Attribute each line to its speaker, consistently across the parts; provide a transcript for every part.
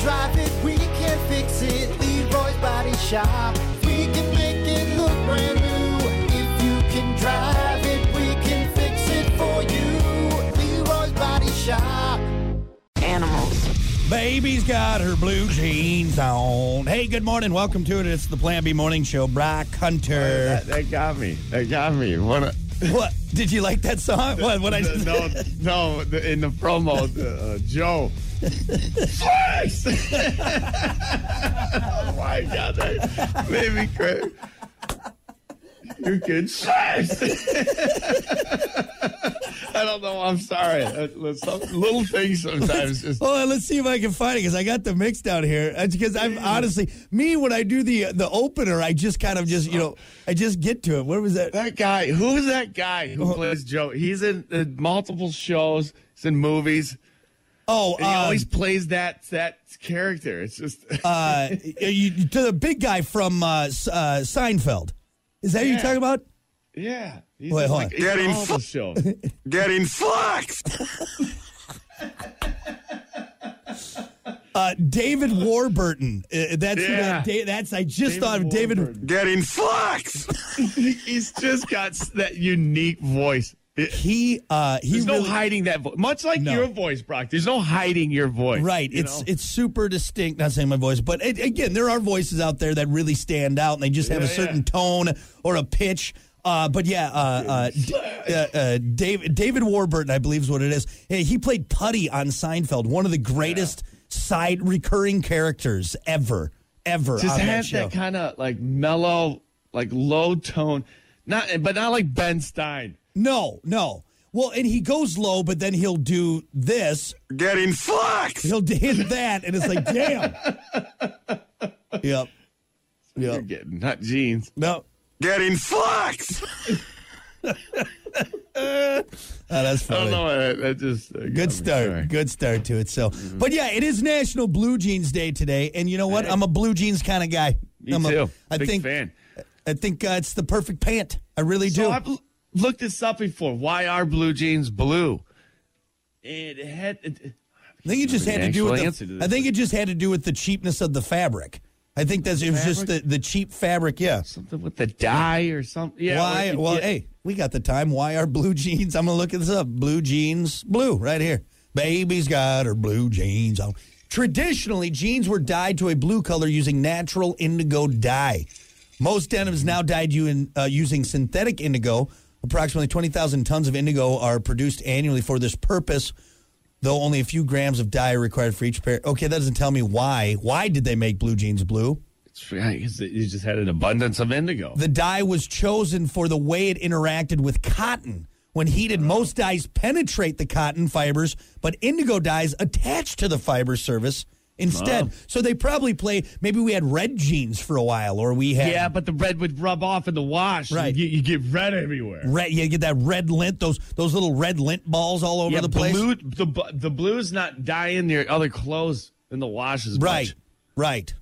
Speaker 1: drive it, we can fix it. Leroy's Body Shop. We can make it look brand new. If you can drive it, we can fix it for you. Leroy's Body Shop.
Speaker 2: Animals.
Speaker 3: Baby's got her blue jeans on. Hey, good morning. Welcome to it. It's the Plan B Morning Show. Brock Hunter.
Speaker 4: That, that got me. That got me. What? A,
Speaker 3: What? Did you like that song? What? What I just
Speaker 4: no, no. the- In the promo, the, uh, Joe. Flex! oh my god, that made me cry. You can flex. I don't know. I'm sorry. Uh, some- Little things sometimes. Just,
Speaker 3: Hold on, Oh, let's see if I can find it because I got the mix down here. Because I'm honestly me when I do the the opener, I just kind of just you know I just get to it. Where was that?
Speaker 4: that guy. Who's that guy who plays Joe? He's in uh, multiple shows. He's in movies.
Speaker 3: Oh,
Speaker 4: And he
Speaker 3: uh,
Speaker 4: always plays that that character. It's just
Speaker 3: uh, you, to the big guy from uh, S- uh, Seinfeld. Is that who you're
Speaker 4: Yeah.
Speaker 3: talking about?
Speaker 4: yeah. He's
Speaker 3: Wait,
Speaker 4: just
Speaker 3: hold
Speaker 4: like,
Speaker 3: on.
Speaker 4: he's
Speaker 5: Getting
Speaker 4: all the show.
Speaker 5: Getting flexed.
Speaker 3: Uh, David Warburton. Uh, that's who that,
Speaker 4: Yeah.
Speaker 3: Da- that's I just
Speaker 4: David
Speaker 3: thought of David.
Speaker 4: Warburton.
Speaker 5: Getting flexed.
Speaker 4: he's just got s- that unique voice. It-
Speaker 3: He uh, he
Speaker 4: there's
Speaker 3: really,
Speaker 4: no hiding that voice. Much like
Speaker 3: No.
Speaker 4: your voice, Brock. There's no hiding your voice.
Speaker 3: Right.
Speaker 4: you
Speaker 3: It's
Speaker 4: know?
Speaker 3: it's super distinct. Not saying my voice, but it, again, there are voices out there that really stand out, and they just have a
Speaker 4: Yeah,
Speaker 3: certain
Speaker 4: yeah.
Speaker 3: tone or a pitch. Uh, but yeah, uh, uh, D- uh, uh, David David Warburton, I believe, is what it is. Hey, he played Putty on Seinfeld, one of the greatest side recurring characters ever, ever
Speaker 4: just
Speaker 3: on that
Speaker 4: has
Speaker 3: show.
Speaker 4: that kind of like mellow, like low tone. Not but not like Ben Stein.
Speaker 3: no, no. Well, and he goes low, but then he'll do this
Speaker 5: Getting flexed.
Speaker 3: He'll hit that, and it's like, damn. yep.
Speaker 4: You're
Speaker 3: Yep.
Speaker 4: getting not jeans.
Speaker 3: No.
Speaker 5: Getting flexed.
Speaker 3: Oh, that's
Speaker 4: I
Speaker 3: funny.
Speaker 4: don't know. That, that just that got
Speaker 3: Good
Speaker 4: me.
Speaker 3: start.
Speaker 4: Sorry.
Speaker 3: Good start to it. So, but yeah, it is National Blue Jeans Day today, and you know what? I'm a blue jeans kind of guy.
Speaker 4: Me
Speaker 3: I'm a-
Speaker 4: too.
Speaker 3: I
Speaker 4: Big
Speaker 3: think
Speaker 4: fan.
Speaker 3: I think uh, it's the perfect pant. I really do.
Speaker 4: So I've l- looked this up before. Why are blue jeans blue? It had. It,
Speaker 3: I think it just
Speaker 4: An
Speaker 3: had to do with
Speaker 4: actual
Speaker 3: the,
Speaker 4: answer to
Speaker 3: I
Speaker 4: this.
Speaker 3: think it just had to do with the cheapness of the fabric. I think that's it was just the,
Speaker 4: Fabric?
Speaker 3: the cheap fabric. Yeah.
Speaker 4: something with the dye or something. Yeah,
Speaker 3: Why?
Speaker 4: or-
Speaker 3: Well,
Speaker 4: yeah.
Speaker 3: hey, we got the time. Why are blue jeans? I'm gonna look this up. Blue jeans, blue, right here. Baby's got her blue jeans on. Traditionally, jeans were dyed to a blue color using natural indigo dye. Most denims now dyed you in, uh, using synthetic indigo. Approximately 20,000 tons of indigo are produced annually for this purpose, though only a few grams of dye are required for each pair. Okay, that doesn't tell me why. Why did they make blue jeans blue?
Speaker 4: It's right, 'cause you just had an abundance of indigo.
Speaker 3: The dye was chosen for the way it interacted with cotton. When heated, most dyes penetrate the cotton fibers, but indigo dyes attach to the fiber surface instead. So they probably play. Maybe we had red jeans for a while, or we had
Speaker 4: yeah, but the red would rub off in the wash.
Speaker 3: Right.
Speaker 4: You, you get red everywhere.
Speaker 3: red. You get that red lint. Those those little red lint balls all over
Speaker 4: yeah,
Speaker 3: the place.
Speaker 4: Blue, the, bu- the blue's not dyeing your other clothes in the wash as
Speaker 3: right,
Speaker 4: much,
Speaker 3: right.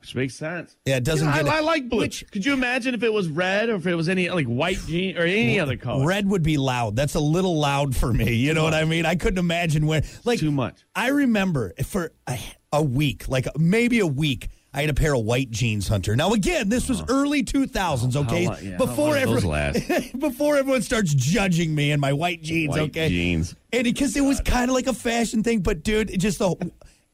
Speaker 4: which makes sense.
Speaker 3: Yeah, it doesn't
Speaker 4: You know,
Speaker 3: get it.
Speaker 4: I, I like blue.
Speaker 3: Which-
Speaker 4: Could you imagine if it was red or if it was any like white jean or any other color?
Speaker 3: Red would be loud. That's a little loud for me. You know what I mean? I couldn't imagine where like
Speaker 4: Too much.
Speaker 3: I remember for a, a week, like maybe a week, I had a pair of white jeans, Hunter. Now again, this was early two thousands. Okay,
Speaker 4: long- yeah, how
Speaker 3: before
Speaker 4: long did those
Speaker 3: everyone before everyone starts judging me and my white jeans.
Speaker 4: White
Speaker 3: okay,
Speaker 4: jeans.
Speaker 3: and because it was kind of like a fashion thing, but dude, it just the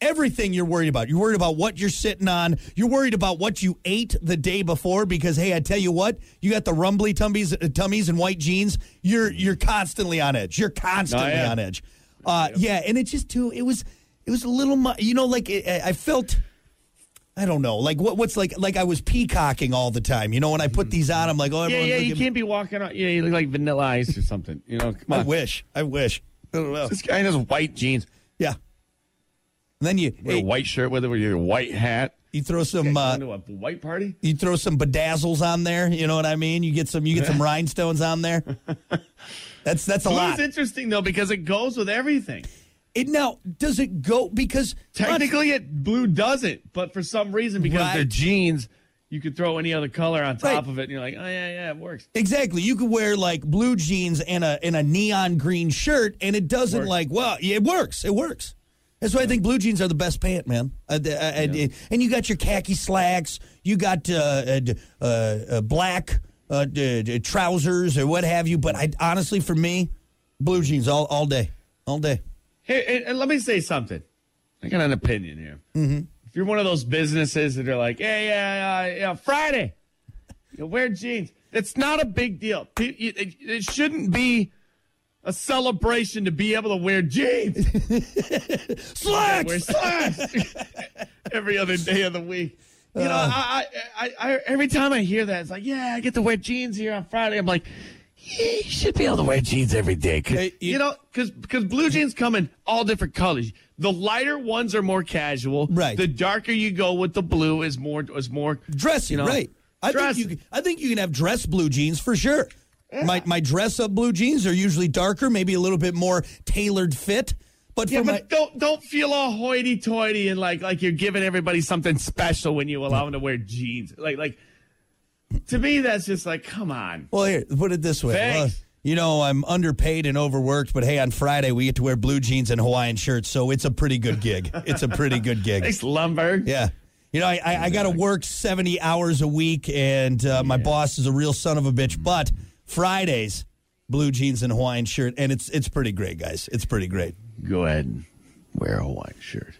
Speaker 3: everything you're worried about. You're worried about what you're sitting on. You're worried about what you ate the day before because hey, I tell you what, you got the rumbly tummies, uh, tummies and white jeans. You're you're constantly on edge. You're constantly
Speaker 4: Mm-hmm. Oh, yeah.
Speaker 3: on edge. Uh, Yeah, and it's just too. It was it was a little. mu- You know, like it, I I felt. I don't know, like what, what's like like I was peacocking all the time. You know, when I put these on, I'm like, oh,
Speaker 4: Yeah,
Speaker 3: everyone,
Speaker 4: Mm-hmm. yeah,
Speaker 3: look
Speaker 4: you
Speaker 3: at me.
Speaker 4: can't be walking out. Yeah, you look like vanilla ice or something. You know, come
Speaker 3: I
Speaker 4: on.
Speaker 3: wish, I wish. I don't know.
Speaker 4: This guy has white jeans.
Speaker 3: Yeah. And then you
Speaker 4: Wear
Speaker 3: hey,
Speaker 4: a white shirt with it, wear a white hat.
Speaker 3: you throw some
Speaker 4: Going
Speaker 3: uh,
Speaker 4: to a white party?
Speaker 3: you throw some bedazzles on there. You know what I mean? You get some you get some rhinestones on there. That's that's a lot.
Speaker 4: Blue's interesting though because it goes with everything.
Speaker 3: It now does it go because
Speaker 4: Technically, it blue doesn't, but for some reason, because they're
Speaker 3: Right.
Speaker 4: jeans, you could throw any other color on top
Speaker 3: Right.
Speaker 4: of it, and you're like, oh yeah, yeah, it works.
Speaker 3: Exactly. You could wear like blue jeans and a and a neon green shirt, and it doesn't
Speaker 4: Works.
Speaker 3: like well, yeah, it works. It works. That's why I think blue jeans are the best pant, man. Uh, the- uh, and- And you got your khaki slacks, you got uh, uh, d- uh, uh, black uh, d- d- trousers or what have you. But I honestly, for me, blue jeans all, all day, all day.
Speaker 4: Hey, and, and let me say something. I got an opinion here. If you're one of those businesses that are like, hey, yeah, yeah, yeah, Friday, you wear jeans. It's not a big deal. Pe- you- It, it shouldn't be a celebration to be able to wear jeans.
Speaker 3: Slacks.
Speaker 4: Wear slacks every other day of the week. You know, I, I, I, I, every time I hear that, it's like, yeah, I get to wear jeans here on Friday. I'm like, yeah, you should be able to wear jeans every day. 'Cause-
Speaker 3: Hey, you-
Speaker 4: you, know, because because blue jeans come in all different colors. The lighter ones are more casual.
Speaker 3: Right.
Speaker 4: The darker you go with the blue is more is more
Speaker 3: dressy,
Speaker 4: you know,
Speaker 3: right? I
Speaker 4: dressy.
Speaker 3: think you. I think you can have dress blue jeans for sure. My my dress up blue jeans are usually darker, maybe a little bit more tailored fit. But
Speaker 4: Yeah,
Speaker 3: for my
Speaker 4: but don't don't feel all hoity-toity and like like you're giving everybody something special when you allow them to wear jeans. Like like to me, that's just like, come on.
Speaker 3: well, here put it this way.
Speaker 4: Thanks.
Speaker 3: Well, you know, I'm underpaid and overworked, but hey, on Friday we get to wear blue jeans and Hawaiian shirts, so it's a pretty good gig. it's a pretty good gig.
Speaker 4: Thanks, Lumberg.
Speaker 3: Yeah. You know, I, I, I got to work 70 hours a week, and uh, my boss is a real son of a bitch. But Fridays, blue jeans and Hawaiian shirt, and it's it's pretty great, guys. It's pretty great.
Speaker 4: Go ahead and wear a Hawaiian shirt.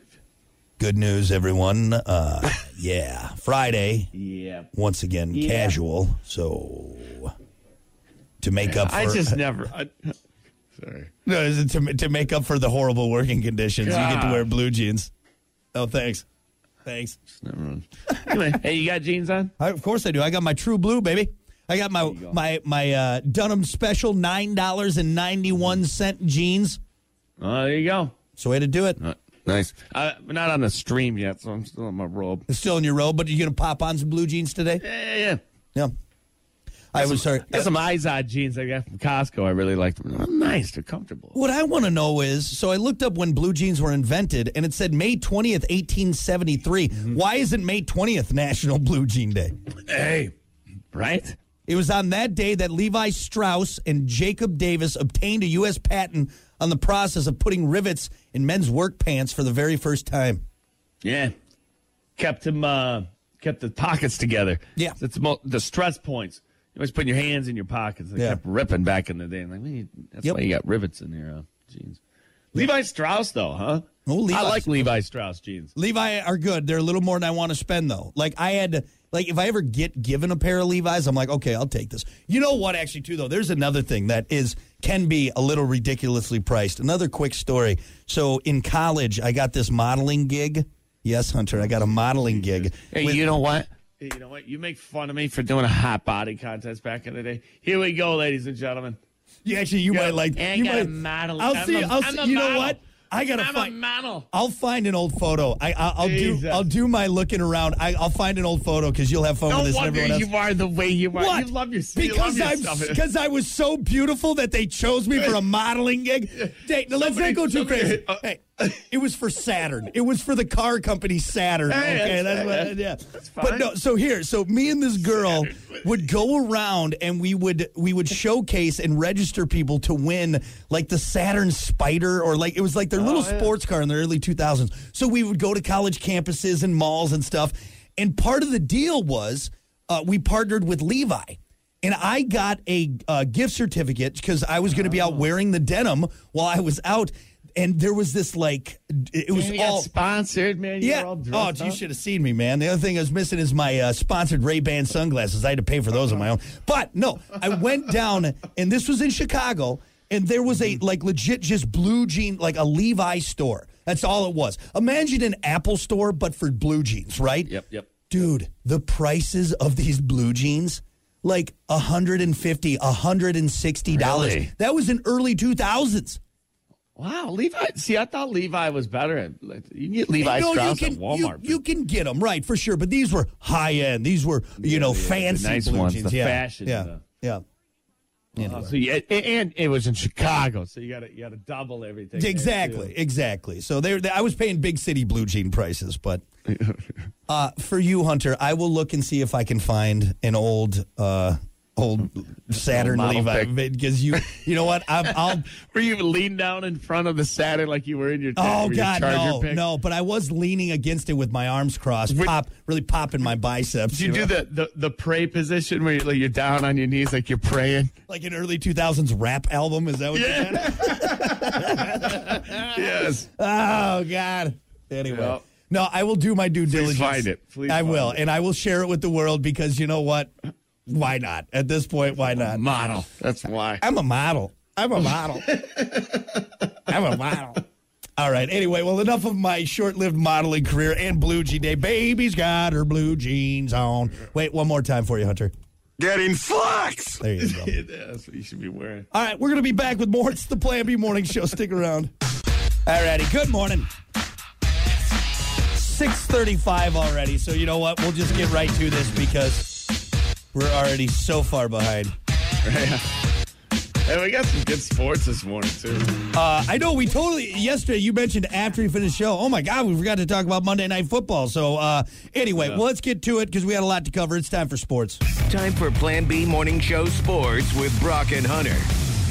Speaker 3: Good news, everyone. Uh, yeah, Friday
Speaker 4: Yeah.
Speaker 3: once again
Speaker 4: Yeah.
Speaker 3: casual. So to make up, for,
Speaker 4: I just never. I, sorry.
Speaker 3: no, is it to to make up for the horrible working conditions, you get to
Speaker 4: God.
Speaker 3: wear blue jeins. Oh, thanks, thanks.
Speaker 4: Anyway, hey, you got jeans on?
Speaker 3: I, of course I do. I got my true blue, baby. I got my my my uh, Dunham special nine dollars and ninety one cent jeans.
Speaker 4: Oh, there you go.
Speaker 3: It's the way to do it.
Speaker 4: nice. I, am not on the stream yet, so I'm still on my robe.
Speaker 3: It's still in your robe, but you're gonna pop on some blue jeans today.
Speaker 4: Yeah, yeah, yeah.
Speaker 3: Yeah. I was sorry.
Speaker 4: Got some Izod jeans I got from Costco. I really like them. They're nice. They're comfortable.
Speaker 3: What I want to know is so I looked up when blue jeans were invented and it said May 20th, 1873. Why isn't May 20th National Blue Jean Day?
Speaker 4: Hey, right?
Speaker 3: It was on that day that Levi Strauss and Jacob Davis obtained a U.S. patent on the process of putting rivets in men's work pants for the very first time.
Speaker 4: Yeah. Kept him. Uh, kept the pockets together.
Speaker 3: Yeah.
Speaker 4: It's mo- the stress points. You always put your hands in your pockets. They
Speaker 3: Yeah.
Speaker 4: kept ripping back in the day. Like, man, that's
Speaker 3: Yep.
Speaker 4: why you got rivets in your uh, jeans. Levi Strauss, though, huh?
Speaker 3: Oh, Levi
Speaker 4: I like Levi Strauss jeans.
Speaker 3: Levi are good. They're a little more than I want to spend though. Like I had to, like if I ever get given a pair of Levi's, I'm like, okay, I'll take this. You know what? Actually, too though, there's another thing that is can be a little ridiculously priced. Another quick story. So in college, I got this modeling gig. Yes, Hunter, I got a modeling gig.
Speaker 4: Hey, you know what? You know what? You make fun of me for doing a hot body contest back in the day. Here we go, ladies and gentlemen.
Speaker 3: You actually, you might like.
Speaker 4: I
Speaker 3: you
Speaker 4: got
Speaker 3: might,
Speaker 4: a model.
Speaker 3: I'll
Speaker 4: I'm
Speaker 3: see.
Speaker 4: a-
Speaker 3: I'll
Speaker 4: I'm
Speaker 3: see.
Speaker 4: a
Speaker 3: you know
Speaker 4: model.
Speaker 3: what? I gotta
Speaker 4: I'm
Speaker 3: find.
Speaker 4: a model.
Speaker 3: I'll find an old photo. I, I I'll do.
Speaker 4: Jesus.
Speaker 3: I'll do my looking around. I, I'll find an old photo because you'll have fun
Speaker 4: No
Speaker 3: with this and
Speaker 4: wonder
Speaker 3: everyone else.
Speaker 4: you are the way you are.
Speaker 3: What?
Speaker 4: You love your you love
Speaker 3: because I'm
Speaker 4: yourself.
Speaker 3: because I was so beautiful that they chose me for a modeling gig. Hey, now let's not
Speaker 4: Somebody-
Speaker 3: go too
Speaker 4: somebody-
Speaker 3: crazy.
Speaker 4: uh,
Speaker 3: Hey, it was for Saturn. It was for the car company Saturn.
Speaker 4: Hey,
Speaker 3: okay, that's,
Speaker 4: that's-
Speaker 3: what. Yeah, but
Speaker 4: fine.
Speaker 3: no. So here, so me and this girl would go around and we would we would showcase and register people to win like the Saturn Spider or like it was like their little
Speaker 4: Oh,
Speaker 3: sports car in the early 2000s. So we would go to college campuses and malls and stuff. And part of the deal was uh, we partnered with Levi. And I got a uh, gift certificate because I was going to be
Speaker 4: Oh.
Speaker 3: out wearing the denim while I was out. And there was this like, it was
Speaker 4: you got
Speaker 3: all.
Speaker 4: sponsored, man. You
Speaker 3: Yeah.
Speaker 4: were all
Speaker 3: Oh,
Speaker 4: dressed
Speaker 3: you
Speaker 4: up.
Speaker 3: should have seen me, man. The other thing I was missing is my uh, sponsored Ray Ban sunglasses. I had to pay for those on my own. But no, I went down, and this was in Chicago, and there was
Speaker 4: Mm-hmm.
Speaker 3: a like legit just blue jean, like a Levi store. That's all it was. Imagine an Apple store, but for blue jeans, right?
Speaker 4: Yep, yep.
Speaker 3: Dude, the prices of these blue jeans. Like 150 $160.
Speaker 4: Really?
Speaker 3: That was in early 2000s.
Speaker 4: Wow, Levi. See, I thought Levi was better. At, like, you can get Levi
Speaker 3: No,
Speaker 4: Strauss at
Speaker 3: you-
Speaker 4: Walmart.
Speaker 3: You, can get them right for sure, but these were high end. These were you know fancy
Speaker 4: nice
Speaker 3: blue
Speaker 4: ones,
Speaker 3: jeans.
Speaker 4: the
Speaker 3: yeah,
Speaker 4: fashion,
Speaker 3: yeah,
Speaker 4: the-
Speaker 3: yeah.
Speaker 4: Oh, so you- and- and it was in Chicago, so you got to you got to double everything. there,
Speaker 3: Exactly,
Speaker 4: too.
Speaker 3: exactly. So they, they, I was paying big city blue jean prices, but uh, for you, Hunter, I will look and see if I can find an old uh, old Saturn
Speaker 4: Model
Speaker 3: Levi
Speaker 4: pick.
Speaker 3: because you you know what I'm, I'll
Speaker 4: Were you leaned down in front of the Saturn like you were in your
Speaker 3: oh
Speaker 4: were your
Speaker 3: god
Speaker 4: Charger
Speaker 3: no
Speaker 4: pick?
Speaker 3: no but I was leaning against it with my arms crossed
Speaker 4: Would-
Speaker 3: pop really popping my biceps
Speaker 4: Did you do
Speaker 3: know?
Speaker 4: the, the, the pray position where you're, like, you're down on your knees like you're praying?
Speaker 3: like an early 2000s rap album is that what you did
Speaker 4: yes.
Speaker 3: oh god anyway
Speaker 4: Yep.
Speaker 3: no I will do my due diligence
Speaker 4: find it. Please
Speaker 3: I
Speaker 4: find
Speaker 3: will
Speaker 4: it.
Speaker 3: and I will share it with the world because you know what why not at this point why not
Speaker 4: Model. That's why.
Speaker 3: I'm a model. I'm a model. I'm a model. All right. Anyway, well, enough of my short-lived modeling career and blue jean day. Baby's got her blue jeans on. Wait, one more time for you, Hunter.
Speaker 5: Getting flux.
Speaker 3: There you go.
Speaker 4: That's what you should be wearing.
Speaker 3: All right, we're gonna be back with more. It's the Plan B Morning Show. Stick around. All righty. Good morning. Six thirty-five already. So you know what? We'll just get right to this because we're already so far behind.
Speaker 4: And we got some good sports this morning, too.
Speaker 3: Uh, I know we totally yesterday you mentioned after we finished the show. Oh my God, we forgot to talk about Monday Night Football. So uh, anyway, well, let's get to it because we had a lot to cover. It's time for sports.
Speaker 6: Time for Plan B Morning Show Sports with Brock and Hunter.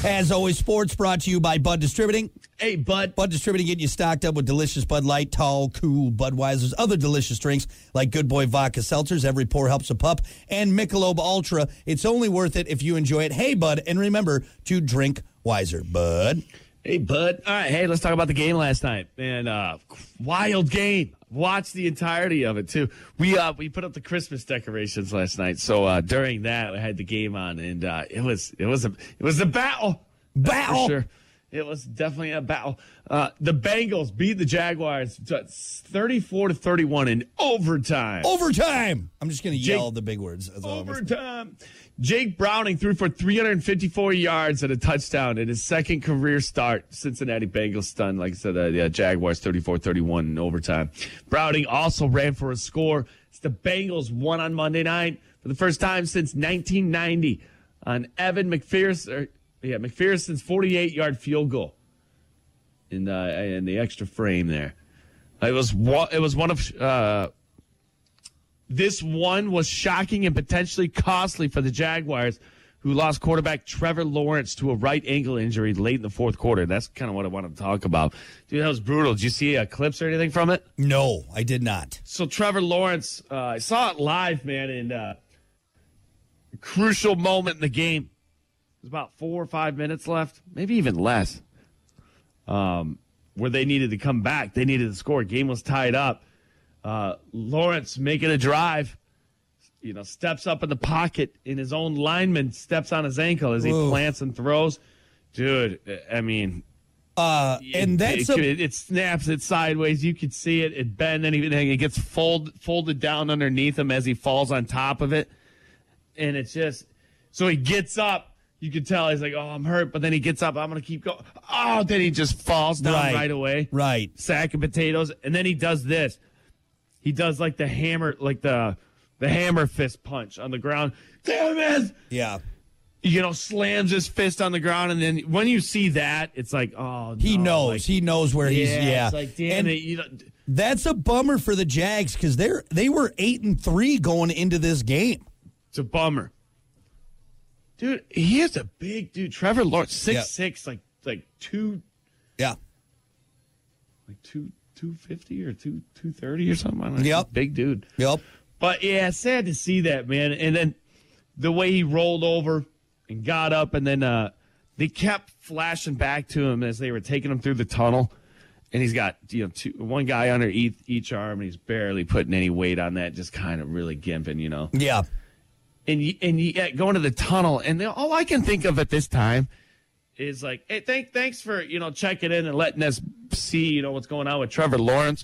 Speaker 3: As always, sports brought to you by Bud Distributing.
Speaker 4: Hey, bud.
Speaker 3: Bud Distributing getting you stocked up with delicious Bud Light, tall, cool Budweiser's, other delicious drinks like Good Boy Vodka Seltzers, Every Pour Helps a Pup, and Michelob Ultra. It's only worth it if you enjoy it. Hey, Bud, and remember to drink wiser, Bud.
Speaker 4: Hey, bud. All right. Hey, let's talk about the game last night. Man, uh, wild game. Watched the entirety of it too. We uh, we put up the Christmas decorations last night. So uh, during that, I had the game on, and uh, it was it was a it was a battle. That's for
Speaker 3: Battle.
Speaker 4: sure. It was definitely a battle. Uh, the Bengals beat the Jaguars thirty-four to thirty-one in overtime.
Speaker 3: Overtime. I'm just going to
Speaker 4: Jake-
Speaker 3: yell the big words. That's all I'm gonna-
Speaker 4: Overtime. Jake Browning threw for 354 yards and a touchdown in his second career start. Cincinnati Bengals stunned, like I said, uh, yeah, Jaguars 34 31 in overtime. Browning also ran for a score. It's the Bengals won on Monday night for the first time since 1990 on Evan McPherson, or, yeah, McPherson's 48 yard field goal in, uh, in the extra frame there. It was one, it was one of uh, this one was shocking and potentially costly for the Jaguars, who lost quarterback Trevor Lawrence to a right ankle injury late in the fourth quarter. That's kind of what I wanted to talk about. Dude, that was brutal. Did you see uh, clips or anything from it?
Speaker 3: No, I did not.
Speaker 4: So Trevor Lawrence, uh, I saw it live, man, and uh, crucial moment in the game. There's about four or five minutes left, maybe even less, um, where they needed to come back. They needed to score. Game was tied up. Uh, Lawrence making a drive, you know, steps up in the pocket, and his own lineman steps on his ankle as he
Speaker 3: Whoa.
Speaker 4: plants and throws. Dude, I mean,
Speaker 3: Uh, and that's
Speaker 4: it,
Speaker 3: a,
Speaker 4: it, it snaps it sideways. You could see it. It bends and everything. It gets fold, folded down underneath him as he falls on top of it, and it's just so he gets up. You could tell he's like, "Oh, I'm hurt," but then he gets up. I'm gonna keep going. Oh, then he just falls down
Speaker 3: Right.
Speaker 4: right, away.
Speaker 3: Right.
Speaker 4: Sack of potatoes, and then he does this. He does like the hammer, like the the hammer fist punch on the ground. Damn it!
Speaker 3: yeah.
Speaker 4: You know, slams his fist on the ground, and then when you see that, it's like, oh,
Speaker 3: He
Speaker 4: no,
Speaker 3: knows.
Speaker 4: like-
Speaker 3: he knows where he's. Yeah.
Speaker 4: it's like damn
Speaker 3: and
Speaker 4: it, you know,
Speaker 3: That's a bummer for the Jags because they're they were eight and three going into this game.
Speaker 4: it's a bummer, dude. He is a big dude. Trevor Lawrence, six
Speaker 3: Yeah.
Speaker 4: six, like like two,
Speaker 3: Yeah.
Speaker 4: like two two fifty or two two thirty or something. I don't know.
Speaker 3: Yep.
Speaker 4: big dude.
Speaker 3: Yep.
Speaker 4: But yeah, it's sad to see that man. And then the way he rolled over and got up, and then uh, they kept flashing back to him as they were taking him through the tunnel. And he's got you know two, one guy under each, each arm, and he's barely putting any weight on that, just kind of really gimping, you know.
Speaker 3: Yeah.
Speaker 4: and you, and you yeah, go into the tunnel, and the- all I can think of at this time is like, hey, thank, thanks for you know checking in and letting us see you know what's going on with Trevor Lawrence.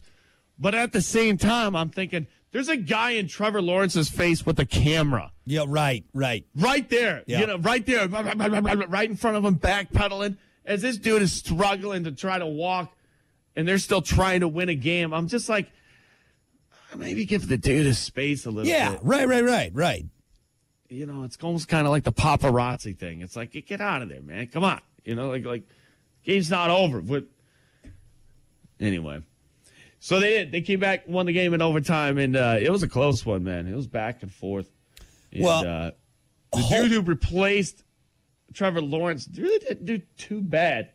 Speaker 4: But at the same time, I'm thinking there's a guy in Trevor Lawrence's face with a camera
Speaker 3: Yeah. Right. Right.
Speaker 4: right there,
Speaker 3: Yeah.
Speaker 4: you know, right there, right in front of him, backpedaling as this dude is struggling to try to walk, and they're still trying to win a game. I'm just like, maybe give the dude his space a little
Speaker 3: Yeah.
Speaker 4: bit
Speaker 3: Right. Right. Right. Right.
Speaker 4: you know, it's almost kind of like the paparazzi thing. It's like, get out of there, man. Come on. You know, like, like, game's not over. But anyway, so they did. They came back, won the game in overtime, and uh, it was a close one, man. It was back and forth. And,
Speaker 3: Well,
Speaker 4: uh, The dude who replaced Trevor Lawrence really didn't do too bad.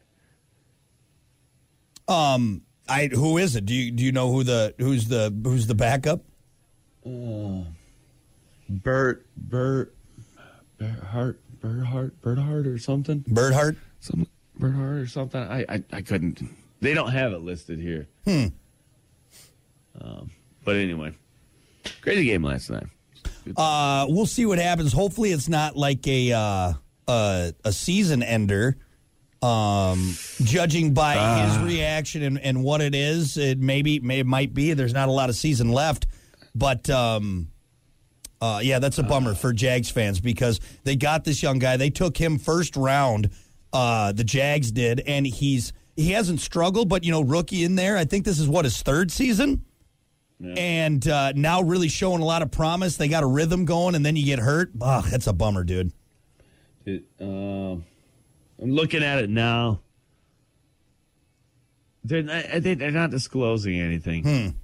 Speaker 3: I who is it? Do you do you know who the who's the who's the backup?
Speaker 4: Bert, Bert, Bert Hart, Bert Hart, Bert Hart or something.
Speaker 3: Bernhardt.
Speaker 4: Some Bert Hart or something. I, I, I couldn't. They don't have it listed here. Hmm. Um, but anyway, crazy game last night.
Speaker 3: Uh, we'll see what happens. Hopefully, it's not like a uh, uh, a season ender. Um, judging by his reaction and, and what it is, it maybe may, it might be. There's not a lot of season left, but um, uh, yeah, that's a bummer for Jags fans because they got this young guy. They took him first round. Uh, the Jags did, and he's he hasn't struggled, but you know, rookie in there. I think this is what his third season and uh, now really showing a lot of promise. They got a rhythm going, and then you get hurt. Ah, that's a bummer, dude.
Speaker 4: It, um, I'm looking at it now. They're not, I think they're not disclosing anything.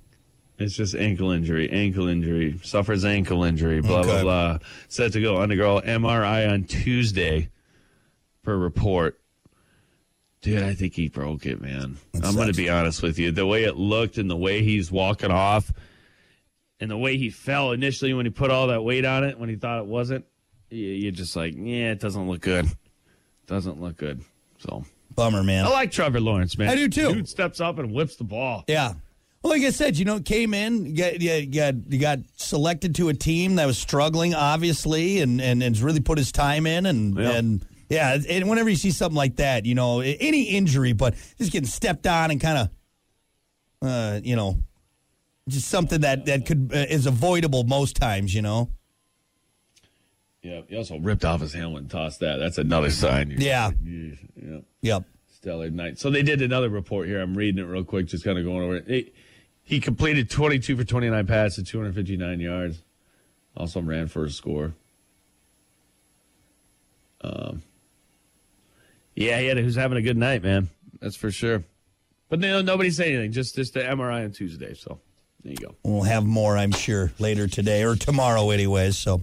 Speaker 4: It's just ankle injury, ankle injury, suffers ankle injury, blah,
Speaker 3: Okay.
Speaker 4: blah, blah. Set to go undergo MRI on Tuesday for report. Dude, I think he broke it, man.
Speaker 3: That
Speaker 4: I'm going
Speaker 3: sucks.
Speaker 4: to be honest with you. The way it looked and the way he's walking off and the way he fell initially when he put all that weight on it when he thought it wasn't, y- you're just like, yeah, it doesn't look good. Doesn't look good. So
Speaker 3: Bummer, man.
Speaker 4: I like Trevor Lawrence, man.
Speaker 3: I do too.
Speaker 4: Dude steps up and whips the ball.
Speaker 3: Yeah. Well, like I said, you know, came in, you got, you got, you got selected to a team that was struggling, obviously, and and, and really put his time in, and
Speaker 4: Yeah.
Speaker 3: and yeah, and whenever you see something like that, you know, a- any injury, but just getting stepped on and kind of, uh, you know, just something that that could uh, is avoidable most times, you know.
Speaker 4: Yeah, he also ripped off his helmet and tossed that. That's another sign. You're-
Speaker 3: Yeah.
Speaker 4: you're- yeah.
Speaker 3: Yep.
Speaker 4: Stellar night. So they did another report here. I'm reading it real quick, just kind of going over it. He- he completed 22 for 29 passes, 259 yards. Also ran for a score. Um, yeah, he had, he was having a good night, man. That's for sure. But no, nobody said anything. Just just the MRI on Tuesday. So there you go.
Speaker 3: We'll have more, I'm sure, later today or tomorrow, anyways. So,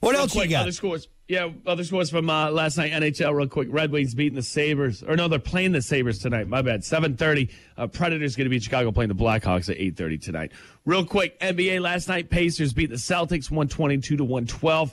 Speaker 3: what
Speaker 4: Real
Speaker 3: else
Speaker 4: quick,
Speaker 3: you got?
Speaker 4: Other scores. Yeah, other scores from uh, last night NHL real quick. Red Wings beating the Sabres. Or no, they're playing the Sabres tonight. My bad. 7.30. Uh, Predators going to be in Chicago playing the Blackhawks at 8.30 tonight. Real quick, NBA last night. Pacers beat the Celtics 122 to 112.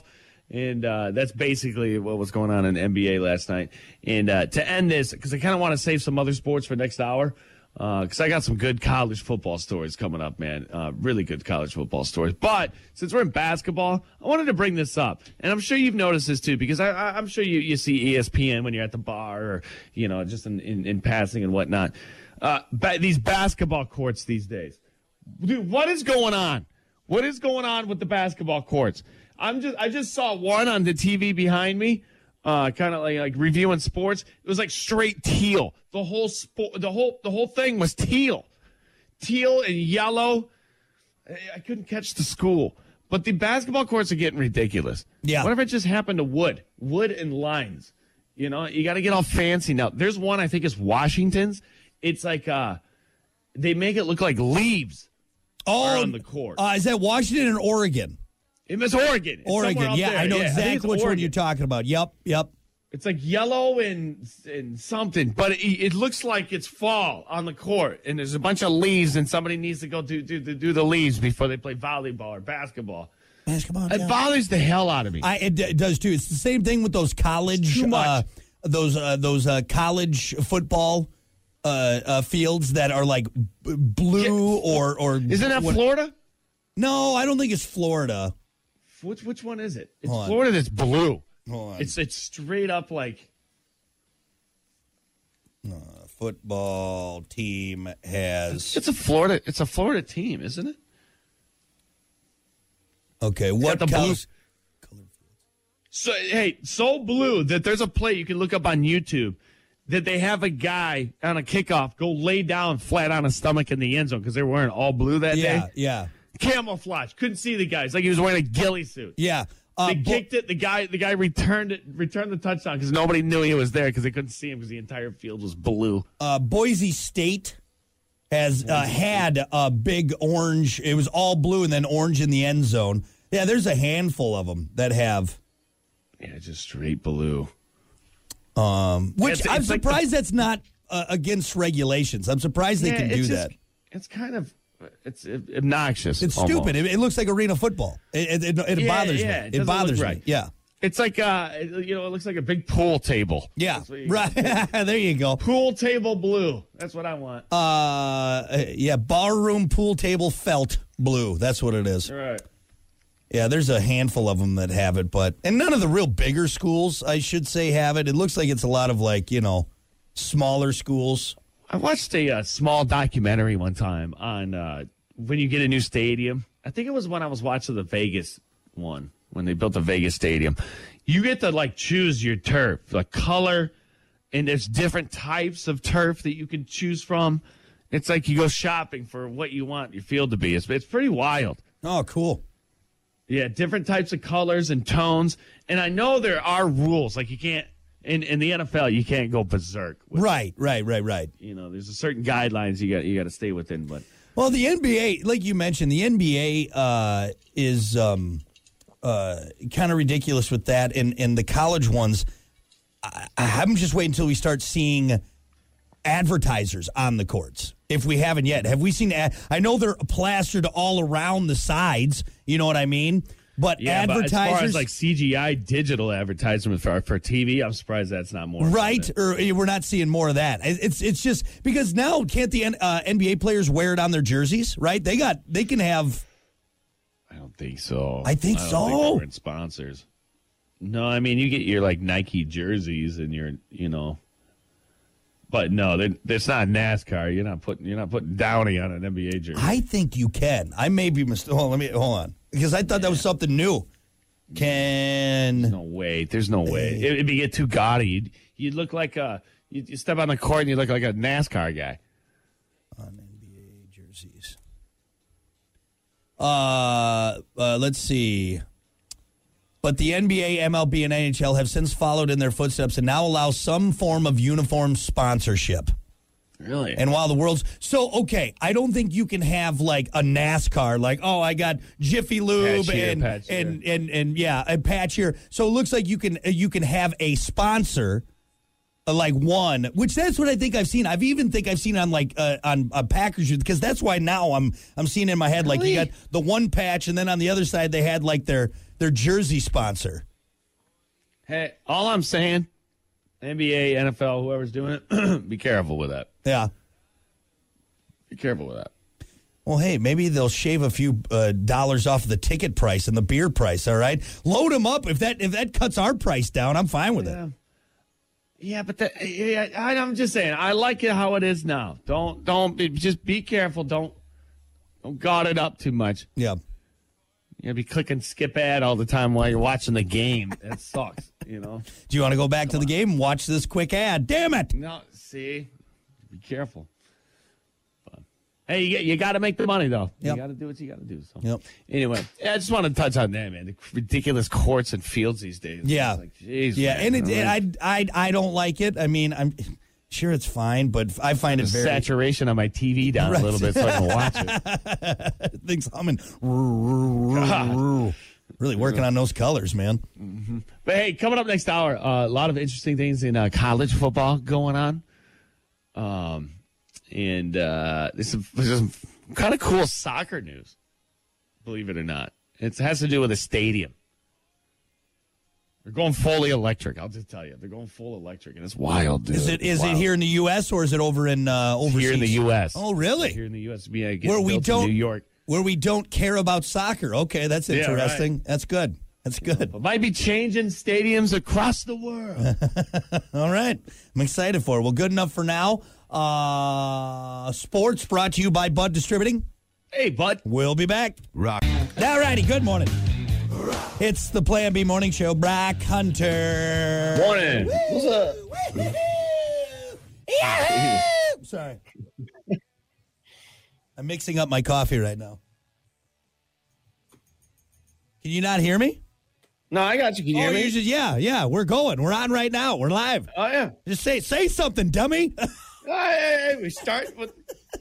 Speaker 4: And uh, that's basically what was going on in NBA last night. And uh, to end this, because I kind of want to save some other sports for next hour because Uh, I got some good college football stories coming up, man. Uh, really good college football stories. But since we're in basketball, I wanted to bring this up, and I'm sure you've noticed this too, because I, I, I'm sure you, you see E ESPN when you're at the bar or you know just in, in, in passing and whatnot. Uh, ba- these basketball courts these days, dude, what is going on? What is going on with the basketball courts? I'm just I just saw one on the TV behind me, uh, kind of like like reviewing sports. It was like straight teal. The whole sport, the whole the whole thing was teal, teal and yellow. I, I couldn't catch the school, but the basketball courts are getting ridiculous.
Speaker 3: Yeah.
Speaker 4: What if it just happened to wood, wood and lines? You know, you got to get all fancy now. There's one I think is Washington's. It's like uh, they make it look like leaves.
Speaker 3: oh,
Speaker 4: on the court.
Speaker 3: Uh, is that Washington or Oregon?
Speaker 4: It was Oregon. It's somewhere
Speaker 3: Oregon.
Speaker 4: up
Speaker 3: Yeah,
Speaker 4: there.
Speaker 3: I know
Speaker 4: Yeah, think
Speaker 3: exactly
Speaker 4: it's
Speaker 3: which one
Speaker 4: Oregon.
Speaker 3: you're talking about. Yep, yep.
Speaker 4: It's like yellow and and something, but it, it looks like it's fall on the court, and there's a bunch of leaves, and somebody needs to go do do do, do the leaves before they play volleyball or basketball.
Speaker 3: Basketball.
Speaker 4: It bothers the hell out of me.
Speaker 3: I, it, d- it does too. It's the same thing with those college,
Speaker 4: too much.
Speaker 3: Uh, those uh, those uh, college football uh, uh, fields that are like b- blue or or
Speaker 4: Isn't that
Speaker 3: what-
Speaker 4: Florida?
Speaker 3: No, I don't think it's Florida.
Speaker 4: Which which one is it? It's
Speaker 3: Hold on.
Speaker 4: Florida that's blue.
Speaker 3: Hold on.
Speaker 4: It's it's straight up like
Speaker 3: football team has
Speaker 4: it's a Florida it's a Florida team, isn't it?
Speaker 3: okay. What
Speaker 4: the blue-
Speaker 3: college?
Speaker 4: So hey, so blue that there's a play you can look up on YouTube that they have a guy on a kickoff go lay down flat on his stomach in the end zone because they were wearing all blue that
Speaker 3: Yeah,
Speaker 4: day.
Speaker 3: yeah,
Speaker 4: Camouflage. Couldn't see the guy. It's like he was wearing a ghillie suit.
Speaker 3: yeah. Uh,
Speaker 4: They
Speaker 3: bu-
Speaker 4: kicked it. The guy, the guy returned it, returned the touchdown because nobody knew he was there because they couldn't see him because the entire field was blue.
Speaker 3: uh, Boise State has uh, had a big orange. It was all blue and then orange in the end zone. Yeah, there's a handful of them that have
Speaker 4: Yeah, just straight blue.
Speaker 3: Which
Speaker 4: It's-
Speaker 3: I'm
Speaker 4: it's like
Speaker 3: surprised that's not uh, against regulations. I'm surprised they
Speaker 4: Yeah,
Speaker 3: can
Speaker 4: it's
Speaker 3: do
Speaker 4: just-
Speaker 3: that.
Speaker 4: It's kind of it's obnoxious.
Speaker 3: It's
Speaker 4: almost.
Speaker 3: stupid. It, it looks like arena football. It, it, it, it
Speaker 4: Yeah,
Speaker 3: bothers
Speaker 4: yeah, it
Speaker 3: me. It,
Speaker 4: doesn't look
Speaker 3: bothers me.
Speaker 4: right.
Speaker 3: Yeah.
Speaker 4: It's like uh, you know, it looks like a big pool table.
Speaker 3: Yeah.
Speaker 4: That's what you-
Speaker 3: Right. there you go.
Speaker 4: Pool table blue. That's what I want.
Speaker 3: Uh, yeah. Barroom pool table felt blue. That's what it is.
Speaker 4: All right.
Speaker 3: Yeah. There's a handful of them that have it, but, and none of the real bigger schools, I should say, have it. It looks like it's a lot of like, you know, smaller schools.
Speaker 4: I watched a uh, small documentary one time on uh, when you get a new stadium. I think it was when I was watching the Vegas one when they built the Vegas stadium. You get to like choose your turf, the color, and there's different types of turf that you can choose from. It's like you go shopping for what you want your field to be. It's it's pretty wild.
Speaker 3: Oh, cool.
Speaker 4: Yeah, different types of colors and tones. And I know there are rules. Like you can't in, in the NFL, you can't go berserk. With,
Speaker 3: Right. Right. Right. Right.
Speaker 4: You know, there's a certain guidelines you got you got to stay within. But
Speaker 3: Well, the NBA, like you mentioned, the NBA uh, is um, uh, kind of ridiculous with that, and and the college ones. I, I'm just waiting until we start seeing advertisers on the courts. If we haven't yet, have we seen? Ad- I know they're plastered all around the sides. You know what I mean? But
Speaker 4: yeah, but
Speaker 3: advertisers,
Speaker 4: as far as like CGI digital advertisement for for TV, I'm surprised that's not more.
Speaker 3: right? Or eh, we're not seeing more of that. It- It's it's just because now can't the N- uh, NBA players wear it on their jerseys? Right? They got they can have.
Speaker 4: I don't think so.
Speaker 3: I think
Speaker 4: don't
Speaker 3: so.
Speaker 4: they were in sponsors. No, I mean you get your like Nike jerseys and your you know. But no, they- it's not NASCAR. You're not putting you're not putting Downey on an NBA jersey.
Speaker 3: I think you can. I may be mistaken. Hold, let me hold on because I thought that was something new. Can
Speaker 4: No way. There's no way. It, would be get too gaudy. You'd, you'd look like a. You you step on the court and you look like a NASCAR guy.
Speaker 3: jerseys? Uh, uh, let's see. But the NBA, MLB, and NHL have since followed in their footsteps and now allow some form of uniform sponsorship.
Speaker 4: Really?
Speaker 3: And while the world's so okay, I don't think you can have like a NASCAR, like oh, I got Jiffy Lube
Speaker 4: Patch here,
Speaker 3: and,
Speaker 4: patch here.
Speaker 3: and and and yeah, a patch here. So it looks like you can uh, you can have a sponsor, uh, like one, which that's what I think I've seen. I've even think I've seen on like uh, on uh, Packers because that's why now I'm I'm seeing in my head like you
Speaker 4: Really?
Speaker 3: got the one patch, and then on the other side they had like their their jersey sponsor.
Speaker 4: hey, all I'm saying, NBA, NFL, whoever's doing it, be careful with that.
Speaker 3: Yeah.
Speaker 4: Be careful with that.
Speaker 3: Well, hey, maybe they'll shave a few uh, dollars off the ticket price and the beer price. All right, load them up. If that if that cuts our price down, I'm fine with it.
Speaker 4: Yeah, but that, yeah, I, I'm just saying. I like it how it is now. Don't don't be, just be careful. Don't don't god it up too much.
Speaker 3: Yeah,
Speaker 4: You'll be clicking skip ad all the time while you're watching the game. That sucks. You know.
Speaker 3: Do you want to go back to the game and watch this quick ad? Damn it!
Speaker 4: No, see, be careful. But, hey, you, you got to make the money though.
Speaker 3: Yep.
Speaker 4: You got to do what you got to do. So.
Speaker 3: Yep.
Speaker 4: Anyway, yeah, I just want to touch on that, man. The ridiculous courts and fields these days.
Speaker 3: Yeah,
Speaker 4: It's like, jeez,
Speaker 3: yeah,
Speaker 4: man.
Speaker 3: and it, and I I I don't like it. I mean, I'm sure it's fine, but I find it
Speaker 4: the
Speaker 3: very
Speaker 4: saturation on my TV down
Speaker 3: Right.
Speaker 4: a little bit so I can watch it.
Speaker 3: things humming. Really working on those colors, man.
Speaker 4: But hey, coming up next hour, uh, a lot of interesting things in uh, college football going on. Um, and uh, there's some, there's some kind of cool soccer news, believe it or not. It has to do with a stadium. They're going fully electric. I'll just tell you, they're going full electric, and it's wild. Dude.
Speaker 3: Is it is it
Speaker 4: Wild.
Speaker 3: here in the U.S. or is it over in uh, overseas?
Speaker 4: Here in the U.S.
Speaker 3: Oh, really?
Speaker 4: Here in the U.S. Yeah, getting
Speaker 3: where we
Speaker 4: built
Speaker 3: don't
Speaker 4: in New York.
Speaker 3: where we don't care about soccer. Okay, that's
Speaker 4: Yeah, right.
Speaker 3: interesting. That's good. That's good.
Speaker 4: But might be changing stadiums across the world.
Speaker 3: All right, I'm excited for it. Well, good enough for now. Uh, sports brought to you by Bud Distributing.
Speaker 4: hey, bud.
Speaker 3: We'll be back.
Speaker 6: Rock.
Speaker 3: All righty. Good morning. It's the Plan B Morning Show. Brock Hunter.
Speaker 4: Morning.
Speaker 3: What's up? Yahoo! Sorry. I'm mixing up my coffee right now. Can you not hear me?
Speaker 4: No, I got you. Can you
Speaker 3: Oh, you should- yeah, yeah. We're going. We're on right now. We're live.
Speaker 4: Oh yeah.
Speaker 3: Just say say something, dummy.
Speaker 4: Hey, we start with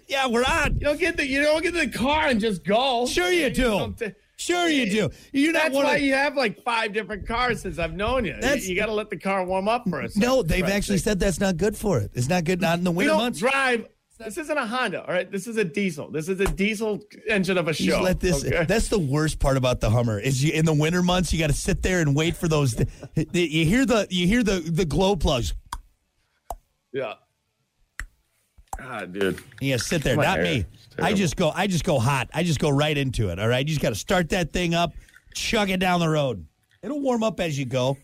Speaker 3: yeah, we're on.
Speaker 4: you don't get the you don't get in the car and just go.
Speaker 3: Sure you do.
Speaker 4: Something-
Speaker 3: Sure you do. You're not
Speaker 4: That's
Speaker 3: one
Speaker 4: why
Speaker 3: of,
Speaker 4: you have like five different cars since I've known you. You,
Speaker 3: That's-
Speaker 4: got to let the car warm up for a second.
Speaker 3: No, they've
Speaker 4: Right.
Speaker 3: actually said that's not good for it. It's not good not in the
Speaker 4: we
Speaker 3: winter
Speaker 4: don't
Speaker 3: months.
Speaker 4: drive. This isn't a Honda, all right? This is a diesel. This is a diesel engine of a
Speaker 3: You
Speaker 4: show.
Speaker 3: just let this.
Speaker 4: okay?
Speaker 3: That's the worst part about the Hummer is you, in the winter months you got to sit there and wait for those. You hear the you hear the the glow plugs.
Speaker 4: yeah. Ah, dude.
Speaker 3: Yeah, sit there.
Speaker 4: My
Speaker 3: Not
Speaker 4: hair
Speaker 3: me.
Speaker 4: is
Speaker 3: I
Speaker 4: terrible.
Speaker 3: just go. I just go hot. I just go right into it. All right. You just got to start that thing up, chug it down the road. It'll warm up as you go.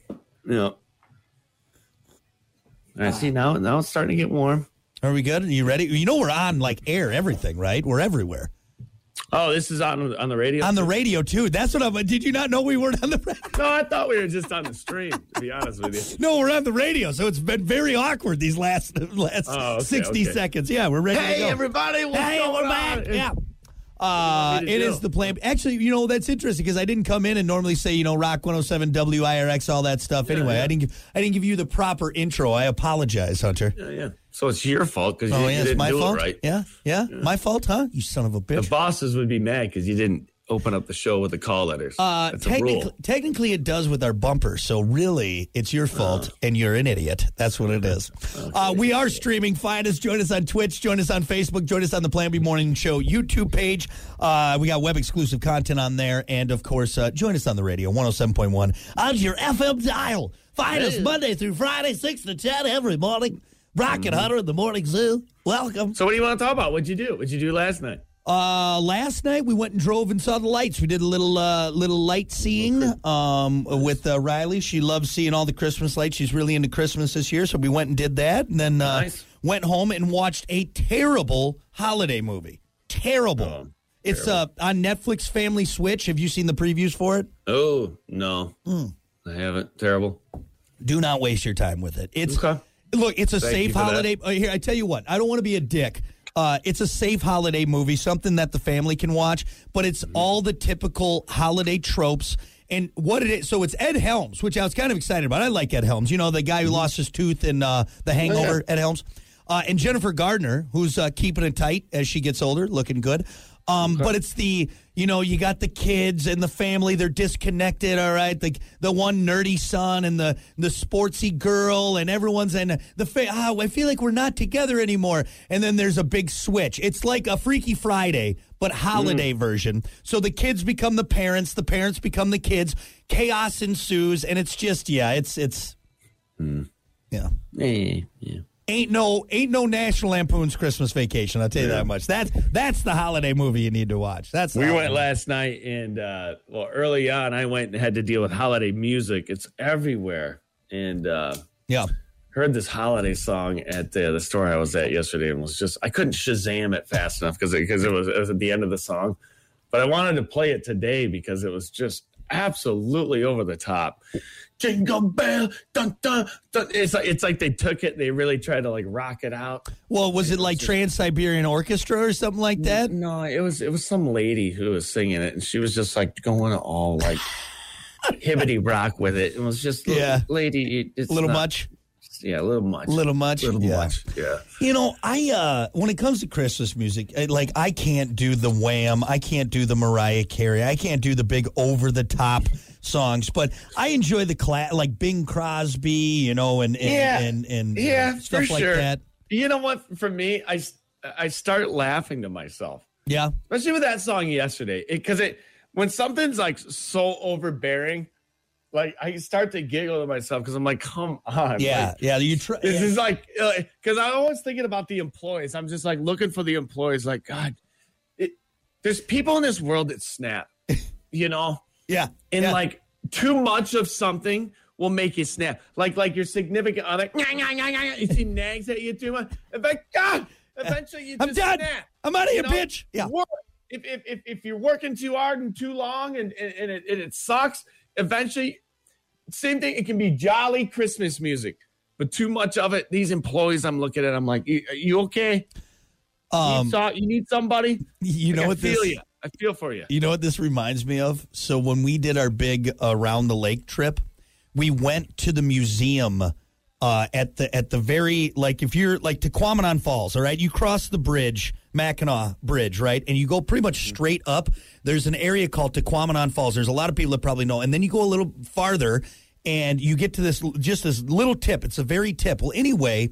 Speaker 4: Yeah. I see now. Now it's starting to get warm.
Speaker 3: Are we good? Are you ready? You know we're on like air, everything, right? We're everywhere
Speaker 4: Oh, this is on on the radio.
Speaker 3: on the radio too. That's what I'm. Did you not know we weren't on the? ra-
Speaker 4: no, I thought we were just on the stream. to be honest with you.
Speaker 3: No, we're on the radio, so it's been very awkward these last last
Speaker 4: Oh, okay,
Speaker 3: sixty
Speaker 4: okay.
Speaker 3: seconds. Yeah, we're ready. to
Speaker 4: Hey,
Speaker 3: go.
Speaker 4: everybody! What's
Speaker 3: Hey,
Speaker 4: going
Speaker 3: we're
Speaker 4: on?
Speaker 3: back.
Speaker 4: It's-
Speaker 3: Yeah. Uh,
Speaker 4: What do you
Speaker 3: it
Speaker 4: do?
Speaker 3: is the plan. Actually, you know that's interesting because I didn't come in and normally say you know Rock 107 WIRX all that stuff. anyway, I didn't give I didn't give you the proper intro. I apologize, Hunter.
Speaker 4: Yeah, yeah. So it's your fault because you,
Speaker 3: oh
Speaker 4: you
Speaker 3: yeah, it's
Speaker 4: didn't
Speaker 3: my
Speaker 4: do
Speaker 3: fault.
Speaker 4: it right.
Speaker 3: Yeah, yeah, my fault, huh? You son of a
Speaker 4: The
Speaker 3: bitch.
Speaker 4: bosses would be mad because you didn't open up the show with the call letters.
Speaker 3: Uh,
Speaker 4: That's a
Speaker 3: technically,
Speaker 4: rule.
Speaker 3: technically, it does with our bumper. So really, it's your fault,
Speaker 4: Oh.
Speaker 3: and you're an idiot. That's what it is. Uh, we are streaming. Find us. Join us on Twitch. Join us on Facebook. Join us on the Plan B Morning Show YouTube page. Uh, we got web exclusive content on there, and of course, uh, join us on the radio 107.1 on your FM dial. Find us Monday through Friday, six to ten every morning. Rock
Speaker 4: Mm-hmm.
Speaker 3: and Hunter in the morning zoo. Welcome.
Speaker 4: So what do you want to talk about? What'd you do? What'd you do last night?
Speaker 3: Uh, last night we went and drove and saw the lights. We did a little uh, little light seeing um, with uh, Riley. She loves seeing all the Christmas lights. She's really into Christmas this year, so we went and did that, and then uh,
Speaker 4: Nice.
Speaker 3: went home and watched a terrible holiday movie. Terrible. it's Uh, on Netflix Family Switch. Have you seen the previews for it?
Speaker 4: Oh no,
Speaker 3: Hmm.
Speaker 4: I haven't. Terrible.
Speaker 3: Do not waste your time with it. It's
Speaker 4: Okay.
Speaker 3: look, it's a
Speaker 4: Thank
Speaker 3: safe
Speaker 4: you for that.
Speaker 3: holiday. uh, Here, I tell you what, I don't want to be a dick. Uh, it's a safe holiday movie, something that the family can watch, but it's
Speaker 4: Mm-hmm.
Speaker 3: all the typical holiday tropes. And what it is, so it's Ed Helms, which I was kind of excited about. I like Ed Helms, you know, the guy who
Speaker 4: Mm-hmm.
Speaker 3: lost his tooth in uh,
Speaker 4: Oh,
Speaker 3: The Hangover, Ed Helms, uh, and Jennifer Gardner, who's uh, keeping it tight as she gets older, looking good. Um, But it's the you know you got the kids and the family they're disconnected. All right, the the one nerdy son and the the sportsy girl and everyone's and the fa- ah, I feel like we're not together anymore. And then there's a big switch. It's like a Freaky Friday but holiday version. So the kids become the parents, the parents become the kids. Chaos ensues, and it's just yeah, it's it's yeah.
Speaker 4: Hey, yeah.
Speaker 3: Ain't no ain't no National Lampoon's Christmas Vacation. I'll tell you that much. That's that's the holiday movie you need to watch. That's the
Speaker 4: We
Speaker 3: holiday
Speaker 4: went last night, and uh, well, early on, I went and had to deal with holiday music. It's everywhere, and uh,
Speaker 3: Yeah.
Speaker 4: heard this holiday song at the, the store I was at yesterday, and was just I couldn't Shazam it fast enough because because it, was it was at the end of the song, but I wanted to play it today because it was just absolutely over the top. Jingle bell, dun dun. dun. It's like it's like they took it, they really tried to like rock it out.
Speaker 3: Well, was it like Trans Siberian Orchestra or something like that?
Speaker 4: No, it was it was some lady who was singing it, and she was just like going all like hibbity rock with it. It was just
Speaker 3: Yeah.
Speaker 4: lady, it's
Speaker 3: A little
Speaker 4: not-
Speaker 3: much,
Speaker 4: yeah, a little much,
Speaker 3: a little much,
Speaker 4: little
Speaker 3: Yeah.
Speaker 4: much, yeah.
Speaker 3: You know, I uh when it comes to Christmas music, I, like I can't do the Wham, I can't do the Mariah Carey, I can't do the big over the top songs, but I enjoy the cla- like Bing Crosby, you know, and and
Speaker 4: Yeah.
Speaker 3: and, and, uh,
Speaker 4: yeah,
Speaker 3: stuff
Speaker 4: for
Speaker 3: like
Speaker 4: sure.
Speaker 3: that.
Speaker 4: You know what? For me, I s- I start laughing to myself,
Speaker 3: Yeah.
Speaker 4: especially with that song yesterday, because it, when something's like so overbearing, like I start to giggle to myself because I'm like, come on,
Speaker 3: Yeah.
Speaker 4: like,
Speaker 3: yeah, you try
Speaker 4: this is like, because I'm always thinking about the employees. I'm just like looking for the employees. Like God, it, there's people in this world that snap, you know,
Speaker 3: Yeah.
Speaker 4: and
Speaker 3: yeah.
Speaker 4: like too much of something will make you snap. Like like your significant other, "Nyah, nyah, nyah, nyah," if she nags at you too much, and like God, eventually you
Speaker 3: I'm
Speaker 4: just
Speaker 3: done.
Speaker 4: snap.
Speaker 3: I'm out of
Speaker 4: you
Speaker 3: here,
Speaker 4: know?
Speaker 3: bitch. Yeah.
Speaker 4: Work. If, if if if you're working too hard and too long and and, and, it, and it sucks, eventually, same thing. It can be jolly Christmas music. But too much of it, these employees I'm looking at, I'm like, you, are you okay? you,
Speaker 3: Um
Speaker 4: saw, you need somebody?
Speaker 3: you know
Speaker 4: Like,
Speaker 3: what
Speaker 4: I feel
Speaker 3: this
Speaker 4: you. I feel for you.
Speaker 3: You know what this reminds me of? So uh, when we did our big around the lake trip, we went to the museum uh, at the at the very like if you're like Tequamanon Falls, all right, you cross the bridge, Mackinac Bridge, right, and you go pretty much
Speaker 4: Mm-hmm.
Speaker 3: straight up. There's an area called Tequamanon Falls. There's a lot of people that probably know, and then you go a little farther, and you get to this just this little tip. It's a very tip. Well, anyway,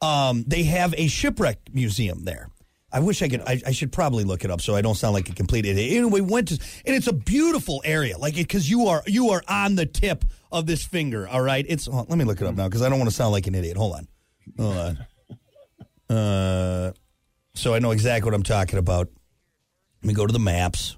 Speaker 3: um, they have a shipwreck museum there. I wish I could. I, I should probably look it up so I don't sound like a complete idiot. Anyway, we went to, and it's a beautiful area, like because you are you are on the tip of this finger. All right, it's. hold on, let me look it up now because I don't want to sound like an idiot. Hold on, hold on. Uh, so I know exactly what I'm talking about. Let me go to the maps.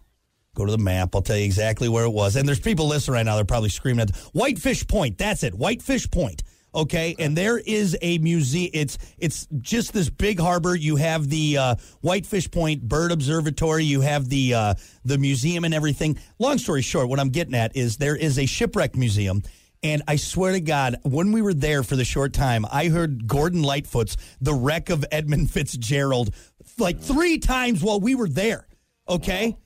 Speaker 3: Go to the map. I'll tell you exactly where it was. And there's people listening right now. They're probably screaming at Whitefish Point. That's it. Whitefish Point. Okay. And there is a museum. It's it's just this big harbor. You have the uh, Whitefish Point Bird Observatory. You have the uh, the museum and everything. Long story short, what I'm getting at is there is a shipwreck museum. And I swear to God, when we were there for the short time, I heard Gordon Lightfoot's "The Wreck of Edmund Fitzgerald" like three times while we were there. Okay.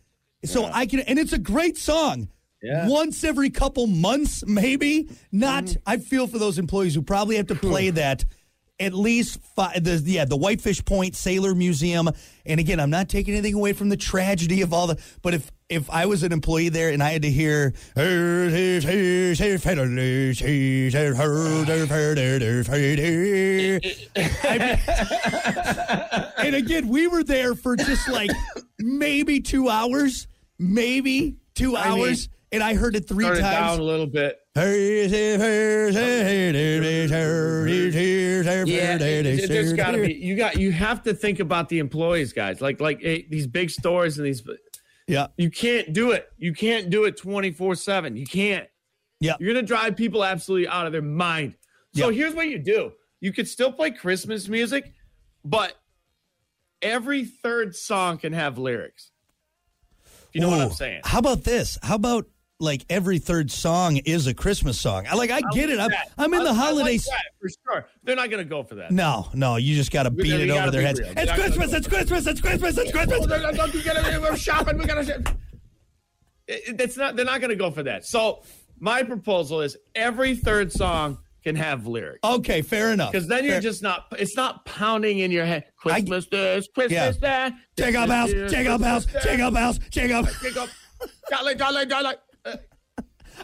Speaker 3: So I can, and it's a great song.
Speaker 4: Yeah.
Speaker 3: Once every couple months, maybe not. I feel for those employees who probably have to play that at least five. The, yeah, the Whitefish Point Sailor Museum. And again, I'm not taking anything away from the tragedy of all the. But if if I was an employee there and I had to hear, and again, we were there for just like maybe two hours, maybe two
Speaker 4: I mean,
Speaker 3: hours, and I heard it three
Speaker 4: Turn it down a
Speaker 3: times.
Speaker 4: little bit. Yeah, it- it- there's got to be. You got. You have to think about the employees, guys. Like, like eh, these big stores and these.
Speaker 3: Yeah,
Speaker 4: You can't do it. You can't do it twenty four seven. You can't.
Speaker 3: yeah,
Speaker 4: You're gonna drive people absolutely out of their mind. So
Speaker 3: Yeah.
Speaker 4: here's what you do. You could still play Christmas music, but every third song can have lyrics. If you know what I'm
Speaker 3: Ooh,
Speaker 4: saying.
Speaker 3: How about this? How about like every third song is a Christmas song? I like I get it. I'm,
Speaker 4: That-
Speaker 3: I'm in
Speaker 4: I-
Speaker 3: the
Speaker 4: I like
Speaker 3: holidays.
Speaker 4: that for sure. They're not gonna go for that.
Speaker 3: no, no, you just got to beat
Speaker 4: gotta-
Speaker 3: it
Speaker 4: we
Speaker 3: over
Speaker 4: gotta
Speaker 3: their
Speaker 4: be
Speaker 3: heads.
Speaker 4: real.
Speaker 3: It's
Speaker 4: We're not gonna
Speaker 3: Christmas,
Speaker 4: go
Speaker 3: it's Christmas, it's Christmas, it's Christmas.
Speaker 4: Oh, don't you get it? We're shopping. We gotta. shop. It- it- That's not. They're not gonna go for that. So my proposal is every third song can have lyrics.
Speaker 3: Okay, fair enough.
Speaker 4: Because then you're
Speaker 3: Oh, Fair-
Speaker 4: just not. It's not pounding in your head.
Speaker 3: I-
Speaker 4: Christmas this, Christmas
Speaker 3: Yeah.
Speaker 4: that.
Speaker 3: check up house, check up house, check up house, check up.
Speaker 4: Check up. Dolly, dolly, dolly.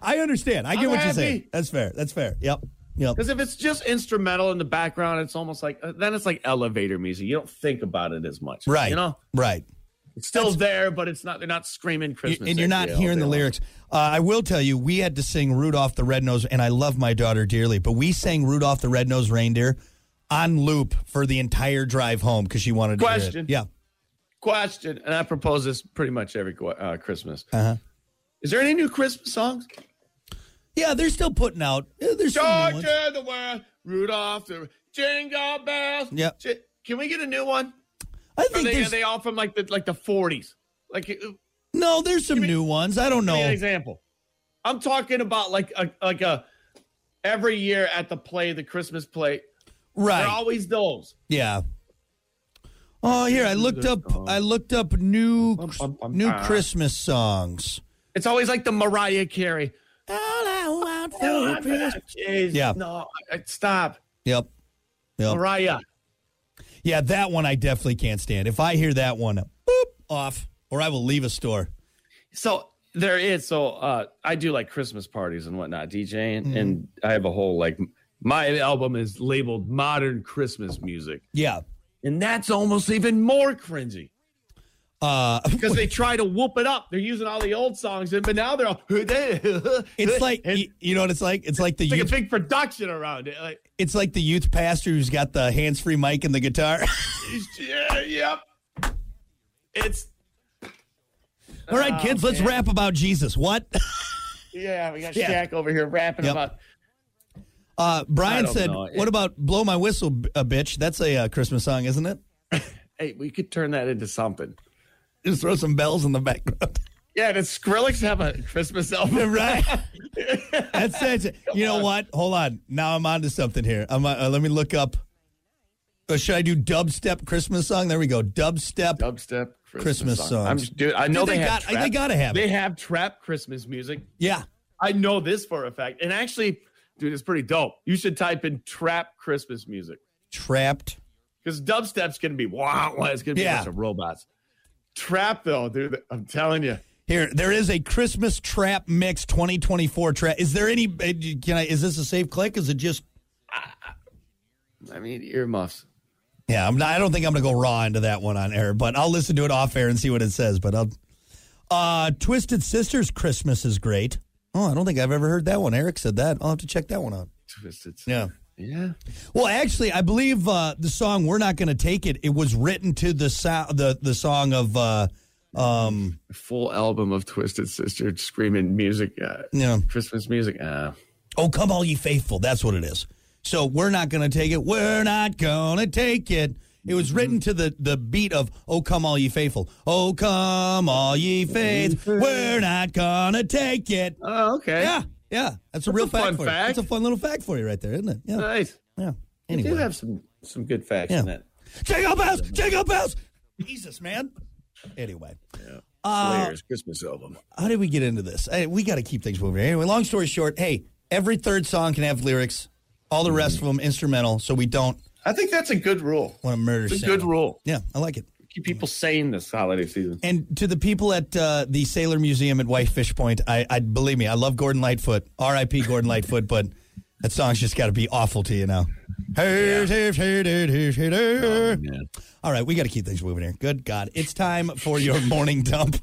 Speaker 3: I understand. I get
Speaker 4: I'm
Speaker 3: what you're
Speaker 4: happy.
Speaker 3: saying. That's fair. That's fair. Yep. Yep.
Speaker 4: Because if it's just instrumental in the background, it's almost like uh, then it's like elevator music. You don't think about it as much,
Speaker 3: Right.
Speaker 4: You know,
Speaker 3: Right.
Speaker 4: it's still there, but it's not. They're not screaming Christmas,
Speaker 3: and you're
Speaker 4: at
Speaker 3: not
Speaker 4: you all
Speaker 3: hearing
Speaker 4: day
Speaker 3: the
Speaker 4: long.
Speaker 3: lyrics. Uh, I will tell you, we had to sing Rudolph the Red Nose, and I love my daughter dearly, but we sang Rudolph the Red Nosed Reindeer on loop for the entire drive home because she wanted to hear it.
Speaker 4: Question.
Speaker 3: Yeah,
Speaker 4: Question, and I propose this pretty much every uh, Christmas. Uh-huh. Is there any new Christmas songs?
Speaker 3: yeah, they're still putting out. eh, There's some new ones.
Speaker 4: Georgia, the world, Rudolph, the jingle bells.
Speaker 3: Yep.
Speaker 4: J- Can we get a new one?
Speaker 3: I
Speaker 4: Are
Speaker 3: think
Speaker 4: they, are
Speaker 3: there's
Speaker 4: they all from like the like the forties? Like, uh, give
Speaker 3: no, there's some new ones. I don't
Speaker 4: me an
Speaker 3: know.
Speaker 4: example. I'm talking about like a like a every year at the play, the Christmas play. There
Speaker 3: Right?
Speaker 4: are always those.
Speaker 3: yeah. Oh, here I looked up. I looked up new new Christmas songs.
Speaker 4: It's always like the Mariah Carey.
Speaker 3: All I want for Christmas.
Speaker 4: Jeez,
Speaker 3: Yeah. Oh.
Speaker 4: No, I- I- stop,
Speaker 3: Yep. Yep.
Speaker 4: Mariah.
Speaker 3: Yeah, that one I definitely can't stand. If I hear that one, boop, off, or I will leave a store.
Speaker 4: So there is. So uh, I do like Christmas parties and whatnot, DJing,
Speaker 3: Mm-hmm.
Speaker 4: and I have a whole like my album is labeled modern Christmas music,
Speaker 3: Yeah.
Speaker 4: and that's almost even more cringy
Speaker 3: Uh,
Speaker 4: because they try to whoop it up. They're using all the old songs, and but now they're all
Speaker 3: it's like y- you, know what it's like. It's like the
Speaker 4: like a
Speaker 3: youth,
Speaker 4: big production around it. Like
Speaker 3: it's like the youth pastor who's got the hands-free mic and the guitar.
Speaker 4: yeah, yep. It's
Speaker 3: All
Speaker 4: Oh,
Speaker 3: right, kids, let's rap about Jesus. What?
Speaker 4: yeah. We got
Speaker 3: Yeah.
Speaker 4: Shaq over here rapping
Speaker 3: Yep.
Speaker 4: about.
Speaker 3: Uh,
Speaker 4: I
Speaker 3: Brian
Speaker 4: don't
Speaker 3: said,
Speaker 4: know.
Speaker 3: "What about blow my whistle, b- a bitch?" That's a uh, Christmas song, isn't it?
Speaker 4: Hey, we could turn that into something.
Speaker 3: Just throw some bells in the background,
Speaker 4: Yeah, does Skrillex have a Christmas album?
Speaker 3: right? That's that's it. You know what? Hold on. Now I'm onto something here. I'm, uh, let me look up. Uh, should I do dubstep Christmas song? There we go. Dubstep.
Speaker 4: dubstep Christmas,
Speaker 3: Christmas songs.
Speaker 4: I'm just, dude, I know
Speaker 3: Dude,
Speaker 4: they,
Speaker 3: they
Speaker 4: have
Speaker 3: got- they gotta have it.
Speaker 4: They have trap Christmas music.
Speaker 3: Yeah.
Speaker 4: I know this for a fact. And actually, Dude, it's pretty dope. You should type in trap Christmas music
Speaker 3: Trapped.
Speaker 4: because dubstep's going to be wow, wow, it's going to be
Speaker 3: Yeah.
Speaker 4: a bunch of robots. Trap, though, dude, I'm telling you.
Speaker 3: Here, there is a Christmas trap mix 2024 trap. Is there any? uh, Can I? Is this a safe click? Is it just?
Speaker 4: I mean, earmuffs.
Speaker 3: Yeah, I'm not, I don't think I'm going to go raw into that one on air, but I'll listen to it off air and see what it says. But I'll. Uh, Twisted Sisters Christmas is great. Oh, I don't think I've ever heard that one. Eric said that. I'll have to check that one out.
Speaker 4: Twisted.
Speaker 3: Yeah.
Speaker 4: Yeah.
Speaker 3: Well, actually, I believe uh, the song "We're Not Going to Take It" it was written to the so- the the song of uh, um,
Speaker 4: Full album of Twisted Sister screaming music. Uh,
Speaker 3: Yeah.
Speaker 4: Christmas music. Uh,
Speaker 3: "Oh Come All Ye Faithful." That's what it is. So we're not going to take it. We're not going to take it. It was written to the the beat of "Oh Come All Ye Faithful." Oh come all ye faithful. We're not going to take it.
Speaker 4: oh, okay.
Speaker 3: Yeah, yeah. That's a real
Speaker 4: a
Speaker 3: fact
Speaker 4: fun
Speaker 3: for you.
Speaker 4: fact.
Speaker 3: That's a fun little fact for you right there, isn't it? Yeah,
Speaker 4: Nice.
Speaker 3: yeah.
Speaker 4: You do
Speaker 3: Anyway,
Speaker 4: have some some good facts
Speaker 3: Yeah.
Speaker 4: in that.
Speaker 3: Jacob House. Jacob House. Jesus, man. Anyway. Uh,
Speaker 4: Slayer's Christmas album.
Speaker 3: how did we get into this? Hey, we got to keep things moving. Anyway, long story short, hey, every third song can have lyrics. All the rest of them instrumental, so we don't
Speaker 4: I think that's a good rule.
Speaker 3: want to murder.
Speaker 4: It's a
Speaker 3: Santa.
Speaker 4: good rule.
Speaker 3: Yeah, I like it.
Speaker 4: Keep people sane this holiday season.
Speaker 3: And to the people at uh, the Sailor Museum at Whitefish Point, I, I believe me, I love Gordon Lightfoot. R.I.P. Gordon Lightfoot, but that song's just got to be awful to you now. Hey, hey, hey, hey, hey, hey, hey. All right, we got to keep things moving here. Good God, it's time for your morning dump.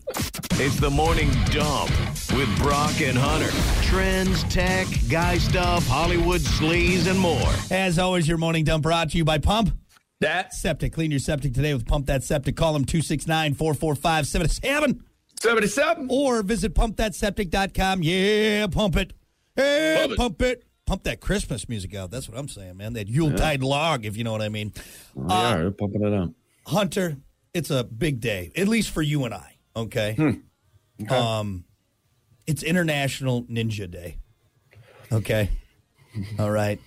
Speaker 6: It's the morning dump with Brock and Hunter. Trends, tech, guy stuff, Hollywood sleaze, and more.
Speaker 3: As always, your morning dump brought to you by Pump.
Speaker 4: That's
Speaker 3: Septic. Clean your septic today with Pump That Septic. Call them 269 445 77
Speaker 4: 77.
Speaker 3: or visit pumpthatseptic.com. Yeah, pump it. Yeah,
Speaker 4: Love it.
Speaker 3: pump it. Pump that Christmas music out. That's what I'm saying, man. That Yuletide log, if you know what I mean.
Speaker 4: yeah, we're pumping it up.
Speaker 3: Hunter, it's a big day, at least for you and I, okay? Um, it's International Ninja Day, okay? All right.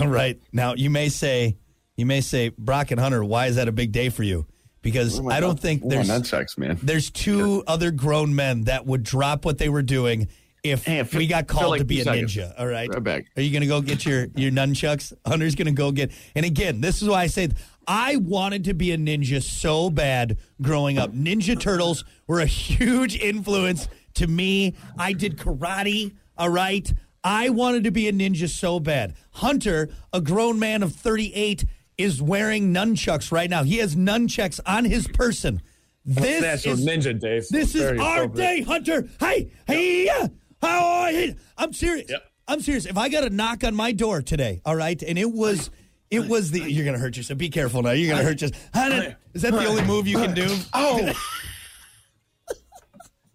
Speaker 3: All right. Now, you may say, you may say, Brock and Hunter, why is that a big day for you? Because I don't think there's
Speaker 4: that sucks, man.
Speaker 3: there's two other grown men that would drop what they were doing if
Speaker 4: Hey, I feel-
Speaker 3: we got
Speaker 4: feel
Speaker 3: called
Speaker 4: like
Speaker 3: to be
Speaker 4: two
Speaker 3: a
Speaker 4: seconds.
Speaker 3: ninja. All right.
Speaker 4: Right back.
Speaker 3: Are you going to go get your, your nunchucks? Hunter's going to go get. And again, this is why I say I wanted to be a ninja so bad growing up. Ninja Turtles were a huge influence to me. I did karate. All right. I wanted to be a ninja so bad. Hunter, a grown man of 38, is wearing nunchucks right now. He has nunchucks on his person. This
Speaker 4: National
Speaker 3: is
Speaker 4: Ninja Day. so
Speaker 3: this
Speaker 4: very
Speaker 3: is our
Speaker 4: appropriate.
Speaker 3: day, Hunter. Hey, hey, yeah. how are you? I'm serious.
Speaker 4: Yep.
Speaker 3: I'm serious. If I got a knock on my door today, all right, and it was, it was the. You're gonna hurt yourself. Be careful now. You're gonna hurt yourself. Hunter, is that the only move you can do?
Speaker 4: Oh.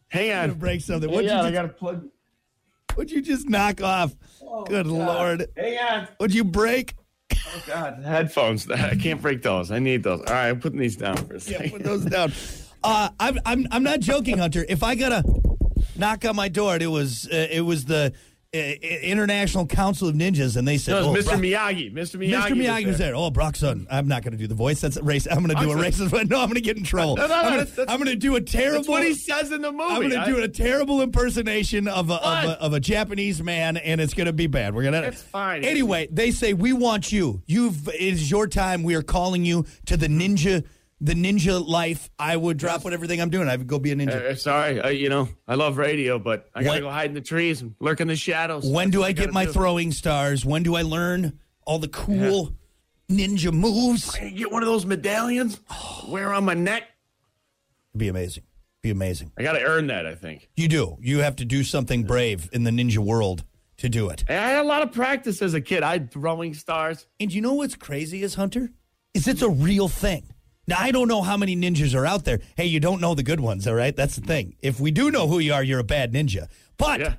Speaker 4: Hang
Speaker 3: I'm
Speaker 4: on.
Speaker 3: gonna break something.
Speaker 4: Hang
Speaker 3: What'd you,
Speaker 4: on,
Speaker 3: just,
Speaker 4: I got to plug.
Speaker 3: what'd you just knock off? Good lord.
Speaker 4: Hang on.
Speaker 3: What'd you break?
Speaker 4: Oh, God. Headphones. I can't break those. I need those. All right, I'm putting these down for a
Speaker 3: Yeah,
Speaker 4: second.
Speaker 3: put those down. Uh, I'm, I'm, I'm not joking, Hunter. If I got a knock on my door, and it was, uh, it was the uh, International Council of Ninjas, and they said,
Speaker 4: No,
Speaker 3: "Oh,
Speaker 4: it's Mr.
Speaker 3: Brock-
Speaker 4: Miyagi. Mr. Miyagi.
Speaker 3: Mr. Miyagi was there. Oh, Brock son, I'm not going to do the voice. That's race. I'm going to do a
Speaker 4: Brock's
Speaker 3: racist. No, I'm going to get in trouble.
Speaker 4: No, no, no,
Speaker 3: I'm gonna-
Speaker 4: that's- that's-
Speaker 3: I'm going to do a
Speaker 4: That's
Speaker 3: terrible.
Speaker 4: what he says in the movie.
Speaker 3: I'm going to
Speaker 4: I-
Speaker 3: do a terrible impersonation of a, of
Speaker 4: What?
Speaker 3: a of a Japanese man, and it's going to be bad. We're going to.
Speaker 4: That's fine.
Speaker 3: Anyway, they say we want you. You've it is your time. We are calling you to the ninja, the ninja life. I would drop whatever thing I'm doing. I would go be a ninja.
Speaker 4: Uh, sorry, uh, you know, I love radio, but I
Speaker 3: When-
Speaker 4: gotta go hide in the trees and lurk in the shadows.
Speaker 3: When
Speaker 4: That's
Speaker 3: do
Speaker 4: what
Speaker 3: I get
Speaker 4: gotta
Speaker 3: my
Speaker 4: do.
Speaker 3: throwing stars? When do I learn all the cool ninja moves?
Speaker 4: Can I Get one of those medallions, wear on my neck.
Speaker 3: Be amazing. Be amazing.
Speaker 4: I gotta earn that. I think.
Speaker 3: You do. You have to do something brave in the ninja world to do it.
Speaker 4: I had a lot of practice as a kid. I had throwing stars.
Speaker 3: And you know what's crazy is Hunter? Is it's a real thing. Now I don't know how many ninjas are out there. Hey, you don't know the good ones, all right? That's the thing. If we do know who you are, you're a bad ninja. But
Speaker 4: Yeah.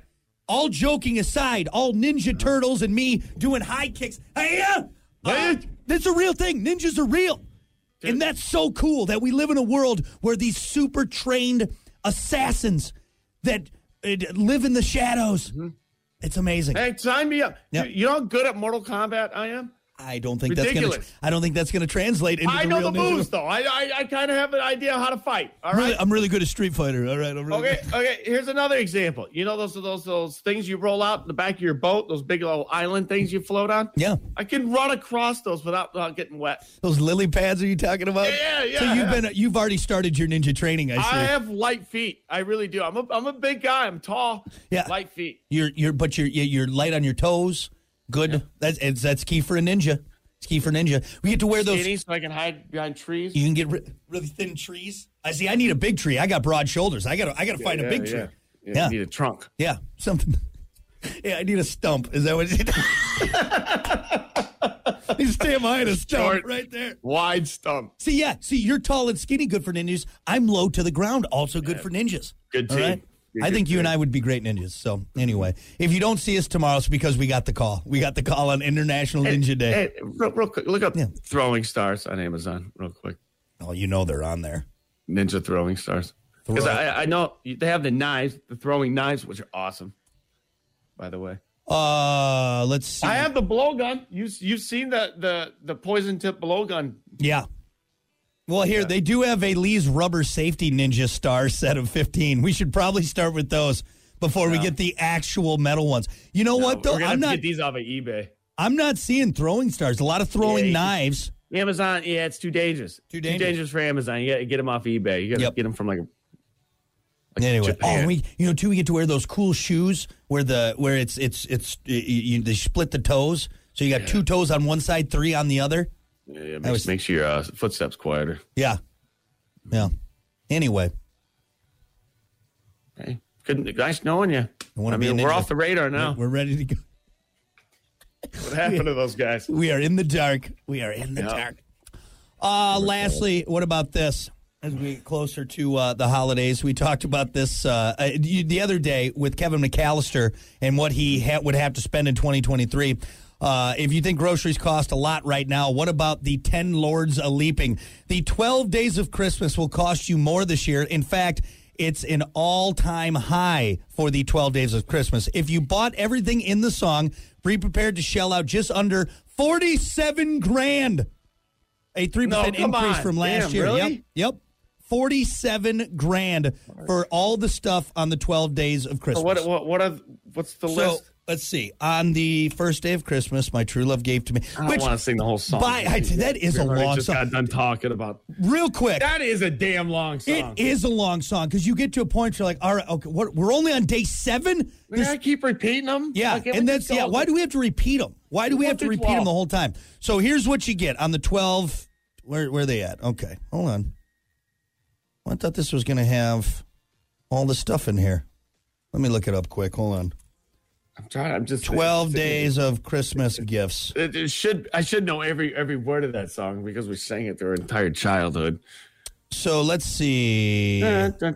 Speaker 3: all joking aside, all ninja turtles and me doing high kicks. Hey,
Speaker 4: Hey!
Speaker 3: that's a real thing. Ninjas are real. And that's so cool that we live in a world where these super trained assassins that uh, live in the shadows. It's amazing.
Speaker 4: Hey, sign me up.
Speaker 3: Yeah.
Speaker 4: You, you know how good at Mortal Kombat I am.
Speaker 3: I don't think that's going
Speaker 4: Ridiculous.
Speaker 3: to. I don't think that's going to translate into
Speaker 4: I
Speaker 3: the
Speaker 4: know
Speaker 3: real
Speaker 4: the
Speaker 3: news.
Speaker 4: moves, though. I I, I kind of have an idea how to fight. All
Speaker 3: Really-
Speaker 4: right.
Speaker 3: I'm really good at Street Fighter. All right, I'm really
Speaker 4: Okay, okay. Here's another example. You know those those those things you roll out in the back of your boat, those big little island things you float on.
Speaker 3: Yeah.
Speaker 4: I can run across those without, without getting wet.
Speaker 3: Those lily pads are you talking about?
Speaker 4: Yeah, yeah,
Speaker 3: So you've
Speaker 4: yeah.
Speaker 3: been you've already started your ninja training. I see.
Speaker 4: I have light feet. I really do. I'm a I'm a big guy. I'm tall.
Speaker 3: Yeah.
Speaker 4: Light feet.
Speaker 3: You're you're but you're you're you're light on your toes. Good. That's it's, that's key for a ninja. It's key for a ninja. We get to wear those.
Speaker 4: Skinny, so I can hide behind trees.
Speaker 3: You can get re- really thin trees. I see. I need a big tree. I got broad shoulders. I got to I got to find a big tree.
Speaker 4: Yeah.
Speaker 3: Yeah.
Speaker 4: You need a trunk.
Speaker 3: Yeah, something. Yeah, I need a stump. Is that what you He's damn high in a stump
Speaker 4: Short.
Speaker 3: right there.
Speaker 4: Wide stump.
Speaker 3: See, yeah, see, you're tall and skinny, good for ninjas. I'm low to the ground, also good for ninjas.
Speaker 4: Good
Speaker 3: All
Speaker 4: team.
Speaker 3: right?
Speaker 4: You're
Speaker 3: I
Speaker 4: good
Speaker 3: think you and I would be great ninjas. So anyway, if you don't see us tomorrow, it's because we got the call. We got the call on International Ninja Day.
Speaker 4: Hey, real, real quick, look up
Speaker 3: Yeah.
Speaker 4: throwing stars on Amazon, real quick.
Speaker 3: Oh, you know they're on there.
Speaker 4: Ninja throwing stars. Because
Speaker 3: Throw-
Speaker 4: I, I know they have the knives, the throwing knives, which are awesome. By the way,
Speaker 3: Uh, let's see.
Speaker 4: I have the blowgun. You you've seen the the the poison tip blowgun.
Speaker 3: Yeah. Well, here they do have a Lee's rubber safety ninja star set of 15. We should probably start with those before we get the actual metal ones. You know what though?
Speaker 4: We're gonna have
Speaker 3: I'm
Speaker 4: to
Speaker 3: not
Speaker 4: get these off of eBay.
Speaker 3: I'm not seeing throwing stars. A lot of throwing
Speaker 4: Yeah, you-
Speaker 3: knives.
Speaker 4: Amazon, yeah, it's too dangerous.
Speaker 3: Too dangerous.
Speaker 4: for Amazon. You gotta get them off eBay. You gotta
Speaker 3: Yep.
Speaker 4: get them from like. a-
Speaker 3: anyway, oh,
Speaker 4: Japan.
Speaker 3: and we you know too we get to wear those cool shoes where the where it's it's it's you, you, they split the toes. So you got two toes on one side, three on the other.
Speaker 4: Yeah, yeah,
Speaker 3: was-
Speaker 4: makes, makes your uh, footsteps quieter.
Speaker 3: Yeah. Yeah. Anyway,
Speaker 4: Hey, good, nice knowing you.
Speaker 3: wanna
Speaker 4: I
Speaker 3: be
Speaker 4: mean,
Speaker 3: a
Speaker 4: we're
Speaker 3: ninja.
Speaker 4: off the radar now.
Speaker 3: we're ready to go.
Speaker 4: What happened to those guys?
Speaker 3: We are in the dark. We are in the
Speaker 4: Yeah.
Speaker 3: dark. Uh, lastly, what about this? As we get closer to uh, the holidays, we talked about this uh, uh, you- the other day with Kevin McAllister and what he ha- would have to spend in 2023. Uh, if you think groceries cost a lot right now, what about the 10 Lords a Leaping? The 12 days of Christmas will cost you more this year. In fact, it's an all time high for the 12 days of Christmas. If you bought everything in the song, be prepared to shell out just under 47 grand. A 3%
Speaker 4: No, come
Speaker 3: increase
Speaker 4: on.
Speaker 3: from last
Speaker 4: Damn,
Speaker 3: year. Yep.
Speaker 4: really?
Speaker 3: Yep. 47 grand for all the stuff on the 12 days of Christmas.
Speaker 4: So what what what are what's the
Speaker 3: So,
Speaker 4: list?
Speaker 3: let's see. On the first day of Christmas, my true love gave to me.
Speaker 4: I don't
Speaker 3: which,
Speaker 4: want to sing the whole song.
Speaker 3: by, I, that is a
Speaker 4: We already
Speaker 3: long
Speaker 4: just
Speaker 3: song.
Speaker 4: got done talking about.
Speaker 3: Real quick.
Speaker 4: That is a damn long song.
Speaker 3: It is a long song because you get to a point where you're like, all right, okay, what, we're only on day seven.
Speaker 4: Man, I keep repeating them.
Speaker 3: Yeah,
Speaker 4: Like,
Speaker 3: and that's yeah. Why do we have to repeat them? Why do we
Speaker 4: One
Speaker 3: have to
Speaker 4: through
Speaker 3: repeat them
Speaker 4: 12.
Speaker 3: the whole time? So here's what you get on the twelve. Where where are they at? Okay, hold on. Well, I thought this was going to have all the stuff in here. Let me look it up quick. Hold on.
Speaker 4: I'm trying. I'm just
Speaker 3: Twelve days of Christmas gifts.
Speaker 4: It, it should. I should know every every word of that song because we sang it through our entire childhood.
Speaker 3: So let's see.
Speaker 4: Uh,
Speaker 3: So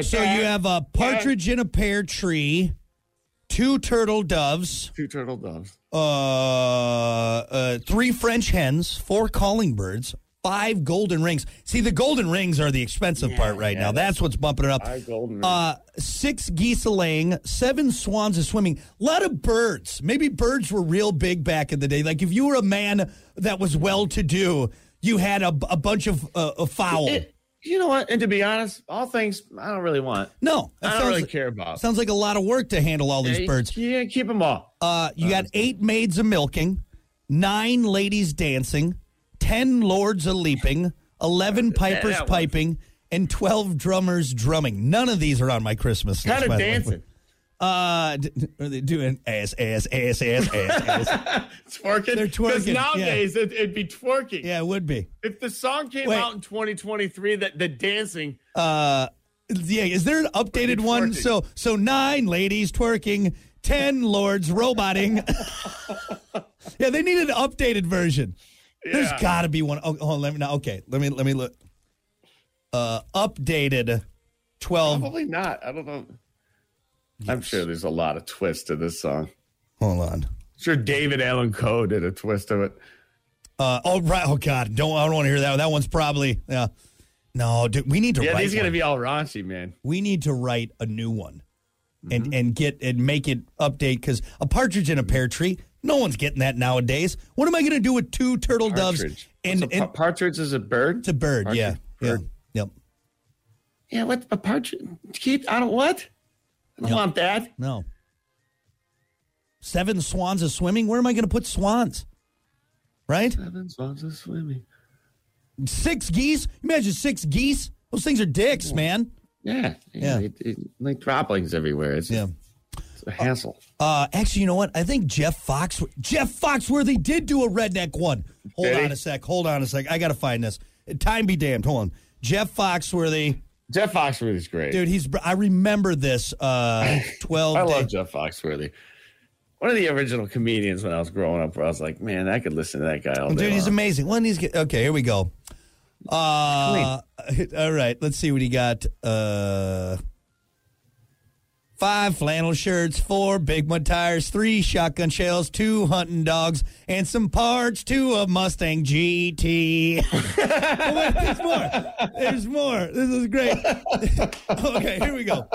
Speaker 4: So
Speaker 3: you have a partridge in a pear tree, two turtle doves,
Speaker 4: two turtle doves.
Speaker 3: uh, uh, three French hens, four calling birds, five golden rings. See, the golden rings are the expensive part right now. That's what's bumping it up.
Speaker 4: Five golden
Speaker 3: Uh, six geese a laying, seven swans a swimming. A lot of birds. Maybe birds were real big back in the day. Like if you were a man that was well to do, you had a, a bunch of uh, a fowl.
Speaker 4: It- you know what? And to be honest, all things I don't really want.
Speaker 3: no, that
Speaker 4: I don't
Speaker 3: sounds-
Speaker 4: really care about.
Speaker 3: Sounds like a lot of work to handle all these
Speaker 4: Yeah,
Speaker 3: birds.
Speaker 4: Yeah, keep them all.
Speaker 3: Uh, you got eight maids a milking, nine ladies dancing, ten lords a leaping, eleven pipers
Speaker 4: that one.
Speaker 3: piping, and twelve drummers drumming. None of these are on my Christmas list.
Speaker 4: Kind
Speaker 3: by
Speaker 4: of
Speaker 3: the way.
Speaker 4: dancing,
Speaker 3: Uh, d- are they doing ass, ass, ass, ass, ass, ass?
Speaker 4: twerking.
Speaker 3: They're twerking,
Speaker 4: Because
Speaker 3: yeah.
Speaker 4: nowadays it, it'd be twerking.
Speaker 3: Yeah, it would be.
Speaker 4: If the song came
Speaker 3: Wait.
Speaker 4: out in 2023, that the dancing.
Speaker 3: Yeah, is there an updated
Speaker 4: Twerking.
Speaker 3: one? So, so nine ladies twerking, ten lords roboting. yeah, they need an updated version. There's
Speaker 4: Yeah.
Speaker 3: got to be one. Oh, hold on, let me now. Okay, let me let me look. Uh, updated, twelve.
Speaker 4: Probably not. I don't know. I'm sure there's a lot of twists to this song.
Speaker 3: Hold on.
Speaker 4: Sure, David Allen Coe did a twist of it.
Speaker 3: Uh, oh right. Oh God, don't I don't want to hear that. one. That one's probably yeah. No, dude, we need to.
Speaker 4: Yeah,
Speaker 3: write
Speaker 4: these
Speaker 3: one.
Speaker 4: gonna be all raunchy, man.
Speaker 3: we need to
Speaker 7: Mm-hmm.
Speaker 3: write a new one and and get and make it update because a partridge in a pear tree No one's getting that nowadays. What am I going to do with two turtle doves
Speaker 7: Partridge.
Speaker 3: and,
Speaker 7: What's a,
Speaker 3: and
Speaker 7: par- partridge is a bird.
Speaker 3: it's a bird? yeah,
Speaker 7: Partridge,
Speaker 3: yeah,
Speaker 7: bird.
Speaker 3: yep.
Speaker 7: Yeah, what a partridge? Keep I don't what? I don't want that.
Speaker 3: No. Seven swans is swimming. Where am I going to put swans? Right?
Speaker 7: Seven swans are swimming.
Speaker 3: Six geese. Imagine six geese. Those things are dicks, man.
Speaker 7: Yeah,
Speaker 3: Yeah.
Speaker 7: yeah. It, it, like droplings everywhere. It's,
Speaker 3: Yeah.
Speaker 7: it's a hassle.
Speaker 3: Uh, actually, you know what? I think Jeff Fox Jeff Foxworthy did do a redneck one. Hold
Speaker 7: Did he?
Speaker 3: on a sec. Hold on a sec. I got to find this. Time be damned. Hold on. Jeff Foxworthy,
Speaker 7: Jeff Foxworthy is great.
Speaker 3: dude. He's. I remember this. Uh, Twelve.
Speaker 7: I
Speaker 3: day-
Speaker 7: love Jeff Foxworthy. One of the original comedians when I was growing up, where I was like, man, I could listen to that guy all day.
Speaker 3: Dude, he's
Speaker 7: long.
Speaker 3: amazing. When he's get- okay, here we go. Uh, all right, let's see what he got. Uh, five flannel shirts, four big mud tires, three shotgun shells, two hunting dogs, and some parts to a Mustang GT. Oh, wait, there's more. There's more. This is great. okay, here we go.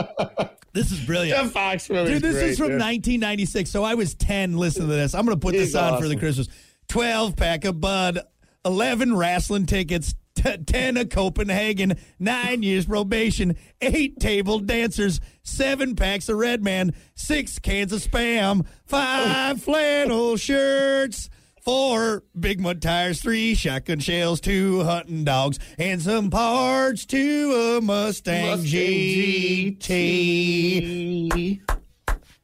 Speaker 3: This is brilliant.
Speaker 7: Jeff Foxworthy.
Speaker 3: Dude, this is from
Speaker 7: dude.
Speaker 3: 1996. So I was 10. Listen to this. I'm going to put
Speaker 7: He's
Speaker 3: this on for the
Speaker 7: awesome.
Speaker 3: Christmas. 12 pack of Bud, 11 wrestling tickets, t- 10 of Copenhagen, 9 years probation, 8 table dancers, 7 packs of Red Man, 6 cans of Spam, 5 flannel shirts. Four big mud tires, three shotgun shells, two hunting dogs, and some parts to a Mustang,
Speaker 7: Mustang
Speaker 3: GT.
Speaker 7: GT.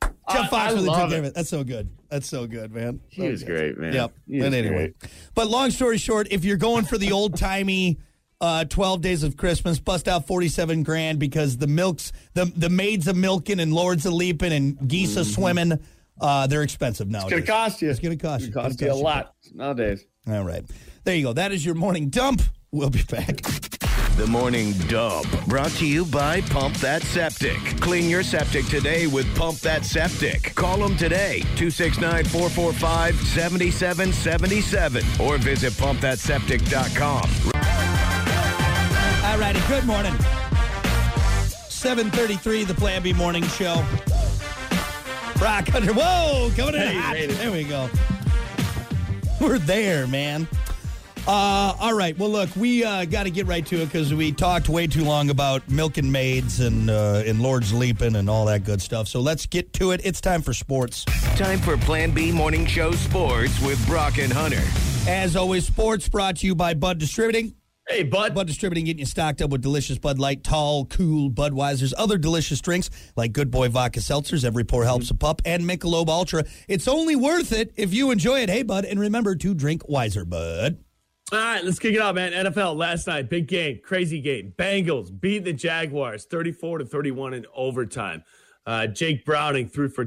Speaker 3: Jeff
Speaker 7: I- I
Speaker 3: Fox really took
Speaker 7: love
Speaker 3: care of
Speaker 7: it.
Speaker 3: it. That's so good. That's so good, man.
Speaker 7: He was great, man.
Speaker 3: Yep.
Speaker 7: He
Speaker 3: But
Speaker 7: was
Speaker 3: anyway,
Speaker 7: great.
Speaker 3: but long story short, if you're going for the old timey uh, 12 days of Christmas, bust out 47 grand because the milks, the the maids a milking and lords a leaping and geese a swimming, uh, they're expensive now.
Speaker 7: Mm-hmm. It's gonna cost you.
Speaker 3: It's gonna cost you.
Speaker 7: It's gonna cost
Speaker 3: It's gonna
Speaker 7: you a
Speaker 3: cost you.
Speaker 7: lot nowadays.
Speaker 3: All right, there you go. That is your morning dump. We'll be back.
Speaker 6: The Morning Dub, brought to you by Pump That Septic. Clean your septic today with Pump That Septic. Call them today, 269 445 7777, or visit pumpthatseptic.com.
Speaker 3: All righty, good morning. 7.33, the Plan B Morning Show. Brock Hunter, whoa, coming in
Speaker 7: Hey,
Speaker 3: hot.
Speaker 7: made it.
Speaker 3: There we go. We're there, man. Uh, all right, well, look, we uh, got to get right to it because we talked way too long about milking maids and, uh, and Lord's Leaping and all that good stuff. So let's get to it. It's time for sports.
Speaker 6: Time for Plan B Morning Show Sports with Brock and Hunter.
Speaker 3: As always, sports brought to you by Bud Distributing.
Speaker 7: Hey, bud.
Speaker 3: Bud Distributing getting you stocked up with delicious Bud Light, tall, cool Budweiser's, other delicious drinks like Good Boy Vodka Seltzers, Every Pour Helps a Pup, and Michelob Ultra. It's only worth it if you enjoy it. Hey, Bud, and remember to drink wiser, Bud.
Speaker 7: All right, let's kick it out, man. NFL last night, big game, crazy game. Bengals beat the Jaguars 34 to 31 in overtime. Uh, Jake Browning threw for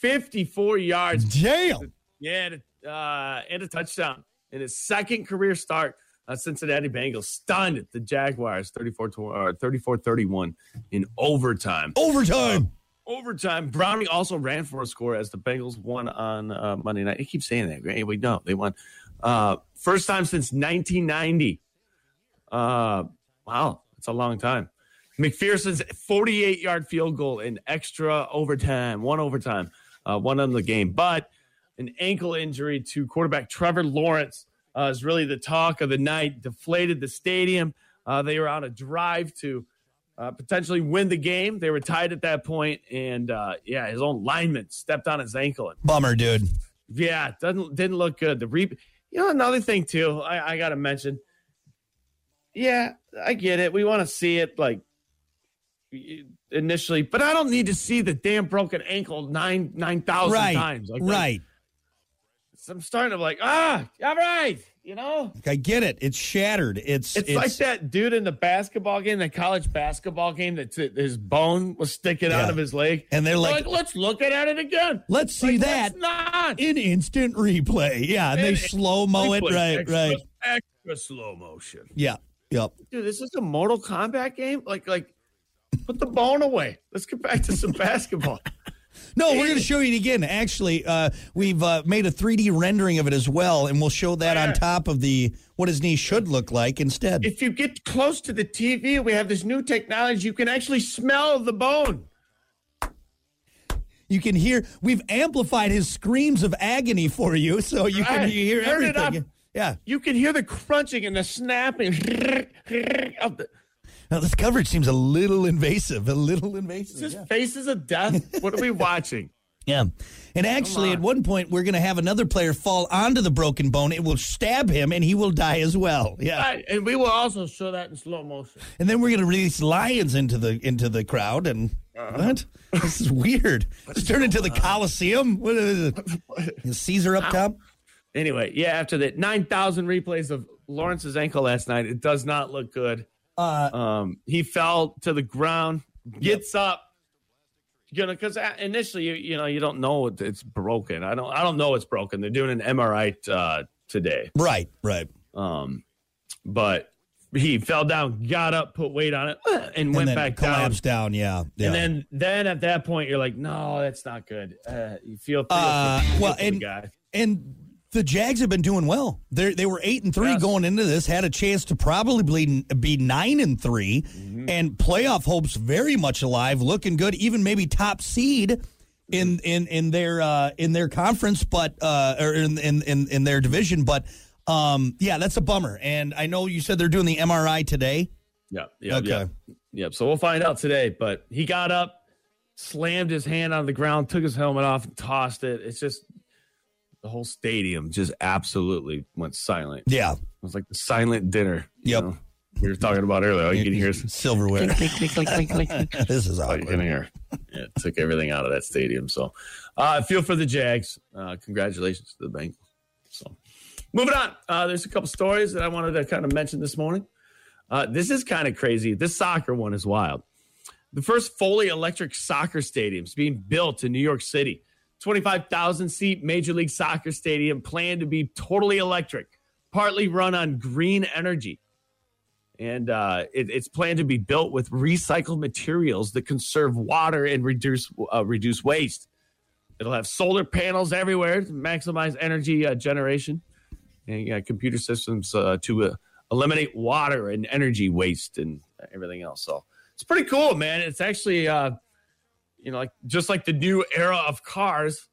Speaker 7: 354 yards.
Speaker 3: Damn.
Speaker 7: Yeah, and a- uh, and a touchdown in his second career start. Uh, Cincinnati Bengals stunned the Jaguars 34 to, or 34 31 in overtime.
Speaker 3: Overtime.
Speaker 7: Overtime, Browning also ran for a score as the Bengals won on uh, Monday night. I keep saying that. right? Anyway, no, they won. Uh, first time since 1990. Uh, wow, that's a long time. McPherson's 48 yard field goal in extra overtime, one overtime, uh, one on the game. But an ankle injury to quarterback Trevor Lawrence uh, is really the talk of the night. Deflated the stadium. Uh, they were on a drive to uh, potentially win the game. They were tied at that point, and uh, yeah, his own lineman stepped on his ankle. And,
Speaker 3: Bummer, dude.
Speaker 7: yeah, doesn't didn't look good. The re, you know, another thing too, I, I gotta mention. Yeah, I get it. We want to see it like initially, but I don't need to see the damn broken ankle nine nine thousand
Speaker 3: Right.
Speaker 7: times. Like,
Speaker 3: right.
Speaker 7: so I'm starting to be like, ah, all right, you know.
Speaker 3: I get it. It's shattered. It's
Speaker 7: It's, like that dude in the basketball game, the college basketball game, that t- his bone was sticking
Speaker 3: Yeah.
Speaker 7: out of his leg,
Speaker 3: And they're like-
Speaker 7: "Let's look at it again.
Speaker 3: Let's see
Speaker 7: Like,
Speaker 3: that
Speaker 7: let's not."
Speaker 3: in instant replay. Yeah, and they
Speaker 7: In-
Speaker 3: slow mo it.
Speaker 7: Like,
Speaker 3: Right,
Speaker 7: extra,
Speaker 3: right.
Speaker 7: Extra slow motion,
Speaker 3: Yeah, yep.
Speaker 7: dude. This is a Mortal Kombat game. Like, like, put the bone away. Let's get back to some basketball.
Speaker 3: No, we're going to show you it again. Actually, uh, we've uh, made a 3D rendering of it as well, and we'll show that on
Speaker 7: Oh, Yeah.
Speaker 3: top of the what his knee should look like instead.
Speaker 7: If you get close to the TV, we have this new technology. You can actually smell the bone.
Speaker 3: You can hear we've amplified his screams of agony for you, so you can
Speaker 7: Right.
Speaker 3: you hear
Speaker 7: Turn it
Speaker 3: everything.
Speaker 7: up.
Speaker 3: Yeah.
Speaker 7: You can hear the crunching and the snapping of the
Speaker 3: Now, this coverage seems a little invasive. A little invasive.
Speaker 7: just faces of death. What are we watching?
Speaker 3: Yeah. And actually, at one point, we're going to have another player fall onto the broken bone. It will stab him and he will die as well. Yeah.
Speaker 7: Right, and we will also show that in slow motion.
Speaker 3: And then we're going to release lions into the into the crowd. And
Speaker 7: Uh-huh.
Speaker 3: what? This is weird. It's turned into the Coliseum. What is it? Is Caesar up top?
Speaker 7: Anyway, yeah, after the 9,000 replays of Lawrence's ankle last night, it does not look good.
Speaker 3: Uh,
Speaker 7: um, he fell to the ground, gets up. You know, because initially, you, you know, you don't know it- it's broken. I don't, I don't know it's broken. They're doing an MRI uh, today,
Speaker 3: Right, right.
Speaker 7: um, but he fell down, got up, put weight on it, and,
Speaker 3: and
Speaker 7: went
Speaker 3: then
Speaker 7: back down.
Speaker 3: collapsed down. Yeah, yeah.
Speaker 7: And then, then at that point, you're like, no, that's not good. Uh, you feel pretty
Speaker 3: Uh, well,
Speaker 7: the
Speaker 3: and-
Speaker 7: guy.
Speaker 3: and the Jags have been doing well. They they were eight and three
Speaker 7: Yes.
Speaker 3: going into this. Had a chance to probably n- be nine and 3
Speaker 7: Mm-hmm.
Speaker 3: and playoff hopes very much alive, looking good. Even maybe top seed in
Speaker 7: Mm-hmm.
Speaker 3: in in their uh, in their conference, but uh, or in in in, in their division. But um, yeah, that's a bummer. And I know you said they're doing the MRI today.
Speaker 7: Yeah. Yeah.
Speaker 3: Okay.
Speaker 7: Yeah. Yep. So we'll find out today. But he got up, slammed his hand on the ground, took his helmet off, and tossed it. It's just the whole stadium just absolutely went silent. It
Speaker 3: Yeah,
Speaker 7: was like the silent dinner. you
Speaker 3: Yep.
Speaker 7: know? We were talking about earlier. All you can hear is
Speaker 3: silverware.
Speaker 2: Click, click, click, click, click, click, click.
Speaker 3: this is
Speaker 7: all you
Speaker 3: awkward.
Speaker 7: can hear. Yeah, it took everything out of that stadium. So uh feel for the Jags. Uh congratulations to the Bengals. So moving on. Uh there's a couple stories that I wanted to kind of mention this morning. Uh this is kind of crazy. This soccer one is wild. The first fully electric soccer stadium is being built in New York City. 25,000 seat Major League Soccer stadium planned to be totally electric, partly run on green energy and uh, it, it's planned to be built with recycled materials that conserve water and reduce uh, reduce waste. It'll have solar panels everywhere to maximize energy uh, generation, and uh, computer systems uh, to uh, eliminate water and energy waste and everything else. So it's pretty cool, man. It's actually, uh, you know, like just like the new era of cars,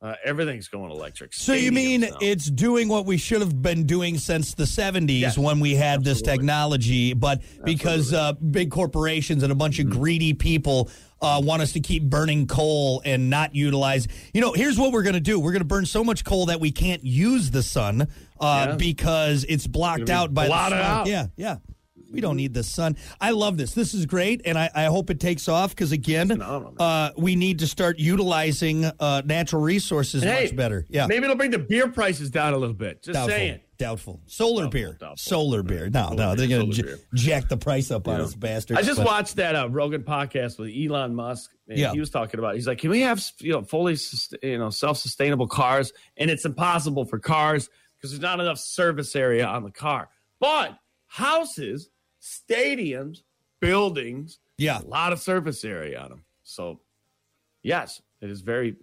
Speaker 7: uh, everything's going electric.
Speaker 3: So you mean
Speaker 7: Stadiums now.
Speaker 3: it's doing what we should have been doing since the 70s
Speaker 7: Yes,
Speaker 3: when we had this technology, but because uh, big corporations and a bunch
Speaker 7: Mm-hmm.
Speaker 3: of greedy people uh, want us to keep burning coal and not utilize. You know, here's what we're going to do we're going to burn so much coal that we can't use the sun uh,
Speaker 7: Yeah.
Speaker 3: because it's blocked
Speaker 7: Gonna be
Speaker 3: out by the
Speaker 7: blotted
Speaker 3: smoke.
Speaker 7: out.
Speaker 3: Yeah, yeah. We don't need the sun. I love this. This is great, and I, I hope it takes off because, again,
Speaker 7: phenomenal,
Speaker 3: uh, we need to start utilizing uh, natural resources
Speaker 7: Hey,
Speaker 3: much better. Yeah.
Speaker 7: Maybe it'll bring the beer prices down a little bit. Just
Speaker 3: Doubtful.
Speaker 7: saying.
Speaker 3: Doubtful. Solar beer.
Speaker 7: doubtful.
Speaker 3: Solar beer. No, no, they're going
Speaker 7: solar
Speaker 3: to
Speaker 7: beer.
Speaker 3: jack the price up on
Speaker 7: Yeah.
Speaker 3: us bastards.
Speaker 7: I just
Speaker 3: but-
Speaker 7: watched that uh, Rogan podcast with Elon Musk. And
Speaker 3: Yeah.
Speaker 7: he was talking about. He's like, can we have you know fully sus- you know self sustainable cars? And it's impossible for cars because there's not enough service area on the car. But houses, stadiums, buildings,
Speaker 3: Yeah.
Speaker 7: a lot of surface area on them. So yes, it is very, very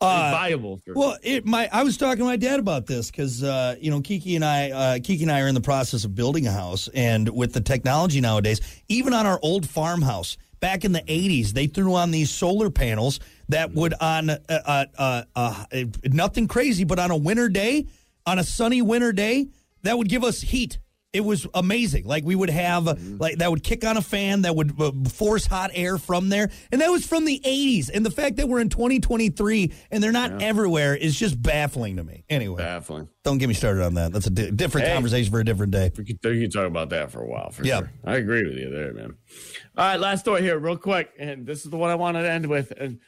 Speaker 3: Uh,
Speaker 7: viable. For,
Speaker 3: well, it, my I was talking to my dad about this because uh, you know Kiki and I, uh, Kiki and I are in the process of building a house, and with the technology nowadays, even on our old farmhouse back in the '80s, they threw on these solar panels that
Speaker 7: Mm-hmm.
Speaker 3: would on uh, uh, uh, uh, nothing crazy, but on a winter day, on a sunny winter day, that would give us heat. It was amazing. Like we would have, uh,
Speaker 7: Mm-hmm.
Speaker 3: like that would kick on a fan that would uh, force hot air from there, and that was from the '80s. And the fact that we're in 2023 and they're not everywhere is just baffling to me. Anyway,
Speaker 7: baffling.
Speaker 3: don't get me started on that. That's a di- different
Speaker 7: Hey.
Speaker 3: conversation for a different day.
Speaker 7: We could, we could talk about that for a while. For
Speaker 3: Yeah.
Speaker 7: sure. I agree with you there, man. All right, last story here, real quick, and this is the one I wanted to end with. And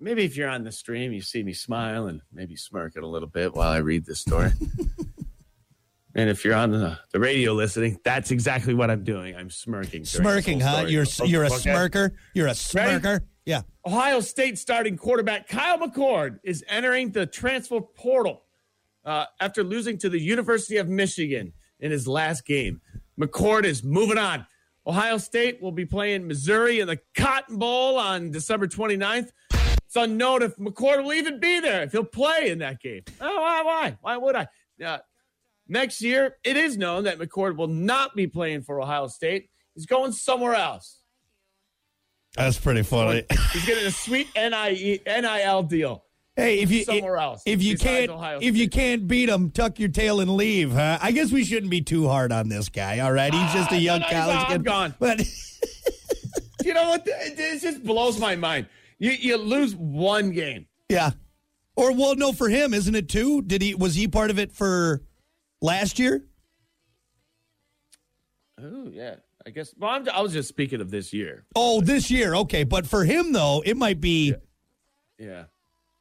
Speaker 7: maybe if you're on the stream, you see me smile and maybe smirking a little bit while I read this story. and if you're on the, the radio listening, that's exactly what I'm doing. I'm smirking. during this
Speaker 3: Smirking,
Speaker 7: whole
Speaker 3: huh?
Speaker 7: story.
Speaker 3: You're you're a
Speaker 7: Okay.
Speaker 3: smirker. You're a smirker. Yeah.
Speaker 7: Ohio State starting quarterback Kyle McCord is entering the transfer portal uh, after losing to the University of Michigan in his last game. McCord is moving on. Ohio State will be playing Missouri in the Cotton Bowl on December 29th. It's unknown if McCord will even be there, if he'll play in that game. Oh, why? Why, why would I? Uh, next year, it is known that McCord will not be playing for Ohio State. He's going somewhere else.
Speaker 3: That's pretty funny.
Speaker 7: He's getting a sweet E, NIE, NIL deal.
Speaker 3: Hey, if you
Speaker 7: Somewhere else
Speaker 3: if you
Speaker 7: besides
Speaker 3: can't
Speaker 7: Ohio
Speaker 3: if you
Speaker 7: State.
Speaker 3: can't beat him, tuck your tail and leave, huh? I guess we shouldn't be too hard on this guy. All right, he's just a young
Speaker 7: Ah, no, no, he's
Speaker 3: college
Speaker 7: not.
Speaker 3: kid.
Speaker 7: I'm gone.
Speaker 3: But
Speaker 7: You know what? It, it just blows my mind. You, you lose one game.
Speaker 3: yeah, or well, no, for him, isn't it too? Did he was he part of it for last year?
Speaker 7: Oh, yeah. I guess. Well, I'm, I was just speaking of this year.
Speaker 3: Oh, this year, okay. But for him though, it might be.
Speaker 7: Yeah.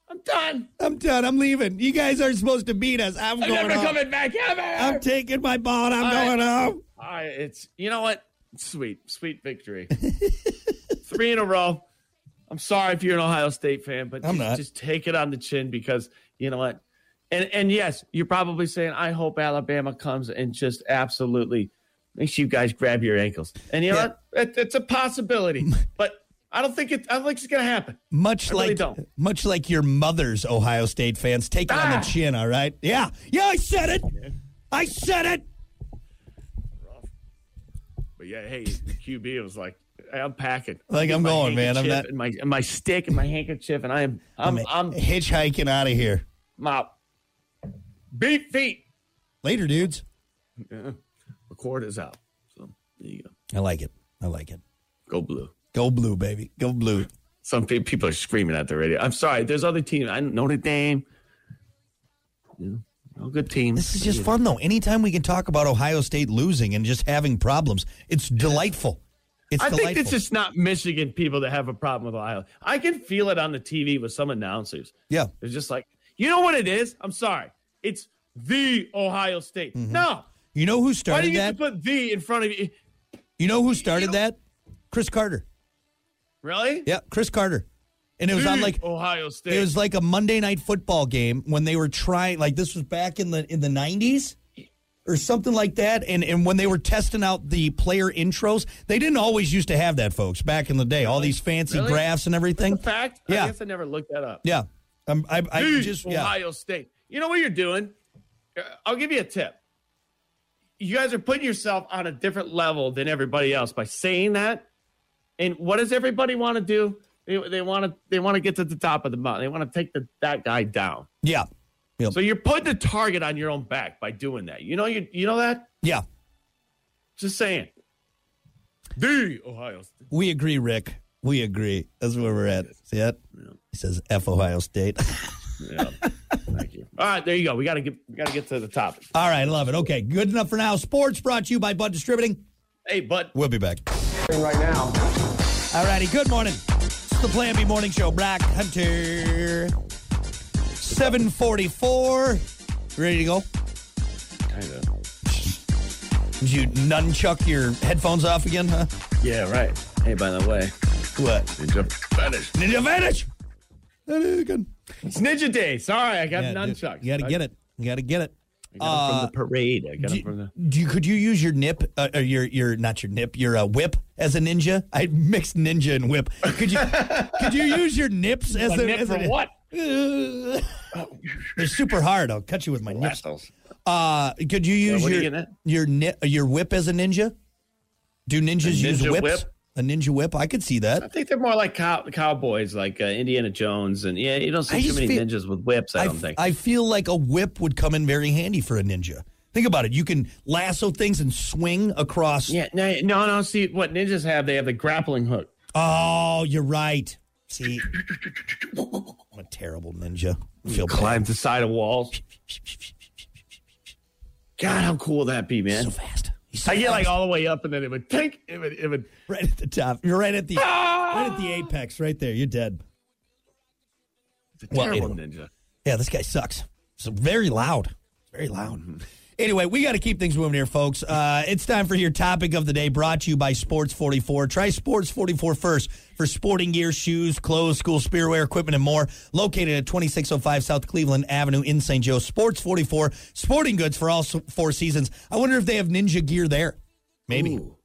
Speaker 7: I'm done.
Speaker 3: I'm done. I'm leaving. You guys aren't supposed to beat us. I'm,
Speaker 7: I'm
Speaker 3: going
Speaker 7: never
Speaker 3: home.
Speaker 7: coming back ever.
Speaker 3: I'm taking my ball. and I'm
Speaker 7: All
Speaker 3: going home.
Speaker 7: I, it's you know what? Sweet, sweet victory. Three in a row. I'm sorry if you're an Ohio State fan, but
Speaker 3: I'm
Speaker 7: just,
Speaker 3: not.
Speaker 7: just take it on the chin because you know what? And and yes, you're probably saying, I hope Alabama comes and just absolutely makes you guys grab your ankles. And you know
Speaker 3: Yeah.
Speaker 7: what? It, it's a possibility, but I don't think it. I don't think it's gonna happen.
Speaker 3: Much
Speaker 7: I really
Speaker 3: like
Speaker 7: don't.
Speaker 3: much like your mother's Ohio State fans, take it on
Speaker 7: Ah!
Speaker 3: the chin, all right? Yeah. Yeah, I said it. I said it.
Speaker 7: But yeah, hey, the QB was like, I'm packing.
Speaker 3: Like, I'm
Speaker 7: My
Speaker 3: going, man. I'm
Speaker 7: handkerchief
Speaker 3: not-
Speaker 7: And my and my stick and my handkerchief, and I am. I'm. I'm.
Speaker 3: hitchhiking out of here.
Speaker 7: my beat feet.
Speaker 3: Later, dudes.
Speaker 7: Record is out. So there you go.
Speaker 3: I like it. I like it.
Speaker 7: Go blue.
Speaker 3: Go blue, baby. Go blue.
Speaker 7: Some pe- people are screaming at the radio. I'm sorry. There's other teams. I Notre Dame. Yeah, all good teams.
Speaker 3: This is just fun though. Anytime we can talk about Ohio State losing and just having problems, it's delightful. It's
Speaker 7: I
Speaker 3: delightful.
Speaker 7: think it's just not Michigan people that have a problem with Ohio. I can feel it on the TV with some announcers.
Speaker 3: Yeah.
Speaker 7: They're just like, you know what it is? I'm sorry. It's the Ohio State. No.
Speaker 3: You know who
Speaker 7: Why do
Speaker 3: started
Speaker 7: you have
Speaker 3: Mm-hmm. that?
Speaker 7: to put the in front of you?
Speaker 3: you know who started that? Chris Carter.
Speaker 7: Really?
Speaker 3: Yeah, Chris Carter. And it was on
Speaker 7: The
Speaker 3: like
Speaker 7: Ohio State.
Speaker 3: It was like a Monday night football game when they were trying like this was back in the in the 90s or something like that and and when they were testing out the player intros, they didn't always used to have that folks back in the day. All these fancy
Speaker 7: Really?
Speaker 3: graphs and
Speaker 7: In
Speaker 3: everything.
Speaker 7: fact, I
Speaker 3: Yeah.
Speaker 7: guess I never looked that up.
Speaker 3: Yeah. Um, I I
Speaker 7: Dude,
Speaker 3: just yeah.
Speaker 7: Ohio State. You know what you're doing? Uh, I'll give you a tip. You guys are putting yourself on a different level than everybody else by saying that. And what does everybody want to do? They they want to they want to get to the top of the mountain. They want to take the, that guy down.
Speaker 3: Yeah. Yeah.
Speaker 7: So you're putting a target on your own back by doing that. You know you you know that?
Speaker 3: yeah.
Speaker 7: Just saying. The Ohio State.
Speaker 3: We agree, Rick. We agree. That's where we're at. See it? He says F Ohio State.
Speaker 7: Yeah. Thank you. All right, there you go. We got to get we got to get to the topic.
Speaker 3: All right, love it. Okay, good enough for now. Sports brought to you by Bud Distributing.
Speaker 7: Hey, but
Speaker 3: We'll be back.
Speaker 8: right now.
Speaker 3: All righty, good morning. It's the Plan B Morning Show. Black Hunter. 744. Ready to go?
Speaker 7: kind of.
Speaker 3: Did you nunchuck your headphones off again, huh?
Speaker 7: Yeah, right. Hey, by the way,
Speaker 3: What?
Speaker 7: did you finish?
Speaker 3: Ninja Vanish! That is good.
Speaker 7: It's Ninja Day. Sorry, I got
Speaker 3: Yeah, dude,
Speaker 7: nunchucks.
Speaker 3: You gotta get it. You gotta get it.
Speaker 7: I got 'em from the parade. I got 'em
Speaker 3: Do,
Speaker 7: from the.
Speaker 3: do you, could you use your nip, uh, or your your not your nip, your uh, whip as a ninja? I mixed ninja and whip. Could you could you use your nips as
Speaker 7: A
Speaker 3: a,
Speaker 7: nip
Speaker 3: as a-
Speaker 7: for what?
Speaker 3: They're super hard. I'll cut you with my nips.
Speaker 7: Assholes.
Speaker 3: Uh, could you use
Speaker 7: what are you
Speaker 3: your
Speaker 7: getting at?
Speaker 3: your ni- your whip as a ninja? Do ninjas
Speaker 7: A
Speaker 3: use
Speaker 7: ninja
Speaker 3: whips?
Speaker 7: whip?
Speaker 3: A ninja whip? I could see
Speaker 7: I
Speaker 3: that.
Speaker 7: think they're more like cow- cowboys, like uh, Indiana Jones, and yeah, you don't
Speaker 3: I
Speaker 7: see too
Speaker 3: just
Speaker 7: many
Speaker 3: feel-
Speaker 7: ninjas with whips. I
Speaker 3: I
Speaker 7: don't
Speaker 3: f-
Speaker 7: think.
Speaker 3: I feel like a whip would come in very handy for a ninja. Think about it. You can lasso things and swing across.
Speaker 7: yeah, no, no, no. See what ninjas have? They have the grappling hook.
Speaker 3: Oh, you're right. See, I'm a terrible ninja. I feel bad.
Speaker 7: Climb the side of walls. God, how cool would that be, man?
Speaker 3: so fast. He's so
Speaker 7: I get like
Speaker 3: fast.
Speaker 7: all the way up, and then it would tink. It would. It would.
Speaker 3: right at the top. You're right at the right at the apex. Right there. You're dead.
Speaker 7: It's a
Speaker 3: Well,
Speaker 7: terrible
Speaker 3: anyway.
Speaker 7: ninja.
Speaker 3: Yeah, this guy sucks. So very loud. Very loud.
Speaker 7: Mm-hmm.
Speaker 3: Anyway, we got to keep things moving here, folks. Uh, it's time for your topic of the day brought to you by Sports 44. Try Sports 44 first for sporting gear, shoes, clothes, school spiritware, equipment, and more. Located at 2605 South Cleveland Avenue in St. Joe. Sports 44, sporting goods for all s- four seasons. I wonder if they have ninja gear there. Maybe.
Speaker 7: Ooh.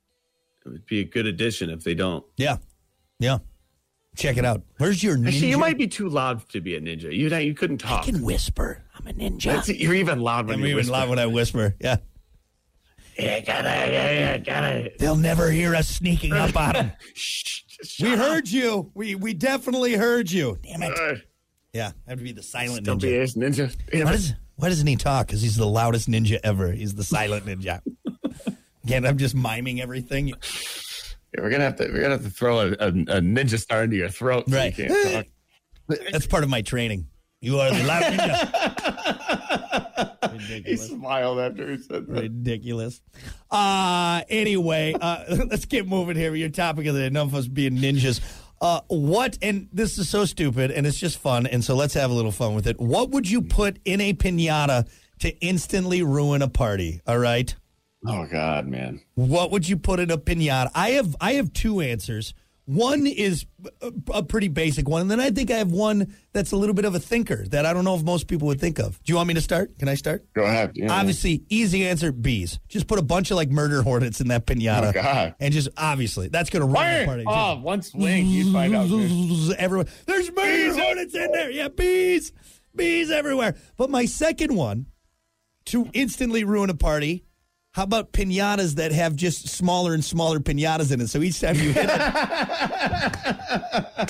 Speaker 7: It would be a good addition if they don't.
Speaker 3: Yeah. Yeah. Check it out. Where's your ninja?
Speaker 7: Actually, you might be too loud to be a ninja. You you couldn't
Speaker 3: I
Speaker 7: talk.
Speaker 3: can whisper. I'm a ninja.
Speaker 7: That's- you're even loud when
Speaker 3: I'm
Speaker 7: you
Speaker 3: even
Speaker 7: whisper.
Speaker 3: loud when I whisper. Yeah.
Speaker 7: Yeah, gotta, yeah, yeah, gotta.
Speaker 3: They'll never hear us sneaking up on them.
Speaker 7: Shh,
Speaker 3: we heard you. We we definitely heard you. Damn it.
Speaker 7: Ugh.
Speaker 3: Yeah, I have to be the silent
Speaker 7: Don't
Speaker 3: ninja.
Speaker 7: be ass ninja. Damn
Speaker 3: Why,
Speaker 7: it.
Speaker 3: does, why doesn't he talk? Because he's the loudest ninja ever. He's the silent ninja. Again, I'm just miming everything.
Speaker 7: Yeah, we're gonna have to. We're gonna have to throw a, a, a ninja star into your throat. so
Speaker 3: Right.
Speaker 7: you can't talk.
Speaker 3: That's part of my training. You are the loud ninja.
Speaker 7: He smiled after he said that.
Speaker 3: Ridiculous. Uh, anyway, uh, let's get moving here. Your topic of the day, enough of us being ninjas. Uh, what, and this is so stupid, and it's just fun, and so let's have a little fun with it. What would you put in a pinata to instantly ruin a party? All right?
Speaker 7: Oh God, man.
Speaker 3: What would you put in a pinata? I have I have two answers. One is a, a pretty basic one, and then I think I have one that's a little bit of a thinker that I don't know if most people would think of. Do you want me to start? Can I start?
Speaker 7: Go ahead. Yeah.
Speaker 3: Obviously, easy answer: bees. Just put a bunch of like murder hornets in that pinata,
Speaker 7: Oh, God.
Speaker 3: and just obviously that's going to ruin the
Speaker 7: Fire!
Speaker 3: party.
Speaker 7: Oh, once wing, you find out. dude.
Speaker 3: Everyone, there's murder
Speaker 7: Bees
Speaker 3: hornets in there. Yeah, bees, bees everywhere. But my second one, to instantly ruin a party. How about pinatas that have just smaller and smaller pinatas in it? So each time you hit it,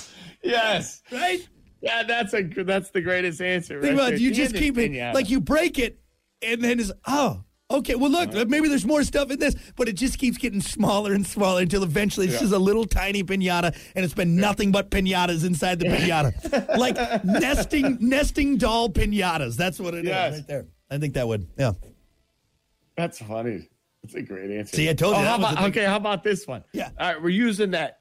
Speaker 7: Yes.
Speaker 3: right?
Speaker 7: Yeah, that's a that's the greatest answer.
Speaker 3: Think
Speaker 7: right
Speaker 3: about
Speaker 7: there.
Speaker 3: it. You just
Speaker 7: Candid
Speaker 3: keep it
Speaker 7: pinata.
Speaker 3: like you break it, and then it's oh. Okay, well, look, maybe there's more stuff in this, but it just keeps getting smaller and smaller until eventually it's
Speaker 7: Yeah.
Speaker 3: just a little tiny pinata, and it's been nothing but pinatas inside the pinata, like nesting nesting doll pinatas. That's what it is
Speaker 7: Yes.
Speaker 3: right there. I think that would, yeah.
Speaker 7: That's funny. That's a great answer.
Speaker 3: See, I told you,
Speaker 7: Oh,
Speaker 3: that
Speaker 7: how
Speaker 3: was
Speaker 7: about-
Speaker 3: the thing.
Speaker 7: okay, how about this one?
Speaker 3: Yeah.
Speaker 7: All right, we're using that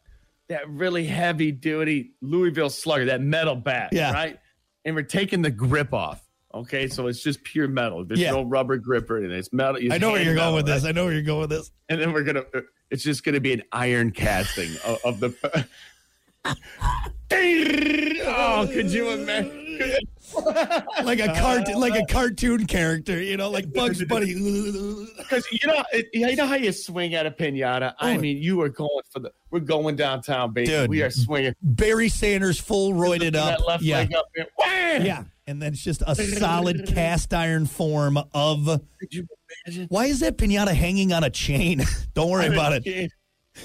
Speaker 7: that really heavy duty Louisville Slugger, that metal bat.
Speaker 3: Yeah.
Speaker 7: Right. And we're taking the grip off. Okay, so it's just pure metal. There's
Speaker 3: Yeah.
Speaker 7: no rubber grip or anything. It's metal. it's
Speaker 3: I know where
Speaker 7: hand
Speaker 3: you're going
Speaker 7: metal,
Speaker 3: with
Speaker 7: right?
Speaker 3: this. I know where you're going with this.
Speaker 7: And then we're gonna. It's just gonna be an iron casting of, of the. oh, could you imagine?
Speaker 3: Like a cart, like a cartoon character, you know, like Bugs Bunny.
Speaker 7: Because you know, it, you know how you swing at a pinata. I
Speaker 3: Oh.
Speaker 7: mean, you are going for the. We're going downtown, baby.
Speaker 3: Dude.
Speaker 7: We are swinging
Speaker 3: Barry Sanders full roided up.
Speaker 7: that left
Speaker 3: yeah.
Speaker 7: leg up. And, wham!
Speaker 3: Yeah. And then it's just a solid cast iron form of.
Speaker 7: Could you imagine?
Speaker 3: Why is that pinata hanging on a chain? Don't worry about it.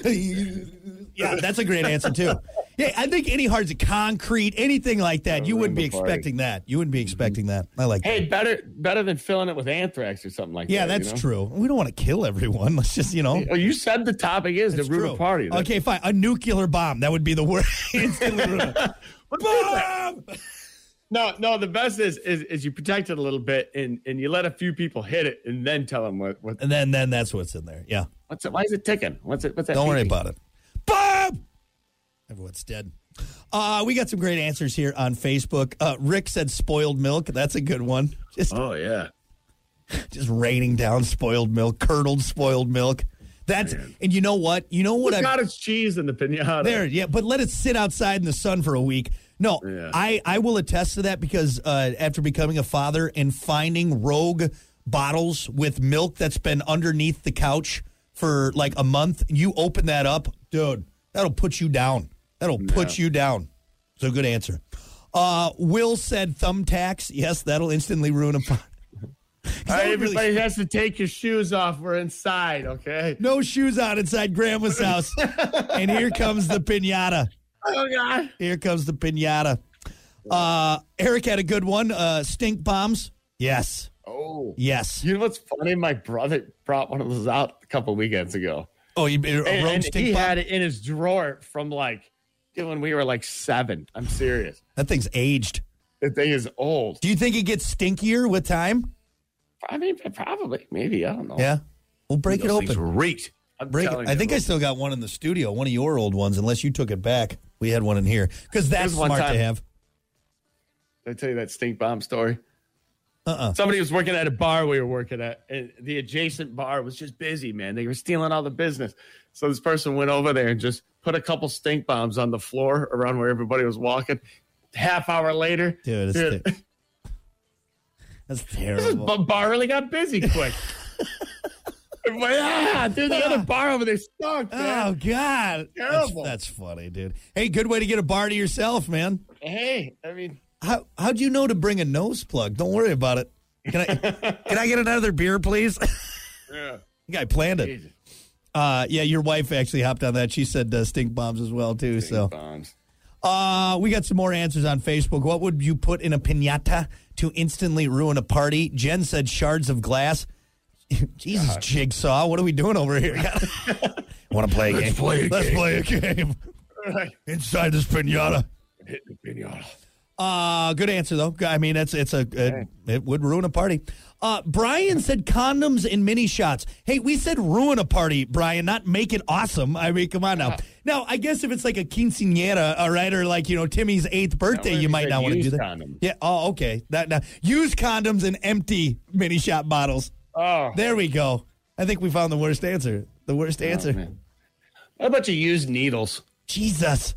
Speaker 3: yeah, that's a great answer, too. Yeah, I think any hard concrete, anything like that, you wouldn't be
Speaker 7: ruin the party.
Speaker 3: expecting that. You wouldn't be expecting that. I like that.
Speaker 7: Hey, better better than filling it with anthrax or something like
Speaker 3: Yeah,
Speaker 7: that. you
Speaker 3: that's
Speaker 7: know?
Speaker 3: true. We don't want to kill everyone. Let's just, you know.
Speaker 7: Oh, you said the topic is
Speaker 3: It's
Speaker 7: the root
Speaker 3: true. Oh,
Speaker 7: of party. That's-
Speaker 3: Okay, fine. A nuclear bomb. That would be the worst. Instantly ruined. Bomb!
Speaker 7: No, no. The best is, is is you protect it a little bit and and you let a few people hit it and then tell them what, what
Speaker 3: And then, then that's what's in there. Yeah.
Speaker 7: what's it, why is it ticking? What's it? What's that?
Speaker 3: Don't worry
Speaker 7: beeping?
Speaker 3: about it. Bob! Everyone's dead. Uh, we got some great answers here on Facebook. Uh, Rick said spoiled milk. That's a good one. Just
Speaker 7: Oh yeah.
Speaker 3: just raining down spoiled milk, curdled spoiled milk. That's and you know what? You know what
Speaker 7: Put
Speaker 3: I've
Speaker 7: cottage cheese in the pinata.
Speaker 3: there, yeah, but let it sit outside in the sun for a week. No,
Speaker 7: Yeah.
Speaker 3: I, I will attest to that because uh, after becoming a father and finding rogue bottles with milk that's been underneath the couch for like a month, you open that up, dude, that'll put you down. That'll put you down. So good answer. Uh, Will said thumbtacks. Yes, that'll instantly ruin a pot.
Speaker 7: All right,
Speaker 3: That would really-
Speaker 7: everybody has to take your shoes off. We're inside, okay?
Speaker 3: No shoes on inside grandma's house. and here comes the pinata.
Speaker 7: Oh God!
Speaker 3: Here comes the pinata. Uh, Eric had a good one. Uh, stink bombs. Yes.
Speaker 7: Oh,
Speaker 3: Yes.
Speaker 7: you know what's funny? My brother brought one of those out a couple weekends ago,
Speaker 3: Oh, you a
Speaker 7: and,
Speaker 3: rogue
Speaker 7: and he
Speaker 3: stink bomb?
Speaker 7: had it in his drawer from like dude, when we were like seven. I'm serious.
Speaker 3: that thing's aged.
Speaker 7: The thing is old.
Speaker 3: Do you think it gets stinkier with time?
Speaker 7: I mean, probably, maybe. I don't know.
Speaker 3: Yeah. We'll break it
Speaker 9: Those things
Speaker 3: open.
Speaker 9: reeked.
Speaker 7: I'm
Speaker 3: Break it.
Speaker 7: telling
Speaker 3: I
Speaker 7: you.
Speaker 3: think I still got one in the studio, one of your old ones, unless you took it back. We had one in here because that's
Speaker 7: There's one
Speaker 3: smart to
Speaker 7: time-
Speaker 3: have.
Speaker 7: Did I tell you that stink bomb story?
Speaker 3: Uh-uh.
Speaker 7: Somebody was working at a bar we were working at, and the adjacent bar was just busy, man. They were stealing all the business. So this person went over there and just put a couple stink bombs on the floor around where everybody was walking. Half hour later,
Speaker 3: Dude, it's
Speaker 7: dude,
Speaker 3: ter- that's
Speaker 7: this
Speaker 3: terrible.
Speaker 7: bu- bar really got busy quick. Everybody, ah, dude, the other bar over there stunk,
Speaker 3: Oh
Speaker 7: man.
Speaker 3: God!
Speaker 7: Terrible.
Speaker 3: That's, that's funny, dude. Hey, good way to get a bar to yourself, man.
Speaker 7: Hey, I mean,
Speaker 3: How how'd you know to bring a nose plug? Don't worry about it. Can I can I get another beer, please?
Speaker 7: yeah.
Speaker 3: guy planned it.
Speaker 7: Jesus.
Speaker 3: Uh, yeah, your wife actually hopped on that. She said uh, stink bombs as well too. so
Speaker 4: Bombs.
Speaker 3: uh, we got some more answers on Facebook. What would you put in a pinata to instantly ruin a party? Jen said shards of glass. Jesus, jigsaw. What are we doing over here? Want to play a game? Let's play a game. Inside this pinata. Uh, good answer though. I mean, that's it's a it, it would ruin a party. Uh, Brian said condoms and mini shots. Hey, we said ruin a party, Brian, not make it awesome. I mean, come on now. Now, I guess if it's like a quinceanera, all right, or like you know Timmy's eighth birthday,
Speaker 7: what
Speaker 3: you
Speaker 7: if
Speaker 3: might
Speaker 7: you
Speaker 3: not
Speaker 7: said
Speaker 3: want to do
Speaker 7: used
Speaker 3: that.
Speaker 7: condoms?
Speaker 3: Yeah. Oh, okay. That now use condoms and empty mini shot bottles.
Speaker 7: Oh,
Speaker 3: There we go. I think we found the worst answer. The worst answer.
Speaker 7: man. how about you use needles?
Speaker 3: Jesus.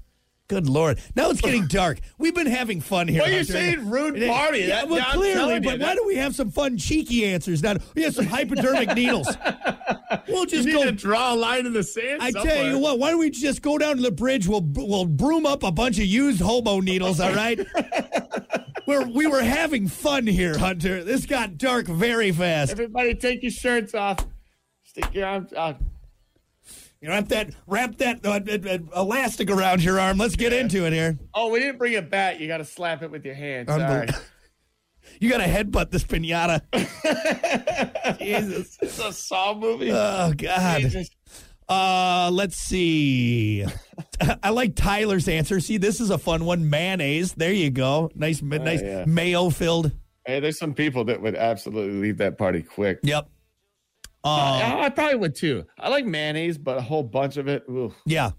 Speaker 3: Good Lord. Now it's getting dark. We've been having fun here.
Speaker 7: Well, you're
Speaker 3: Hunter.
Speaker 7: saying rude
Speaker 3: It is-
Speaker 7: party.
Speaker 3: Yeah,
Speaker 7: That-
Speaker 3: well,
Speaker 7: yeah, I'm
Speaker 3: clearly,
Speaker 7: telling you,
Speaker 3: but why
Speaker 7: that-
Speaker 3: don't we have some fun, cheeky answers? Now, we have some hypodermic needles. We'll just
Speaker 7: You need to
Speaker 3: go.
Speaker 7: draw a line in the sand.
Speaker 3: I tell
Speaker 7: somewhere.
Speaker 3: you what, why don't we just go down to the bridge? We'll we'll broom up a bunch of used hobo needles, all right? We're, we were having fun here, Hunter. This got dark very fast.
Speaker 7: Everybody, take your shirts off. Stick your arms uh, out.
Speaker 3: You wrap that wrap that uh, uh, uh, elastic around your arm. Let's get into it here.
Speaker 7: Oh, we didn't bring a bat. You got to slap it with your hand. Sorry.
Speaker 3: Unbel- You got to headbutt this pinata.
Speaker 7: Jesus, it's a Saw movie.
Speaker 3: Oh God.
Speaker 7: Jesus.
Speaker 3: Uh, let's see. I like Tyler's answer. See, this is a fun one. Mayonnaise. There you go. Nice, ma- nice
Speaker 7: Oh, yeah.
Speaker 3: mayo filled.
Speaker 7: Hey, there's some people that would absolutely leave that party quick.
Speaker 3: Yep.
Speaker 7: I, I probably would too. I like mayonnaise, but a whole bunch of it. Ooh.
Speaker 3: Yeah.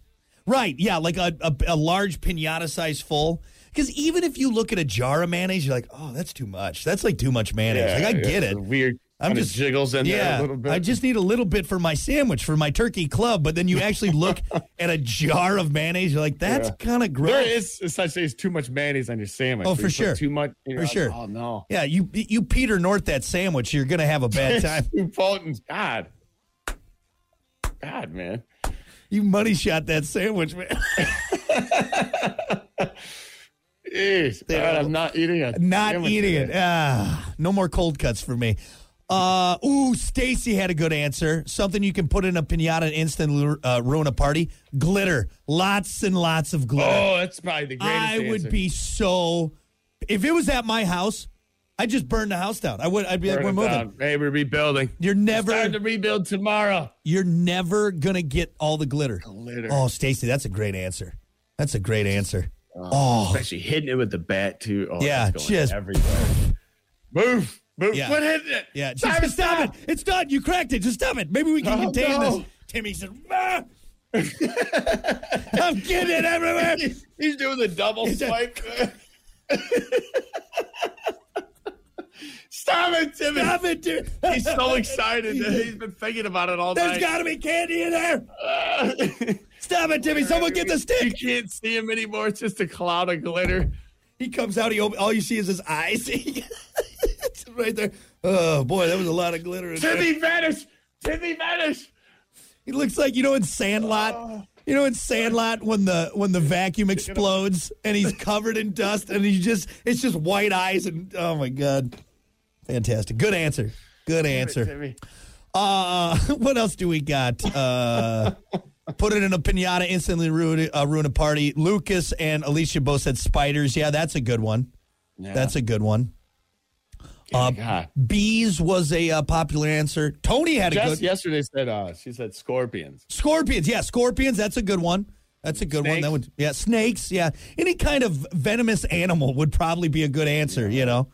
Speaker 3: Right. Yeah. Like a, a, a large pinata size full. Because even if you look at a jar of mayonnaise, you're like, oh, that's too much. That's like too much mayonnaise. like I get it.
Speaker 7: Weird.
Speaker 3: I'm
Speaker 7: kinda
Speaker 3: just
Speaker 7: jiggles in there
Speaker 3: yeah,
Speaker 7: a little bit.
Speaker 3: I just need a little bit for my sandwich for my turkey club. But then you actually look at a jar of mayonnaise, you're like, that's kind of gross.
Speaker 7: There is such thing as too much mayonnaise on your sandwich.
Speaker 3: Oh,
Speaker 7: You
Speaker 3: for
Speaker 7: put
Speaker 3: sure.
Speaker 7: Too much. you know,
Speaker 3: For sure.
Speaker 7: Oh no.
Speaker 3: Yeah, you you Peter North that sandwich, you're gonna have a bad time.
Speaker 7: Two Fulton's. God. God, man.
Speaker 3: you money shot that sandwich, man.
Speaker 7: Jeez. All right, I'm not eating it.
Speaker 3: Not eating it. Ah, no more cold cuts for me. Uh, ooh, Stacy had a good answer. Something you can put in a pinata and instantly uh, ruin a party. Glitter, lots and lots of glitter.
Speaker 7: Oh, that's probably the greatest.
Speaker 3: I would
Speaker 7: answer.
Speaker 3: be so. If it was at my house, I'd just burn the house down. I would. I'd be like,
Speaker 7: Burn
Speaker 3: we're
Speaker 7: it
Speaker 3: moving.
Speaker 7: down. Hey, we're rebuilding.
Speaker 3: You're never.
Speaker 7: Time to rebuild tomorrow.
Speaker 3: You're never gonna get all the glitter.
Speaker 7: Glitter.
Speaker 3: Oh, Stacy, that's a great answer. That's a great answer.
Speaker 7: Especially hitting it with the bat too. Oh,
Speaker 3: Oh. Yeah,
Speaker 7: that's going
Speaker 3: just-
Speaker 7: everywhere. Move, move.
Speaker 3: Yeah.
Speaker 7: What hit it?
Speaker 3: Yeah, just
Speaker 7: Simon,
Speaker 3: just stop it. It's done. You cracked it. Just stop it. Maybe we can
Speaker 7: Oh,
Speaker 3: contain
Speaker 7: no.
Speaker 3: this. Timmy said, "Ah." I'm getting it everywhere.
Speaker 7: He's doing the double
Speaker 3: He's a-
Speaker 7: swipe. stop it, Timmy.
Speaker 3: Stop it, dude.
Speaker 7: He's so excited. that He's been thinking about it all
Speaker 3: There's
Speaker 7: night.
Speaker 3: got to be candy in there. Stop it, Timmy. Someone get the
Speaker 7: you
Speaker 3: stick.
Speaker 7: can't see him anymore. It's just a cloud of glitter.
Speaker 3: He comes out. He op- all you see is his eyes. it's right there. Oh boy, that was a lot of glitter. In there.
Speaker 7: Timmy vanish. Timmy vanish.
Speaker 3: He looks like you know in Sandlot. You know in Sandlot when the when the vacuum explodes and he's covered in dust and he's just it's just white eyes and oh my god, fantastic. Good answer. Good answer.
Speaker 7: Timmy.
Speaker 3: Uh, what else do we got? Uh, put it in a pinata, instantly ruin it- uh, ruin a party. Lucas and Alicia both said spiders. Yeah, that's a good one. That's a good one. Uh,
Speaker 7: God.
Speaker 3: bees was a uh, popular answer. Tony had a
Speaker 7: Jess
Speaker 3: good.
Speaker 7: yesterday said uh, she said scorpions.
Speaker 3: Scorpions, yeah, scorpions. That's a good one. That's a good one. That
Speaker 7: Snakes.
Speaker 3: would, yeah, snakes. Yeah, any kind of venomous animal would probably be a good answer. You know,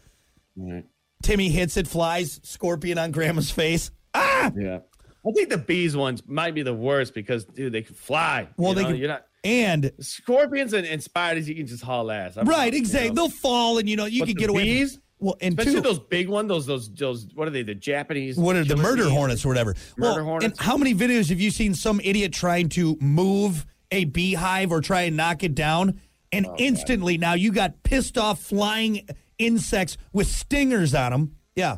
Speaker 3: Timmy hits it, flies scorpion on Grandma's face.
Speaker 7: Yeah. I think the bees ones might be the worst because dude, they can fly.
Speaker 3: Well,
Speaker 7: you
Speaker 3: they
Speaker 7: know?
Speaker 3: can-
Speaker 7: you're not
Speaker 3: And
Speaker 7: scorpions and, and spiders. You can just haul ass. I'm-
Speaker 3: right,
Speaker 7: you
Speaker 3: exactly.
Speaker 7: know.
Speaker 3: They'll fall, and you know you
Speaker 7: But
Speaker 3: could
Speaker 7: the
Speaker 3: get away.
Speaker 7: bees?
Speaker 3: well, and
Speaker 7: Especially
Speaker 3: two,
Speaker 7: those big ones. Those those those. What are they? The Japanese.
Speaker 3: what are the
Speaker 7: killer
Speaker 3: murder
Speaker 7: bees?
Speaker 3: hornets or whatever?
Speaker 7: Murder
Speaker 3: well,
Speaker 7: hornets.
Speaker 3: And how many videos have you seen? Some idiot trying to move a beehive or try and knock it down, and
Speaker 7: Oh,
Speaker 3: instantly now you got pissed off flying insects with stingers on them. Yeah.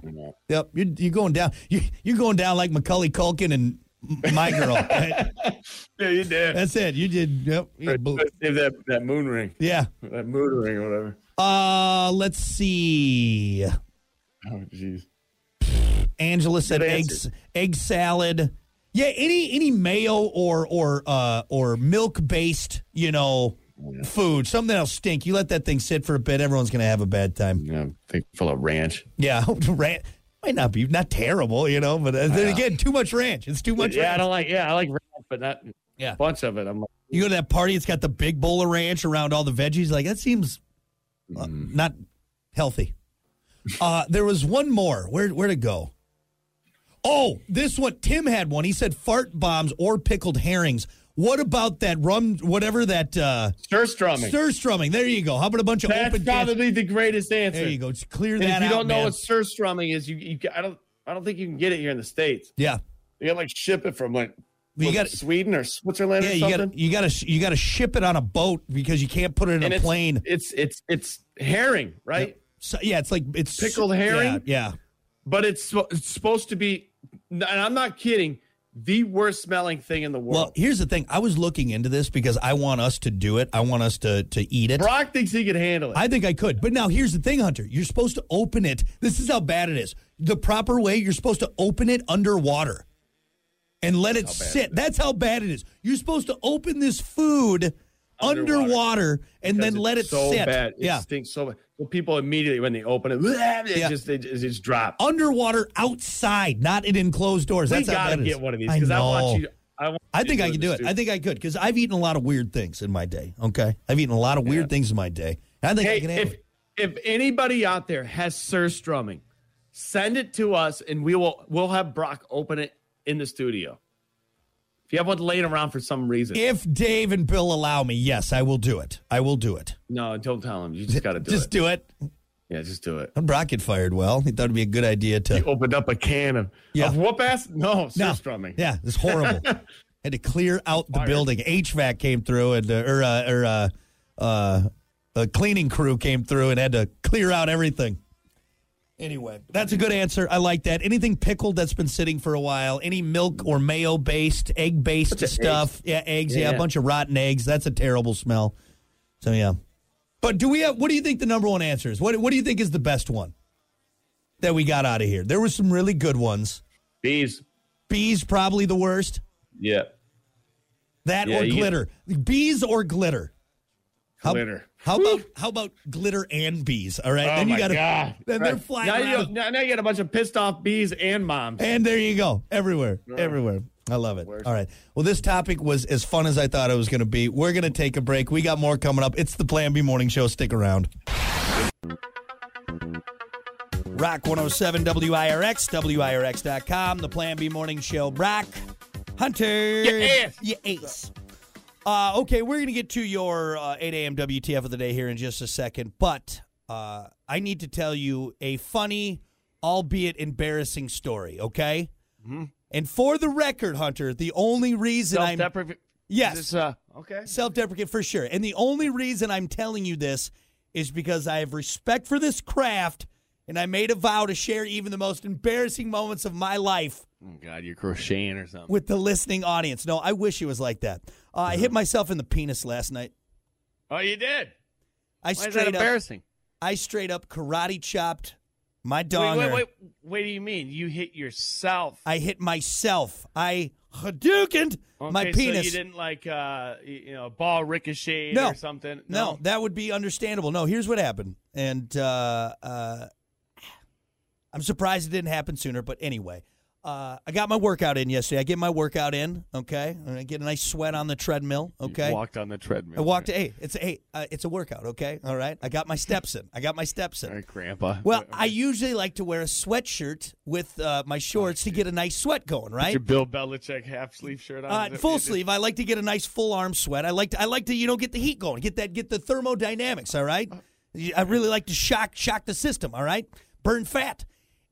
Speaker 3: Yep. You're, you're going down. You, you're going down like Macaulay Culkin and M- my girl. Right?
Speaker 7: Yeah, you did.
Speaker 3: That's it. You did. Yep. You blew-
Speaker 7: Save that that moon ring,
Speaker 3: Yeah.
Speaker 7: that moon ring or whatever.
Speaker 3: Uh, let's see.
Speaker 7: Oh jeez.
Speaker 3: Angela said
Speaker 7: Good
Speaker 3: eggs,
Speaker 7: answer.
Speaker 3: egg salad. Yeah, any any mayo or or uh, or milk based, you know, food. Something else stink. You let that thing sit for a bit. Everyone's gonna have a bad time.
Speaker 7: You know, think full of ranch.
Speaker 3: Yeah, ranch might not be not terrible, you know, but uh, then again, too much ranch. It's too much.
Speaker 7: yeah, I
Speaker 3: ranch.
Speaker 7: don't like. Yeah, I like ranch, but not
Speaker 3: Yeah.
Speaker 7: a bunch of it. I'm like,
Speaker 3: You go to that party. It's got the big bowl of ranch around all the veggies. Like that seems uh,
Speaker 7: Mm.
Speaker 3: not healthy. Uh, there was one more. Where where to go? Oh, this one. Tim had one. He said fart bombs or pickled herrings. What about that rum? Whatever that. Uh,
Speaker 7: stir strumming.
Speaker 3: Stir strumming. There you go. How about a bunch of
Speaker 7: That's
Speaker 3: open cans?
Speaker 7: probably the greatest answer.
Speaker 3: There you go. Just clear
Speaker 7: And
Speaker 3: that
Speaker 7: if you
Speaker 3: out,
Speaker 7: don't know
Speaker 3: man.
Speaker 7: what stir strumming is, you, you ca- I don't I don't think you can get it here in the states.
Speaker 3: yeah,
Speaker 7: You got to like ship it from like
Speaker 3: You
Speaker 7: was it
Speaker 3: gotta-
Speaker 7: Sweden or Switzerland
Speaker 3: yeah.
Speaker 7: or
Speaker 3: You
Speaker 7: something.
Speaker 3: got to you got to you got to ship it on a boat because you can't put it in
Speaker 7: and
Speaker 3: a
Speaker 7: it's,
Speaker 3: plane.
Speaker 7: It's it's it's herring, right?
Speaker 3: So, yeah, it's like it's
Speaker 7: Pickled
Speaker 3: yeah,
Speaker 7: herring?
Speaker 3: Yeah,
Speaker 7: But it's, sp- it's supposed to be, and I'm not kidding, the worst smelling thing in the world.
Speaker 3: Well, here's the thing. I was looking into this because I want us to do it. I want us to to eat it.
Speaker 7: Brock thinks he can handle it.
Speaker 3: I think I could. But now here's the thing, Hunter. You're supposed to open it. This is how bad it is. The proper way, you're supposed to open it underwater and let it sit. That's how bad it is. You're supposed to open this food underwater,
Speaker 7: Underwater.
Speaker 3: and then
Speaker 7: Because
Speaker 3: let it
Speaker 7: it's so
Speaker 3: sit.
Speaker 7: Bad. It
Speaker 3: Yeah.
Speaker 7: stinks so bad. Well, people immediately when they open it, it
Speaker 3: Yeah.
Speaker 7: just they just, it just drop.
Speaker 3: Underwater outside, not in enclosed doors.
Speaker 7: we
Speaker 3: That's how
Speaker 7: gotta
Speaker 3: bad it is.
Speaker 7: get one of these because I,
Speaker 3: know.
Speaker 7: want you. I, want
Speaker 3: I
Speaker 7: you
Speaker 3: think I
Speaker 7: doing
Speaker 3: can do
Speaker 7: this,
Speaker 3: it.
Speaker 7: too.
Speaker 3: I think I could because I've eaten a lot of weird things in my day. Okay, I've eaten a lot of weird things in my day. I think
Speaker 7: Hey,
Speaker 3: I can handle
Speaker 7: if
Speaker 3: it.
Speaker 7: if anybody out there has Sir Strumming, send it to us and we will we'll have Brock open it in the studio. If you have one laying around for some reason,
Speaker 3: If Dave and Bill allow me, yes, I will do it. I will do it.
Speaker 7: no, don't tell him. You just got to do
Speaker 3: Just
Speaker 7: it.
Speaker 3: do it.
Speaker 7: yeah, just do it.
Speaker 3: And Brock get fired. Well, he thought it'd be a good idea to.
Speaker 7: You opened up a can of,
Speaker 3: Yeah.
Speaker 7: of whoop ass. No, Sir
Speaker 3: No.
Speaker 7: Strumming.
Speaker 3: Yeah, it's horrible. Had to clear out the building. HVAC came through, and uh, or uh, or uh, uh, a cleaning crew came through and had to clear out everything. Anyway, that's a good answer. I like that. Anything pickled that's been sitting for a while, any milk or mayo based, egg based stuff. Yeah, eggs. Yeah, a
Speaker 7: Yeah.
Speaker 3: bunch of rotten eggs. That's a terrible smell. So yeah. But do we have? What do you think the number one answer is? What What do you think is the best one that we got out of here? There were some really good ones.
Speaker 7: Bees.
Speaker 3: Bees probably the worst.
Speaker 7: Yeah.
Speaker 3: That
Speaker 7: Yeah,
Speaker 3: or
Speaker 7: you-
Speaker 3: glitter. Bees or glitter. How-
Speaker 7: Glitter.
Speaker 3: How, about how about glitter and bees? All right.
Speaker 7: Oh
Speaker 3: then you
Speaker 7: my
Speaker 3: gotta
Speaker 7: God.
Speaker 3: then they're flying
Speaker 7: Now you,
Speaker 3: around.
Speaker 7: now now you got a bunch of pissed off bees and moms.
Speaker 3: And there you go. Everywhere. Everywhere. I love it. All right. Well, this topic was as fun as I thought it was gonna be. We're gonna take a break. We got more coming up. It's the Plan B morning show. Stick around. Rock 107 WIRX, WIRX.com, the Plan B morning show. Brock Hunter.
Speaker 7: ass.
Speaker 3: Your ace. Uh, okay, we're going to get to your uh, 8 a.m. WTF of the day here in just a second, but uh, I need to tell you a funny, albeit embarrassing story, okay?
Speaker 7: Mm-hmm.
Speaker 3: And for the record, Hunter, the only reason
Speaker 7: Self
Speaker 3: I'm.
Speaker 7: deprivation.
Speaker 3: Yes.
Speaker 7: Uh, okay.
Speaker 3: Self deprecate for sure. And the only reason I'm telling you this is because I have respect for this craft and I made a vow to share even the most embarrassing moments of my life
Speaker 7: Oh, God, you're crocheting or something.
Speaker 3: with the listening audience. No, I wish it was like that. Uh, I hit myself in the penis last night.
Speaker 7: Oh, you did.
Speaker 3: I
Speaker 7: Why is
Speaker 3: straight
Speaker 7: that
Speaker 3: up
Speaker 7: embarrassing?
Speaker 3: I straight up karate chopped my
Speaker 7: Wait,
Speaker 3: donger.
Speaker 7: wait, wait, What do you mean? You hit yourself?
Speaker 3: I hit myself. I Hadoukened my
Speaker 7: Okay, so
Speaker 3: penis.
Speaker 7: you didn't like, uh, y- you know, ball ricocheted
Speaker 3: No.
Speaker 7: or something.
Speaker 3: No, that would be understandable. No, here's what happened, and uh, uh, I'm surprised it didn't happen sooner. But anyway, uh, I got my workout in yesterday. I get my workout in, okay, and I get a nice sweat on the treadmill,
Speaker 7: You
Speaker 3: okay.
Speaker 7: walked on the treadmill.
Speaker 3: I walked. Hey, it's hey, uh, it's a workout, okay, all right. I got my steps in. I got my steps
Speaker 7: All
Speaker 3: in.
Speaker 7: right, Grandpa.
Speaker 3: Well, I usually like to wear a sweatshirt with uh, my shorts to get a nice sweat going, right?
Speaker 7: your Bill Belichick half sleeve shirt on. Is
Speaker 3: Uh,
Speaker 7: that what
Speaker 3: full
Speaker 7: you did?
Speaker 3: sleeve. I like to get a nice full arm sweat. I like to, I like to you know get the heat going, get that get the thermodynamics. All right, You- I really like to shock shock the system. All right, burn fat.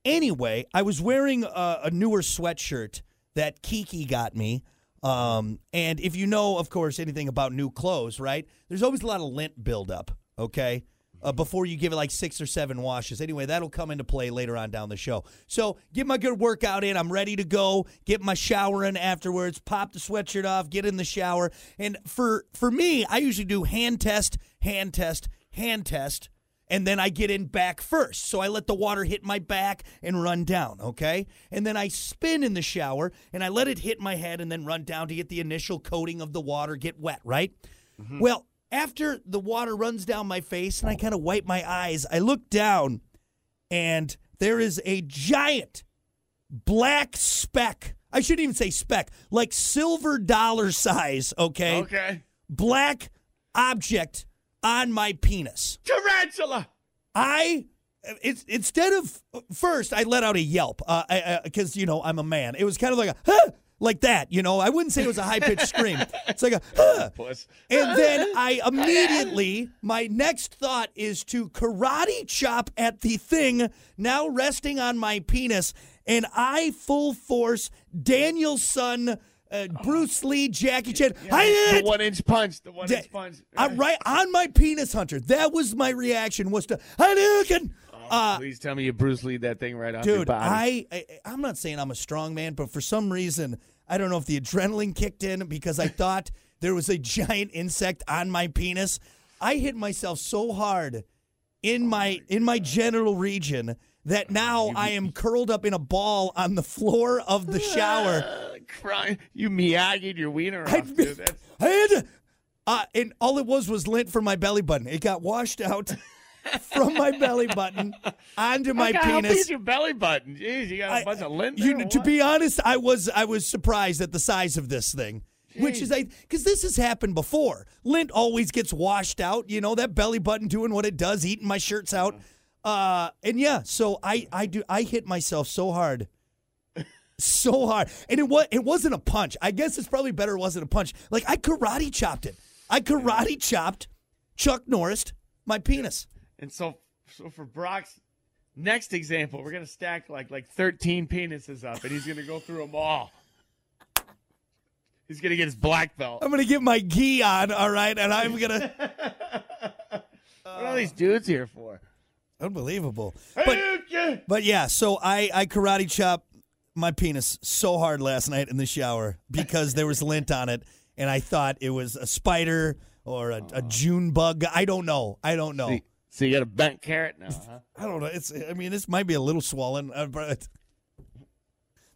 Speaker 3: Anyway, I was wearing a, a newer sweatshirt that Kiki got me. Um, and if you know, of course, anything about new clothes, right? There's always a lot of lint buildup. Okay. Uh, before you give it like six or seven washes. Anyway, that'll come into play later on down the show. So get my good workout in. I'm ready to go. Get my shower in afterwards. Pop the sweatshirt off. Get in the shower. And for for me, I usually do hand test, hand test, hand test, and then I get in back first. So I let the water hit my back and run down, okay? And then I spin in the shower and I let it hit my head and then run down to get the initial coating of the water, get wet, right? Well, after the water runs down my face and I kind of wipe my eyes, I look down and there is a giant black speck. I shouldn't even say speck, like silver dollar size, okay?
Speaker 4: Okay.
Speaker 3: Black object on my penis.
Speaker 4: Tarantula.
Speaker 3: I it's instead of first I let out a yelp because uh, I- I- 'cause, you know I'm a man. It was kind of like a huh! like that, you know. I wouldn't say it was a high pitched scream. It's like a huh!
Speaker 4: Puss.
Speaker 3: and then I immediately my next thought is to karate chop at the thing now resting on my penis, and I full force Daniel's son. Uh, Bruce Lee, Jackie Chan.
Speaker 4: The
Speaker 3: Hi-
Speaker 4: one inch punch. The one
Speaker 3: Da-
Speaker 4: inch punch.
Speaker 3: I'm right on my penis, Hunter. That was my reaction. Was to Hadouken. Uh,
Speaker 4: Oh, Please tell me you Bruce Lee that thing right off your
Speaker 3: dude,
Speaker 4: body.
Speaker 3: I, I I'm not saying I'm a strong man, but for some reason I don't know if the adrenaline kicked in because I thought there was a giant insect on my penis. I hit myself so hard
Speaker 4: Oh
Speaker 3: in my in my genital region that now I am curled up in a ball on the floor of the shower.
Speaker 4: Uh, crying. You Miyagi'd your wiener off,
Speaker 3: I
Speaker 4: dude. That's,
Speaker 3: had, uh, and all it was was lint from my belly button. It got washed out from my belly button onto my
Speaker 4: God, How big
Speaker 3: penis.
Speaker 4: is your belly button? Jeez, you got a
Speaker 3: I-
Speaker 4: bunch of lint.
Speaker 3: you-
Speaker 4: there or
Speaker 3: to
Speaker 4: what?
Speaker 3: be honest, I was I was surprised at the size of this thing. Which is I because this has happened before. Lint always gets washed out. You know that belly button doing what it does, eating my shirts out. Uh, and yeah, so I I do I hit myself so hard, so hard, and it was it wasn't a punch. I guess it's probably better it wasn't a punch. Like I karate chopped it. I karate chopped Chuck Norris my penis.
Speaker 4: And so, so for Brock's next example, we're gonna stack like like thirteen penises up, and he's gonna go through them all. He's gonna get his black belt.
Speaker 3: I'm gonna get my gi on, all right, and I'm gonna
Speaker 4: what are these dudes here for?
Speaker 3: unbelievable. But
Speaker 4: Hadouken!
Speaker 3: But yeah, so I I karate chop my penis so hard last night in the shower because there was lint on it, and I thought it was a spider or a, a June bug. I don't know. I don't know.
Speaker 4: so you got a bent carrot now, huh?
Speaker 3: I don't know. It's. I mean, this might be a little swollen. Uh, but it-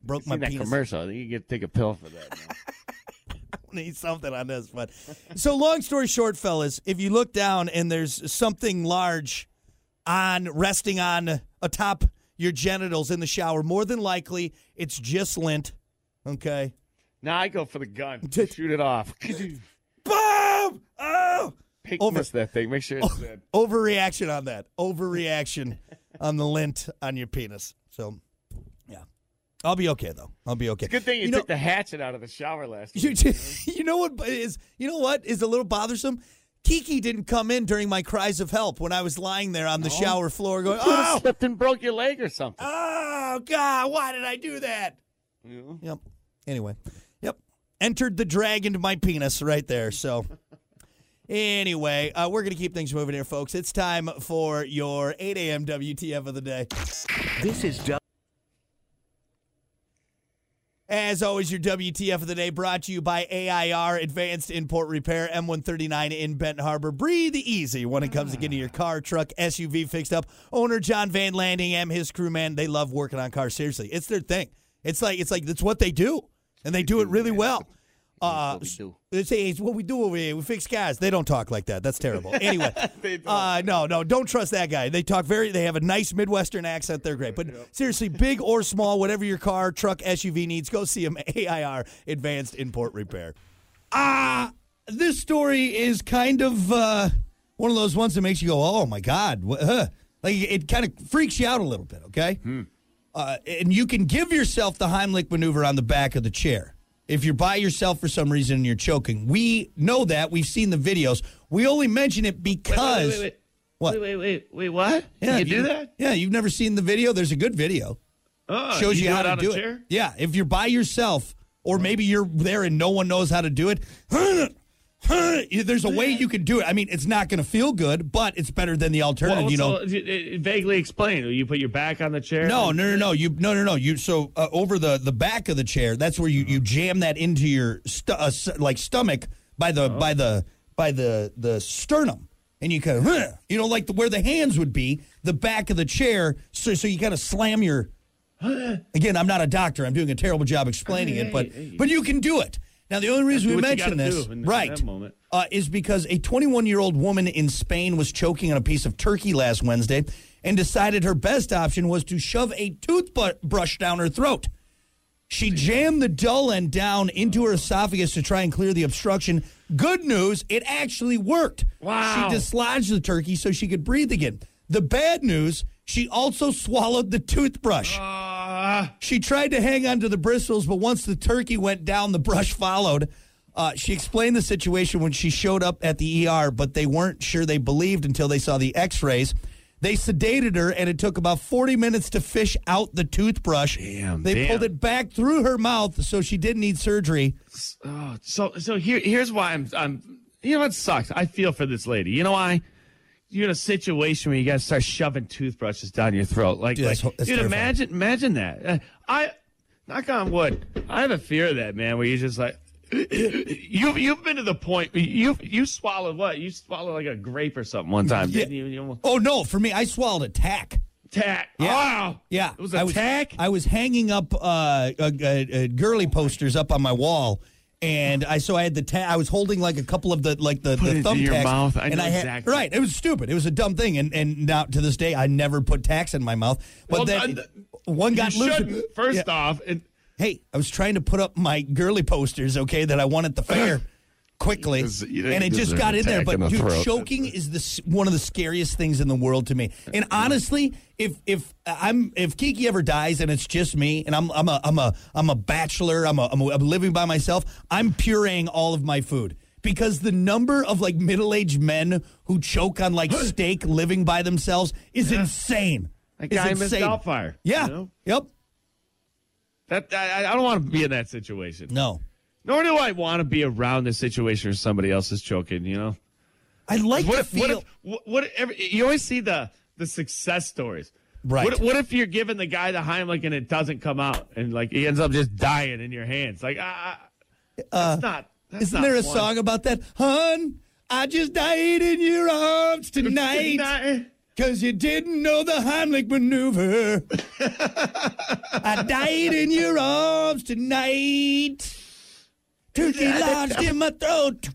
Speaker 3: broke my
Speaker 4: Seen that
Speaker 3: penis.
Speaker 4: commercial. I think you get take a pill for that. now.
Speaker 3: need something on this, but so long story short, fellas, if you look down and there's something large on resting on atop your genitals in the shower, more than likely it's just lint. Okay.
Speaker 4: now I go for the gun. Shoot it off.
Speaker 3: Boom! Oh!
Speaker 4: Pick
Speaker 3: Over.
Speaker 4: miss that thing. Make sure it's
Speaker 3: Oh,
Speaker 4: dead.
Speaker 3: Overreaction on that. Overreaction on the lint on your penis. So, yeah. I'll be okay, though. I'll be okay.
Speaker 4: Good thing you,
Speaker 3: know,
Speaker 4: took the hatchet out of the shower last
Speaker 3: You,
Speaker 4: night.
Speaker 3: t- you know what is you know what is a little bothersome. Kiki didn't come in during my cries of help when I was lying there on the shower floor going, "Oh,
Speaker 4: Slipped and broke your leg or something.
Speaker 3: oh God, why did I do that?" Yep. Anyway, yep. Entered the drag into my penis right there. So. Anyway, uh, we're going to keep things moving here, folks. It's time for your 8 a.m. WTF of the day.
Speaker 6: This is Dub.
Speaker 3: As always, your WTF of the day brought to you by AIR Advanced Import Repair M139 in Benton Harbor. Breathe easy when it comes to getting your car, truck, SUV fixed up. Owner John Van Landing and his crew, man, they love working on cars. Seriously, it's their thing. It's like it's like it's what they do, and they do it really well. Uh,
Speaker 4: That's what we do.
Speaker 3: they say it's what we do over here. We fix cars. They don't talk like that. That's terrible. Anyway,
Speaker 4: don't.
Speaker 3: uh, no, no, don't trust that guy. They talk very. They have a nice Midwestern accent. They're great. But seriously, big or small, whatever your car, truck, SUV needs, go see them. AIR Advanced Import Repair. Ah, this story is kind of uh, one of those ones that makes you go, "Oh my God!" wha- huh." Like it kind of freaks you out a little bit. Okay.
Speaker 4: Hmm.
Speaker 3: Uh, and you can give yourself the Heimlich maneuver on the back of the chair. If you're by yourself for some reason and you're choking, we know that. We've seen the videos. We only mention it because.
Speaker 4: wait, wait.
Speaker 3: What?
Speaker 4: Wait, wait, wait, wait, what?
Speaker 3: Yeah,
Speaker 4: you
Speaker 3: if
Speaker 4: do that?
Speaker 3: Yeah, you've never seen the video. There's a good video.
Speaker 4: Oh,
Speaker 3: Shows you,
Speaker 4: do
Speaker 3: how
Speaker 4: it
Speaker 3: to
Speaker 4: on a
Speaker 3: do it.
Speaker 4: chair?
Speaker 3: Yeah, if you're by yourself, or maybe you're there and no one knows how to do it. There's a way you can do it. I mean, it's not going to feel good, but it's better than the alternative.
Speaker 4: Well,
Speaker 3: you know,
Speaker 4: Oh, so, it- it- eh, vaguely explain. You put your back on the chair.
Speaker 3: No, no, no, no. You no, no, no. You so uh, over the the back of the chair. That's where you you
Speaker 4: Uh-huh.
Speaker 3: jam that into
Speaker 4: Oh.
Speaker 3: your stu- uh, s- like stomach by the by the by the the sternum. and you kind of you know like the, where the hands would be, the back of the chair. So so you kind of slam your. Again, I'm not a doctor. I'm doing a terrible job explaining it, but but you can do it. Now the only reason
Speaker 4: do
Speaker 3: we
Speaker 4: what you
Speaker 3: mention
Speaker 4: gotta
Speaker 3: this,
Speaker 4: do in- in
Speaker 3: right,
Speaker 4: that moment.
Speaker 3: uh, is because a 21 year old woman in Spain was choking on a piece of turkey last Wednesday and decided her best option was to shove a toothbrush down her throat. She jammed the dull end down into her esophagus to try and clear the obstruction. Good news, it actually worked.
Speaker 4: Wow.
Speaker 3: She dislodged the turkey so she could breathe again. The bad news, she also swallowed the toothbrush. She tried to hang on to the bristles, but once the turkey went down, the brush followed. Uh, she explained the situation when she showed up at the ER, but they weren't sure they believed until they saw the x rays. They sedated her, and it took about 40 minutes to fish out the toothbrush.
Speaker 4: Damn,
Speaker 3: They
Speaker 4: damn.
Speaker 3: pulled it back through her mouth, so she didn't need surgery.
Speaker 4: Oh, so so here here's why I'm I'm you know what sucks. I feel for this lady. You know why? You're in a situation where you got to start shoving toothbrushes down your throat. Like,
Speaker 3: Dude,
Speaker 4: like
Speaker 3: that's- that's
Speaker 4: dude,
Speaker 3: terrifying.
Speaker 4: imagine imagine that. Uh, I knock on wood. I have a fear of that man, where you're just like. You you've been to the point you you swallowed what you swallowed like a grape or something one time didn't you? you almost-
Speaker 3: Oh, no, for me, I swallowed a tack.
Speaker 4: tack wow
Speaker 3: Yeah,
Speaker 4: it was
Speaker 3: I
Speaker 4: a tack
Speaker 3: I was hanging up uh, uh, uh, uh, girly posters up on my wall, and I so I had the ta- I was holding like a couple of the like the,
Speaker 4: it
Speaker 3: the
Speaker 4: into your
Speaker 3: thumbtacks,
Speaker 4: mouth. I
Speaker 3: and
Speaker 4: know
Speaker 3: I had
Speaker 4: exactly.
Speaker 3: right. It was stupid. It was a dumb thing, and and now to this day I never put tacks in my mouth.
Speaker 4: Well,
Speaker 3: But then
Speaker 4: th-
Speaker 3: one got
Speaker 4: you
Speaker 3: loose.
Speaker 4: shouldn't first
Speaker 3: Yeah.
Speaker 4: off and
Speaker 3: Hey, I was trying to put up my girly posters, okay, that I won at the fair quickly,
Speaker 5: You des- you
Speaker 3: and it just
Speaker 5: deserve
Speaker 3: got
Speaker 5: an
Speaker 3: in there.
Speaker 5: attack
Speaker 3: But
Speaker 5: in the
Speaker 3: dude,
Speaker 5: throat.
Speaker 3: choking is the s- one of the scariest things in the world to me. And honestly, if if I'm if Kiki ever dies and it's just me, and I'm I'm a I'm a I'm a bachelor, I'm a I'm, a, I'm living by myself, I'm pureeing all of my food. Because the number of like middle aged men who choke on like steak living by themselves is insane.
Speaker 4: That
Speaker 3: It's
Speaker 4: guy missed
Speaker 3: insane.
Speaker 4: Doubtfire, you
Speaker 3: Yeah.
Speaker 4: know?
Speaker 3: Yep.
Speaker 4: that I, I don't want to be in that situation
Speaker 3: No.
Speaker 4: Nor do I want to be around the situation where somebody else is choking. You know,
Speaker 3: I like
Speaker 4: what
Speaker 3: to
Speaker 4: if,
Speaker 3: feel.
Speaker 4: what if what, what if, every- you always see the the success stories,
Speaker 3: Right.
Speaker 4: What, what if you're giving the guy the Heimlich and it doesn't come out, and like he ends up just dying in your hands? Like, ah, ah, that's not.
Speaker 3: Uh,
Speaker 4: That's
Speaker 3: Isn't
Speaker 4: not
Speaker 3: there a
Speaker 4: fun.
Speaker 3: song about that? Hun, I just died in your arms tonight
Speaker 4: Tonight.
Speaker 3: because you didn't know the Heimlich maneuver. I died in your arms tonight. Turkey lodged in my throat.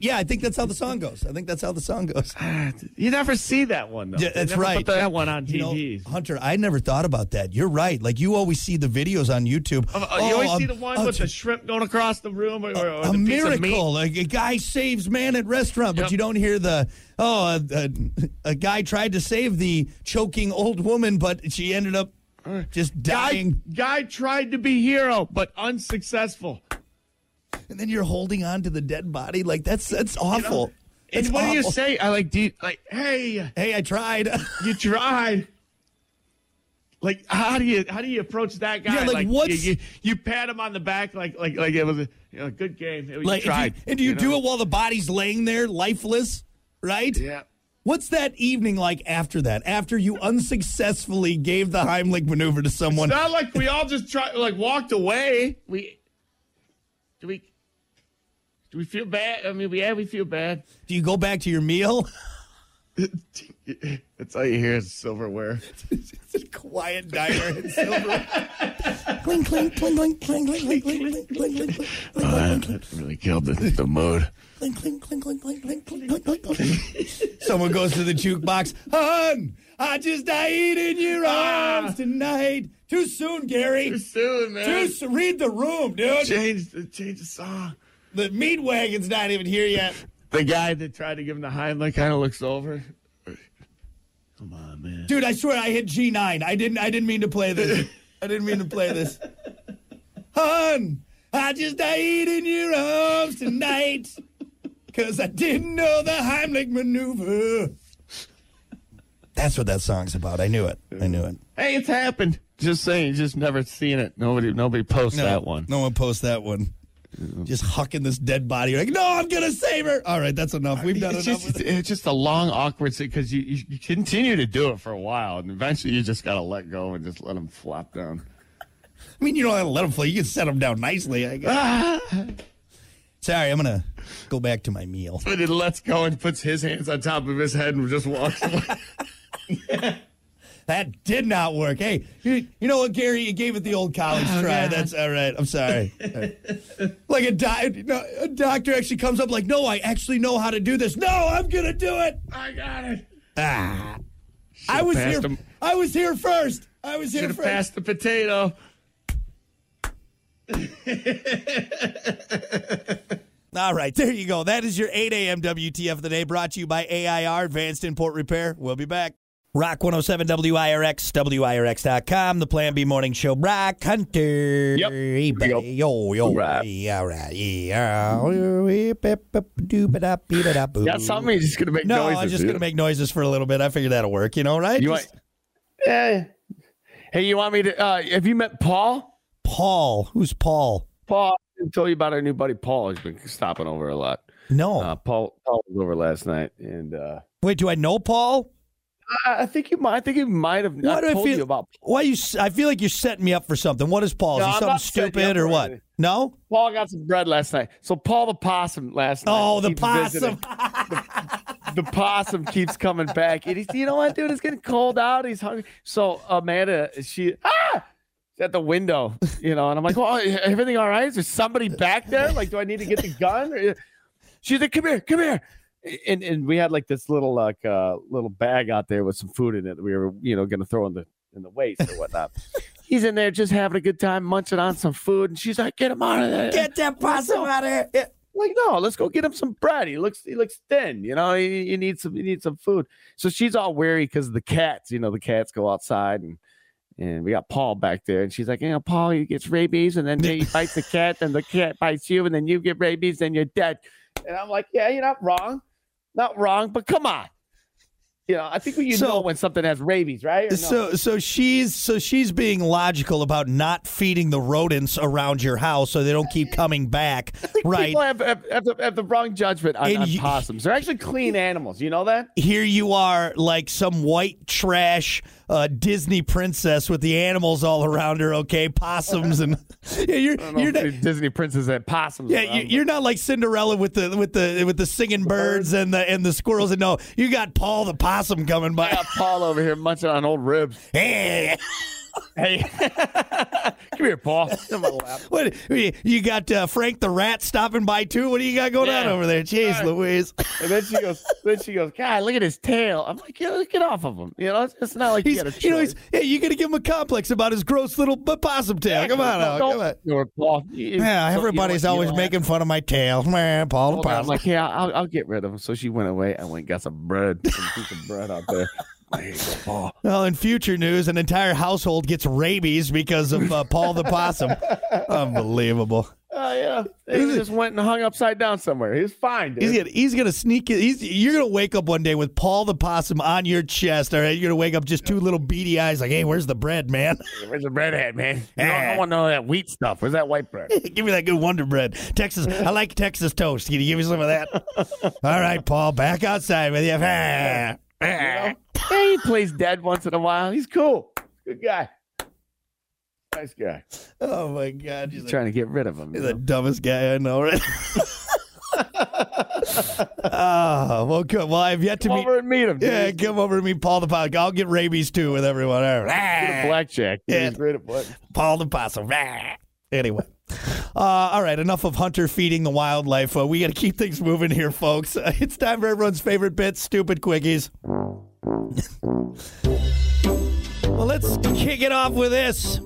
Speaker 3: Yeah, I think that's how the song goes. I think that's how the song goes.
Speaker 4: Ah, You never see that one though.
Speaker 3: Yeah,
Speaker 4: They
Speaker 3: that's
Speaker 4: never
Speaker 3: right.
Speaker 4: Put that one on
Speaker 3: You know,
Speaker 4: TV.
Speaker 3: Hunter, I never thought about that. You're right. Like you always see the videos on YouTube.
Speaker 4: Uh, you always
Speaker 3: Oh,
Speaker 4: see the
Speaker 3: um,
Speaker 4: one
Speaker 3: uh,
Speaker 4: with the shrimp going across the room, or, or, or
Speaker 3: a
Speaker 4: the piece of meat.
Speaker 3: miracle. A, a guy saves man at restaurant, but
Speaker 4: Yep.
Speaker 3: you don't hear the oh, a, a, a guy tried to save the choking old woman, but she ended up just
Speaker 4: Guy,
Speaker 3: dying.
Speaker 4: guy tried to be hero, but unsuccessful.
Speaker 3: And then you're holding on to the dead body. Like that's that's awful.
Speaker 4: And
Speaker 3: That's
Speaker 4: what do you
Speaker 3: awful.
Speaker 4: say? I like, do you, like, hey,
Speaker 3: Hey, I tried.
Speaker 4: you tried. Like, how do you how do you approach that guy?
Speaker 3: Yeah, like, what's-
Speaker 4: you, you, you pat him on the back, like like like it was a you know, good game. It was,
Speaker 3: like,
Speaker 4: you
Speaker 3: and
Speaker 4: tried.
Speaker 3: do you, and do, you do
Speaker 4: know?
Speaker 3: it while the body's laying there, lifeless? Right?
Speaker 4: Yeah.
Speaker 3: What's that evening like after that? After you unsuccessfully gave the Heimlich maneuver to someone?
Speaker 4: It's not like we all just tried, like walked away. We do we do we feel bad? I mean, we yeah, we feel bad.
Speaker 3: Do you go back to your meal?
Speaker 4: That's all you hear is silverware.
Speaker 3: It's a quiet diner in Silver. cling, cling, cling, cling, cling, cling, cling, cling, cling, cling, cling, cling,
Speaker 4: That really killed the, the mood.
Speaker 3: cling, cling, cling, cling, cling, cling, cling, cling, cling. Someone goes to the jukebox. Hun, I just died in your arms tonight. Too soon, Gary.
Speaker 4: Ah. Too soon, man.
Speaker 3: Too soon. Read the room, dude.
Speaker 4: change the change the song.
Speaker 3: The meat wagon's not even here yet.
Speaker 4: The guy that tried to give him the Heimlich kind of looks over. Come on, man.
Speaker 3: Dude, I swear I hit G nine. I didn't. I didn't mean to play this. I didn't mean to play this. Hun, I just died in your arms tonight because I didn't know the Heimlich maneuver. That's what that song's about. I knew it. I knew it.
Speaker 4: Hey, it's happened. Just saying, just never seen it. Nobody, nobody posts that one.
Speaker 3: No one posts that one. Just hucking this dead body. You're like, no, I'm gonna save her. All right, that's enough. We've done
Speaker 4: It's
Speaker 3: enough.
Speaker 4: just,
Speaker 3: with it.
Speaker 4: it's just a long, awkward because you, you you continue to do it for a while, and eventually you just gotta let go and just let them flop down. Ah.
Speaker 3: I mean, you don't have to let them play. You can set them down nicely. I guess. Sorry, I'm gonna go back to my meal.
Speaker 4: But it lets go and puts his hands on top of his head and just walks away.
Speaker 3: That did not work. Hey, you, you know what, Gary? You gave it the old college
Speaker 2: Oh,
Speaker 3: try.
Speaker 2: God.
Speaker 3: That's all right. I'm sorry. like a, di- no, a doctor actually comes up like, no, I actually know how to do this. No, I'm gonna do it.
Speaker 4: I got it.
Speaker 3: Ah, I was
Speaker 4: passed
Speaker 3: here.
Speaker 4: him.
Speaker 3: I was here first. I was here
Speaker 4: Should have
Speaker 3: first.
Speaker 4: passed the potato.
Speaker 3: All right, there you go. That is your 8 a.m. WTF of the day brought to you by AIR Advanced Import Repair. We'll be back. Rock 107 WIRX, WIRX.com, the Plan B Morning Show. Rock Hunter.
Speaker 4: Yep.
Speaker 3: Hey,
Speaker 4: There you go.
Speaker 3: buddy. Yo, yo.
Speaker 4: Right.
Speaker 3: Yeah, All right. Yeah. You
Speaker 4: Got something? He's just gonna make
Speaker 3: No,
Speaker 4: noises.
Speaker 3: I'm just
Speaker 4: dude.
Speaker 3: going to make noises for a little bit. I figured that'll work, you know, right?
Speaker 4: You want?
Speaker 3: Just-
Speaker 4: Yeah. Hey, you want me to? Uh, have you met Paul?
Speaker 3: Paul. Who's Paul?
Speaker 4: Paul, I didn't tell you about our new buddy Paul. He's been stopping over a lot.
Speaker 3: No.
Speaker 4: Uh, Paul, Paul was over last night, and uh,
Speaker 3: Wait, do I know Paul?
Speaker 4: I, I think you might. I think you might have
Speaker 3: Why
Speaker 4: not
Speaker 3: do I
Speaker 4: told
Speaker 3: feel-
Speaker 4: you about
Speaker 3: Why you? s- I feel like you're setting me up for something. What is Paul?
Speaker 4: No,
Speaker 3: is
Speaker 4: I'm
Speaker 3: he something
Speaker 4: not setting you
Speaker 3: stupid
Speaker 4: up
Speaker 3: or
Speaker 4: for
Speaker 3: what?
Speaker 4: anything.
Speaker 3: No?
Speaker 4: Paul. Got some bread last night. So Paul the possum last night.
Speaker 3: Oh, the
Speaker 4: keeps
Speaker 3: possum.
Speaker 4: visiting. the possum keeps coming back, and he's you know what, dude, it's getting cold out. He's hungry. So Amanda, she ah, she's at the window, you know, and I'm like, well, everything all right? Is there somebody back there? Like, do I need to get the gun? Or- She's like, come here, come here. And and we had like this little like uh little bag out there with some food in it that we were you know gonna throw in the in the waste or whatnot. He's in there just having a good time munching on some food, and she's like, "Get him out of there!
Speaker 3: Get that possum out of here. Yeah.
Speaker 4: like no let's go get him some bread he looks he looks thin you know he, he needs some he needs some food so she's all wary because the cats you know the cats go outside and and we got paul back there and she's like you know paul he gets rabies and then he bites the cat and the cat bites you and then you get rabies then you're dead and i'm like yeah you're not wrong not wrong but come on you know i think you
Speaker 3: So-
Speaker 4: know when something has rabies right Or no?
Speaker 3: So so she's so she's being logical about not feeding the rodents around your house so they don't keep coming back, right?
Speaker 4: People have, have, have, the, have the wrong judgment on,
Speaker 3: And
Speaker 4: on
Speaker 3: you-
Speaker 4: possums. They're actually clean animals. You know that?
Speaker 3: Here you are, like some white trash uh, Disney princess with the animals all around her. Okay, possums and yeah, you're
Speaker 4: I don't know
Speaker 3: you're
Speaker 4: if
Speaker 3: not,
Speaker 4: any Disney princess had possums.
Speaker 3: yeah
Speaker 4: around,
Speaker 3: you-
Speaker 4: but-
Speaker 3: you're not like Cinderella with the with the with the singing birds and the and the squirrels. And no, you got Paul the possum coming
Speaker 4: I
Speaker 3: by. Eh.
Speaker 4: got Paul over here munching on old ribs.
Speaker 3: Hey.
Speaker 4: Hey, come here, Paul. Sit on my lap.
Speaker 3: What you got? Uh, Frank the Rat stopping by too. What do you got going on
Speaker 4: Yeah.
Speaker 3: over there? Jeez,
Speaker 4: All right.
Speaker 3: Louise.
Speaker 4: And then she goes, then she goes, God, look at his tail. I'm like, yeah, get off of him. You know, it's, it's not like you
Speaker 3: He's,
Speaker 4: got a choice.
Speaker 3: you know, he's, hey, you got to give him a complex about his gross little b- possum tail. Come on, now, come on.
Speaker 4: You know, Paul. you- you-
Speaker 3: Yeah,
Speaker 4: so- you know
Speaker 3: everybody's
Speaker 4: what, you
Speaker 3: always
Speaker 4: know what?
Speaker 3: making fun of my tail. Man, Paul the
Speaker 4: Hold on, I'm
Speaker 3: possum.
Speaker 4: like, yeah, I'll, I'll get rid of him. So she went away. I went and got some bread, some piece of bread out there. There you go, Paul.
Speaker 3: Well, in future news, an entire household gets rabies because of uh, Paul the possum. Unbelievable.
Speaker 4: Oh yeah, he
Speaker 3: Is it-
Speaker 4: just went and hung upside down somewhere. He was fine. Dude.
Speaker 3: He's gonna, he's gonna sneak. it- He's you're gonna wake up one day with Paul the possum on your chest. All right, you're gonna wake up just two little beady eyes, like, "Hey, where's the bread, man?"
Speaker 4: Where's the bread at, man? I
Speaker 3: Yeah.
Speaker 4: don't, want none of that wheat stuff. Where's that white bread?
Speaker 3: give me that good Wonder Bread. Texas, I like Texas toast. Can you give me some of that? All right, Paul, back outside with you.
Speaker 4: Yeah, he plays dead once in a while. He's cool. Good guy. Nice guy.
Speaker 3: Oh my God, you're
Speaker 4: He's
Speaker 3: the,
Speaker 4: trying to get rid of him. you
Speaker 3: you're the
Speaker 4: know?
Speaker 3: dumbest guy I know, right? oh, well, good. Well, I've yet to
Speaker 4: Come
Speaker 3: meet.
Speaker 4: over and meet him. Dude.
Speaker 3: Yeah,
Speaker 4: He's
Speaker 3: come over to meet Paul the Possum. I'll get rabies too with everyone. All
Speaker 4: good at
Speaker 3: right.
Speaker 4: blackjack. dude.
Speaker 3: Yeah.
Speaker 4: He's great at blackjack.
Speaker 3: Paul the Possum. Anyway. Uh, all right, enough of Hunter feeding the wildlife. Uh, we got to keep things moving here, folks. Uh, it's time for everyone's favorite bit, stupid quickies. well, let's kick it off with this.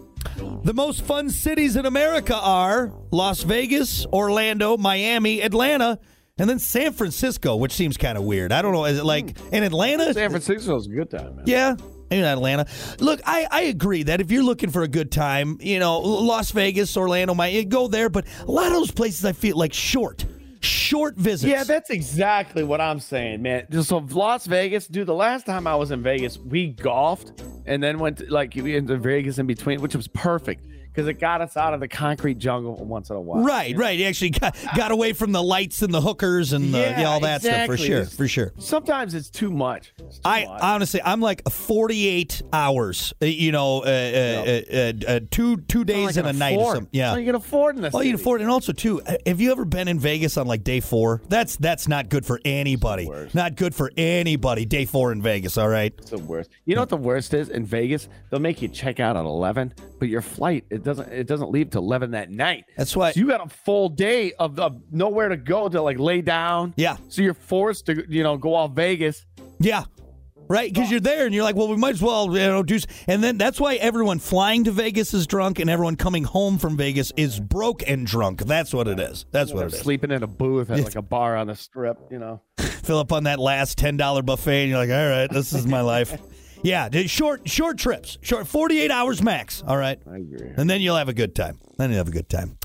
Speaker 3: The most fun cities in America are Las Vegas, Orlando, Miami, Atlanta, and then San Francisco, which seems kind of weird. I don't know. Is it like in Atlanta?
Speaker 4: Hmm. San Francisco's a good time, man.
Speaker 3: Yeah. Maybe not Atlanta. Look, I, I agree that if you're looking for a good time, you know, L- Las Vegas, Orlando, might go there, but a lot of those places I feel like short, short visits.
Speaker 4: Yeah, that's exactly what I'm saying, man. Just So Las Vegas, dude. The last time I was in Vegas, we golfed and then went to, like we went to Vegas in between, which was perfect because it got us out of the concrete jungle once in a while.
Speaker 3: Right, right. He actually got, got away from the lights and the hookers and the,
Speaker 4: Yeah,
Speaker 3: yeah, all that stuff for
Speaker 4: exactly.
Speaker 3: sure,
Speaker 4: This-
Speaker 3: for sure.
Speaker 4: Sometimes it's too much. It's too
Speaker 3: I
Speaker 4: much.
Speaker 3: honestly, I'm like 48 hours. uh, You know, uh, uh, uh, uh, two two
Speaker 4: That's all Oh, I
Speaker 3: days
Speaker 4: can
Speaker 3: and a night or
Speaker 4: afford.
Speaker 3: something. Yeah.
Speaker 4: That's all you can afford in this.
Speaker 3: Well, you can
Speaker 4: city.
Speaker 3: afford it. And also, too, uh, have you ever been in Vegas on like day four? That's that's not good for anybody. Not good for anybody. Day four in Vegas. All right.
Speaker 4: It's the worst. You know what the worst is in Vegas? They'll make you check out at eleven, but your flight it doesn't it doesn't leave till eleven that night.
Speaker 3: That's why-
Speaker 4: so you got a full day of, of nowhere to go to like lay down.
Speaker 3: Yeah.
Speaker 4: So you're forced to you know go off Vegas.
Speaker 3: Yeah. Right, because you're there and you're like, well, we might as well, you know, do. s- And then that's why everyone flying to Vegas is drunk, and everyone coming home from Vegas is broke and drunk. That's what it is. That's what it is.
Speaker 4: Sleeping in a booth at like a bar on the strip, you know.
Speaker 3: fill up on that last ten dollar buffet, and you're like, all right, this is my life. Yeah, dude, short short trips, short forty eight hours max. All right, I
Speaker 4: agree.
Speaker 3: And then you'll have a good time. Then you'll have a good time.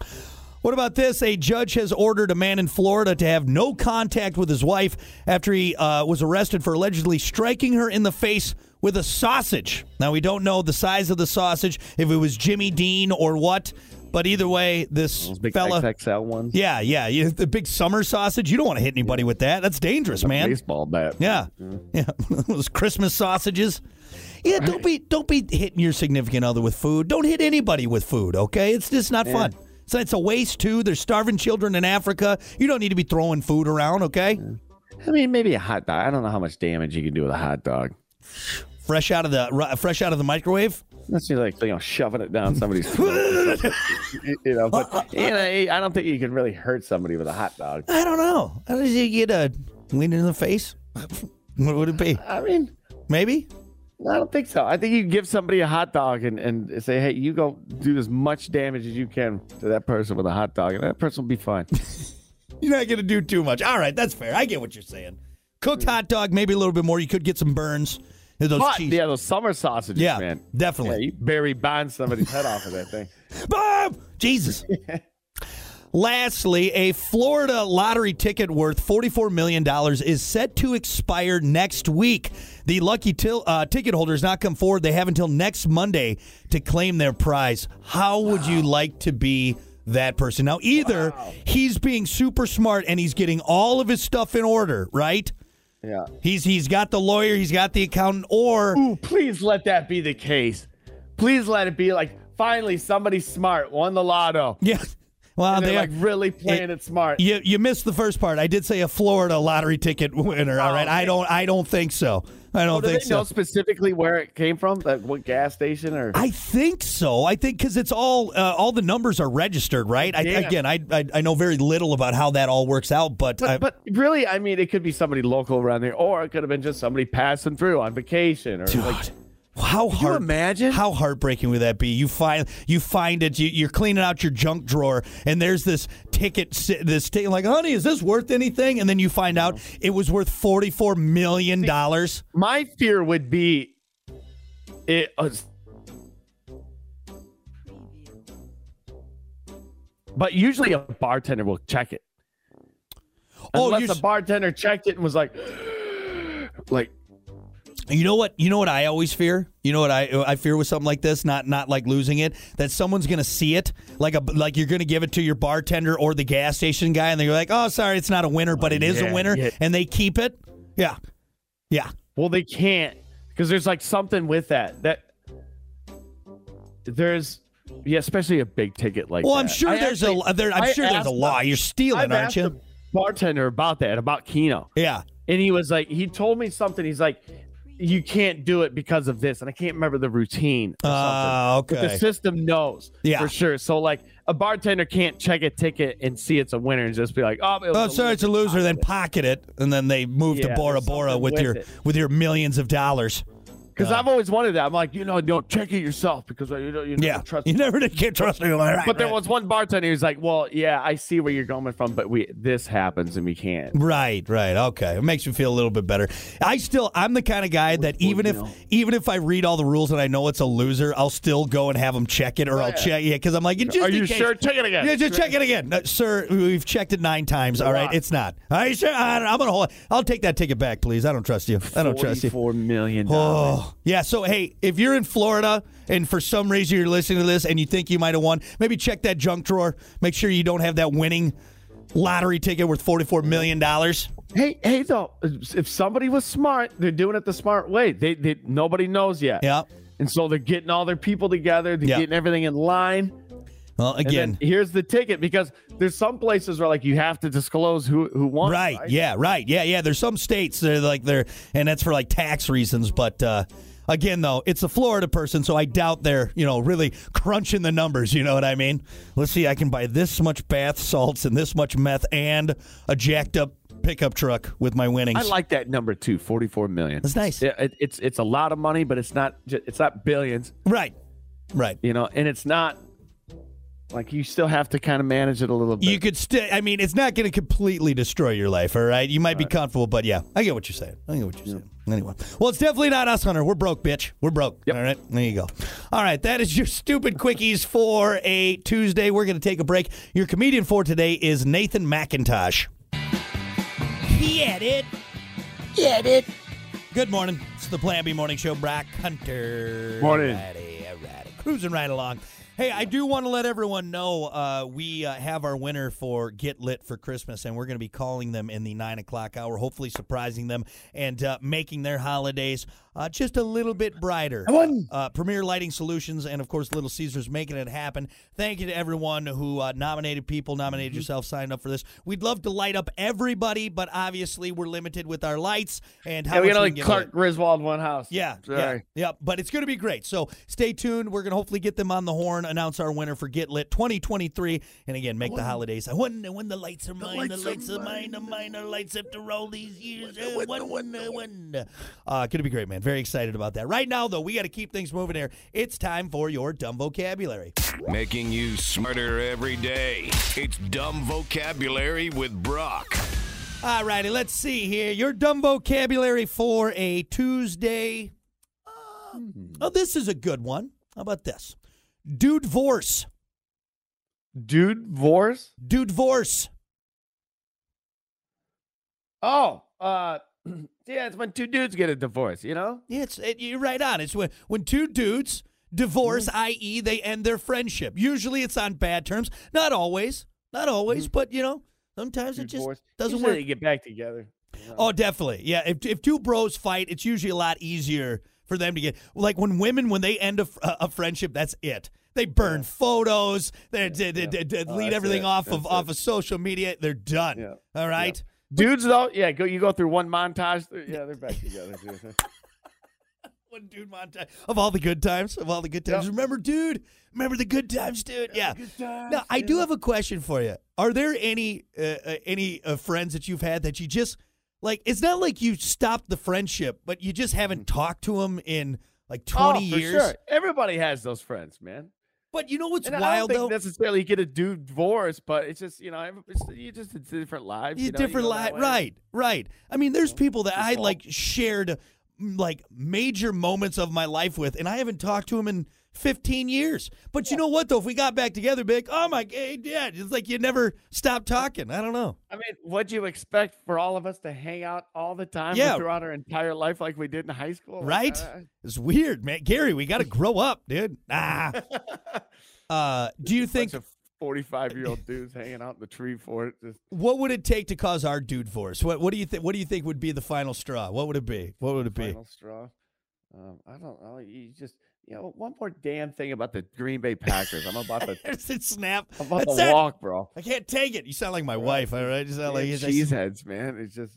Speaker 3: What about this? A judge has ordered a man in Florida to have no contact with his wife after he uh, was arrested for allegedly striking her in the face with a sausage. Now, we don't know the size of the sausage, if it was Jimmy Dean or what, but either way, this
Speaker 4: Those big
Speaker 3: fella.
Speaker 4: XXL ones.
Speaker 3: Yeah, yeah. You, the big summer sausage. You don't want to hit anybody with that. That's dangerous, man.
Speaker 4: Baseball bat.
Speaker 3: Yeah, yeah. Those Christmas sausages. Yeah, don't be don't be hitting your significant other with food. Don't hit anybody with food. Okay, it's just not fun. So it's a waste too. There's starving children in Africa. You don't need to be throwing food around. Okay,
Speaker 4: I mean, maybe a hot dog. I don't know how much damage you can do with a hot dog.
Speaker 3: fresh out of the ru- fresh out of the microwave.
Speaker 4: Unless you're like, you know, shoving it down somebody's throat. or something. you know, but you know, I don't think you can really hurt somebody with a hot dog.
Speaker 3: I don't know. How does you get a lean in the face? what would it be?
Speaker 4: I mean,
Speaker 3: Maybe.
Speaker 4: I don't think so. I think you give somebody a hot dog and, and say, hey, you go do as much damage as you can to that person with a hot dog, and that person will be fine.
Speaker 3: You're not going to do too much. All right, that's fair. I get what you're saying. Cooked hot dog, maybe a little bit more. You could get some burns. Those
Speaker 4: But
Speaker 3: cheese.
Speaker 4: yeah, those summer sausages,
Speaker 3: Yeah,
Speaker 4: man. Yeah,
Speaker 3: definitely.
Speaker 4: you Barry Bonds somebody's head off of that thing.
Speaker 3: Boom! Jesus. Lastly, a Florida lottery ticket worth $44 million is set to expire next week. The lucky til- uh, ticket holders not come forward. They have until next Monday to claim their prize. How would you like to be that person? Now, either he's being super smart and he's getting all of his stuff in order, right?
Speaker 4: Yeah.
Speaker 3: He's he's got the lawyer, he's got the accountant, or
Speaker 4: Ooh, please let that be the case. Please let it be like, finally, somebody smart won the lotto.
Speaker 3: yeah. Well,
Speaker 4: And
Speaker 3: they
Speaker 4: they're
Speaker 3: are,
Speaker 4: like really playing it, smart.
Speaker 3: you you missed the first part. I did say a Florida lottery ticket winner. All right, I don't I don't think so. I don't
Speaker 4: Oh, Do they
Speaker 3: think so.
Speaker 4: know specifically where it came from? Like what gas station or?
Speaker 3: I think so. I think because it's all uh, all the numbers are registered, right? I,
Speaker 4: Yeah.
Speaker 3: again, I, I I know very little about how that all works out, but, I,
Speaker 4: But, but really, I mean, it could be somebody local around there, or it could have been just somebody passing through on vacation, or like
Speaker 3: God. How
Speaker 4: you
Speaker 3: hard,
Speaker 4: imagine?
Speaker 3: How heartbreaking would that be? You find you find it. You, you're cleaning out your junk drawer, and there's this ticket. si- This ticket, like, honey, is this worth anything? And then you find out it was worth forty four million dollars.
Speaker 4: my fear would be it uh, but usually a bartender will check it
Speaker 3: Oh,
Speaker 4: unless
Speaker 3: you
Speaker 4: the
Speaker 3: s-
Speaker 4: bartender checked it and was like like
Speaker 3: You know what? You know what I always fear. You know what I I fear with something like this. Not not like losing it. That someone's gonna see it. Like a like you're gonna give it to your bartender or the gas station guy, and they're like, "Oh, sorry, it's not a winner, but it is
Speaker 4: yeah,
Speaker 3: a winner,"
Speaker 4: yeah.
Speaker 3: and they keep it. Yeah, yeah.
Speaker 4: well they can't because there's like something with that that there's yeah especially a big ticket like
Speaker 3: Well, I'm
Speaker 4: that.
Speaker 3: sure
Speaker 4: I
Speaker 3: there's
Speaker 4: actually-
Speaker 3: a there, I'm
Speaker 4: I
Speaker 3: sure there's a
Speaker 4: asked
Speaker 3: law.
Speaker 4: the-
Speaker 3: You're stealing,
Speaker 4: I've
Speaker 3: aren't
Speaker 4: asked
Speaker 3: you?
Speaker 4: the bartender about that about Keno
Speaker 3: yeah.
Speaker 4: and he was like he told me something he's like you can't do it because of this and i can't remember the routine or
Speaker 3: Ah,
Speaker 4: something. but
Speaker 3: okay.
Speaker 4: the system knows
Speaker 3: Yeah.
Speaker 4: for sure so like a bartender can't check a ticket and see it's a winner and just be like oh, it was
Speaker 3: Oh,
Speaker 4: a
Speaker 3: sorry, it's a loser. Then pocket it, and then they move to
Speaker 4: Yeah,
Speaker 3: Bora
Speaker 4: there's
Speaker 3: Bora
Speaker 4: something
Speaker 3: with,
Speaker 4: with
Speaker 3: your
Speaker 4: it.
Speaker 3: with your millions of dollars.
Speaker 4: because i've always wanted that i'm like you know don't check it yourself because you don't you never
Speaker 3: Yeah,
Speaker 4: trust
Speaker 3: you never did get trust me. Right,
Speaker 4: but there
Speaker 3: right.
Speaker 4: was one bartender who's like well yeah i see where you're going from but we this happens and we can't
Speaker 3: Right, right. Okay. It makes me feel a little bit better. I still I'm the kind of guy that even if even if I read all the rules and I know it's a loser, I'll still go and have them check it or I'll check yeah cuz I'm like just
Speaker 4: are
Speaker 3: in
Speaker 4: you
Speaker 3: case-
Speaker 4: sure check it again
Speaker 3: Yeah, just check it again. No, sir, we've checked it 9 times. All right, it's not. Are you sure? I don't, I'm going to hold I'll take that ticket back, please. I don't trust you. I don't trust you.
Speaker 4: Forty-four million dollars.
Speaker 3: Oh,
Speaker 10: Wow.
Speaker 3: Yeah, so hey, if you're in Florida and for some reason you're listening to this and you think you might have won, maybe check that junk drawer. Make sure you don't have that winning lottery ticket worth $44 million.
Speaker 4: Hey, hey, though, if somebody was smart, they're doing it the smart way. They, they nobody knows yet.
Speaker 3: Yeah.
Speaker 4: And so they're getting all their people together. They're
Speaker 3: Yeah.
Speaker 4: getting everything in line.
Speaker 3: Well,
Speaker 4: And
Speaker 3: again,
Speaker 4: then here's the ticket because there's some places where like you have to disclose who who won.
Speaker 3: right, yeah, right. Yeah, yeah, there's some states that are like they're and that's for like tax reasons, but uh Again, though, it's a Florida person, so I doubt they're, you know, really crunching the numbers. You know what I mean? Let's see, I can buy this much bath salts and this much meth and a jacked up pickup truck with my winnings.
Speaker 4: I like that number too, 44 million.
Speaker 3: That's nice.
Speaker 4: Yeah, it, it's it's a lot of money, but it's not ju- it's not billions,
Speaker 3: right, right.
Speaker 4: you know, and it's not like you still have to kind of manage it a little bit.
Speaker 3: You could still. I mean, it's not going to completely destroy your life. All right, you might be comfortable, but yeah, I get what you're saying. I get what you're saying. Anyway, well, it's definitely not us, Hunter. We're broke, bitch. We're broke. All right, there you go. All right, that is your stupid quickies for a Tuesday. We're going to take a break. Your comedian for today is Nathan McIntosh. He had it. Get it. Good morning. It's the Plan B Morning Show. Brock Hunter.
Speaker 4: Morning.
Speaker 3: Alrighty, alrighty. Cruising right along. Hey, I do want to let everyone know uh, we uh, have our winner for Get Lit for Christmas, and we're going to be calling them in the 9 o'clock hour, hopefully surprising them and uh, making their holidays uh, just a little bit brighter. Uh, Premier Lighting Solutions and, of course, Little Caesars making it happen. Thank you to everyone who uh, nominated people, nominated
Speaker 4: Mm-hmm.
Speaker 3: yourself, signed up for this. We'd love to light up everybody, but obviously we're limited with our lights and how
Speaker 4: yeah, we
Speaker 3: much
Speaker 4: got
Speaker 3: can
Speaker 4: like
Speaker 3: give away.
Speaker 4: Clark Griswold one house.
Speaker 3: Yeah,
Speaker 4: Sorry.
Speaker 3: yeah, yeah. But it's going to be great. So stay tuned. We're going to hopefully get them on the horn, announce our winner for Get Lit 2023, and again make the holidays. I won, I won the lights are mine. The lights, are mine. The mine are lights after all these years. I won, I won, I won. Uh, going to be great, man. Very excited about that. Right now, though, we got to keep things moving here. It's time for your dumb vocabulary.
Speaker 6: Making you smarter every day. It's Dumb Vocabulary with Brock.
Speaker 3: All righty, let's see here. Your dumb vocabulary for a Tuesday. Uh, oh, this is a good one. How about this? Dude, divorce.
Speaker 4: Dude Vorse.
Speaker 3: Dude, divorce.
Speaker 4: Oh, uh yeah, it's when two dudes get a divorce, you know?
Speaker 3: Yeah, it's it, you're right on. It's when when two dudes divorce,
Speaker 4: Mm-hmm.
Speaker 3: i.e., they end their friendship. Usually, it's on bad terms. Not always, not always, but you know, sometimes it just
Speaker 4: Divorce.
Speaker 3: doesn't
Speaker 4: Mm-hmm. Usually
Speaker 3: work.
Speaker 4: They get back together.
Speaker 3: Oh, definitely. Yeah, if if two bros fight, it's usually a lot easier for them to get. Like when women, when they end a, fr- a friendship, that's it. They burn photos. They they, they, they- they delete
Speaker 4: Oh, that's
Speaker 3: everything
Speaker 4: it.
Speaker 3: off of
Speaker 4: That's
Speaker 3: off of social media. They're done.
Speaker 4: Yeah.
Speaker 3: All right.
Speaker 4: Dudes though, yeah, go you go through one montage. they're- Yeah, they're back together. dude.
Speaker 3: One dude montage of all the good times, of all the good times.
Speaker 4: Yep.
Speaker 3: Remember, dude. Remember the good times, dude. Yeah. now I do have a question for you. Are there any uh, uh, any uh, friends that you've had that you just like? It's not like you stopped the friendship, but you just haven't talked to them in like twenty
Speaker 4: Hmm. oh, for
Speaker 3: years.
Speaker 4: Sure. Everybody has those friends, man.
Speaker 3: But you know what's
Speaker 4: And I don't
Speaker 3: wild
Speaker 4: think
Speaker 3: though?
Speaker 4: necessarily you get a dude divorce, but it's just you know every- it's, you just it's different lives.
Speaker 3: You
Speaker 4: you know, you
Speaker 3: different
Speaker 4: go that
Speaker 3: li-
Speaker 4: way.
Speaker 3: right, right. I mean, there's people that I
Speaker 4: all-
Speaker 3: like shared mm, like major moments of my life with, and I haven't talked to them in 15 years. But you know what though? If we got back together, be like, oh my god, yeah, it's like you never stop talking. I don't know.
Speaker 4: I mean, what'd you expect for all of us to hang out all the time
Speaker 3: Yeah.
Speaker 4: throughout our entire life like we did in high school? Like, uh,
Speaker 3: Right?
Speaker 4: I-
Speaker 3: It's weird, man. Gary, we got to grow up, dude. Ah. Uh, do you think
Speaker 4: bunch of forty-five year old dudes hanging out in the tree fort. Just,
Speaker 3: what would it take to cause our dude divorce? What What do you think? What do you think would be the final straw? What would it be? What would it be?
Speaker 4: Final straw. Um, I don't know. You just you know one more damn thing about the Green Bay Packers. I'm about to
Speaker 3: It's a snap.
Speaker 4: I'm about
Speaker 3: That's
Speaker 4: to
Speaker 3: it.
Speaker 4: walk, bro.
Speaker 3: I can't take it. You sound like my wife, all right? You sound like
Speaker 4: Damn
Speaker 3: you
Speaker 4: cheeseheads, man. It's just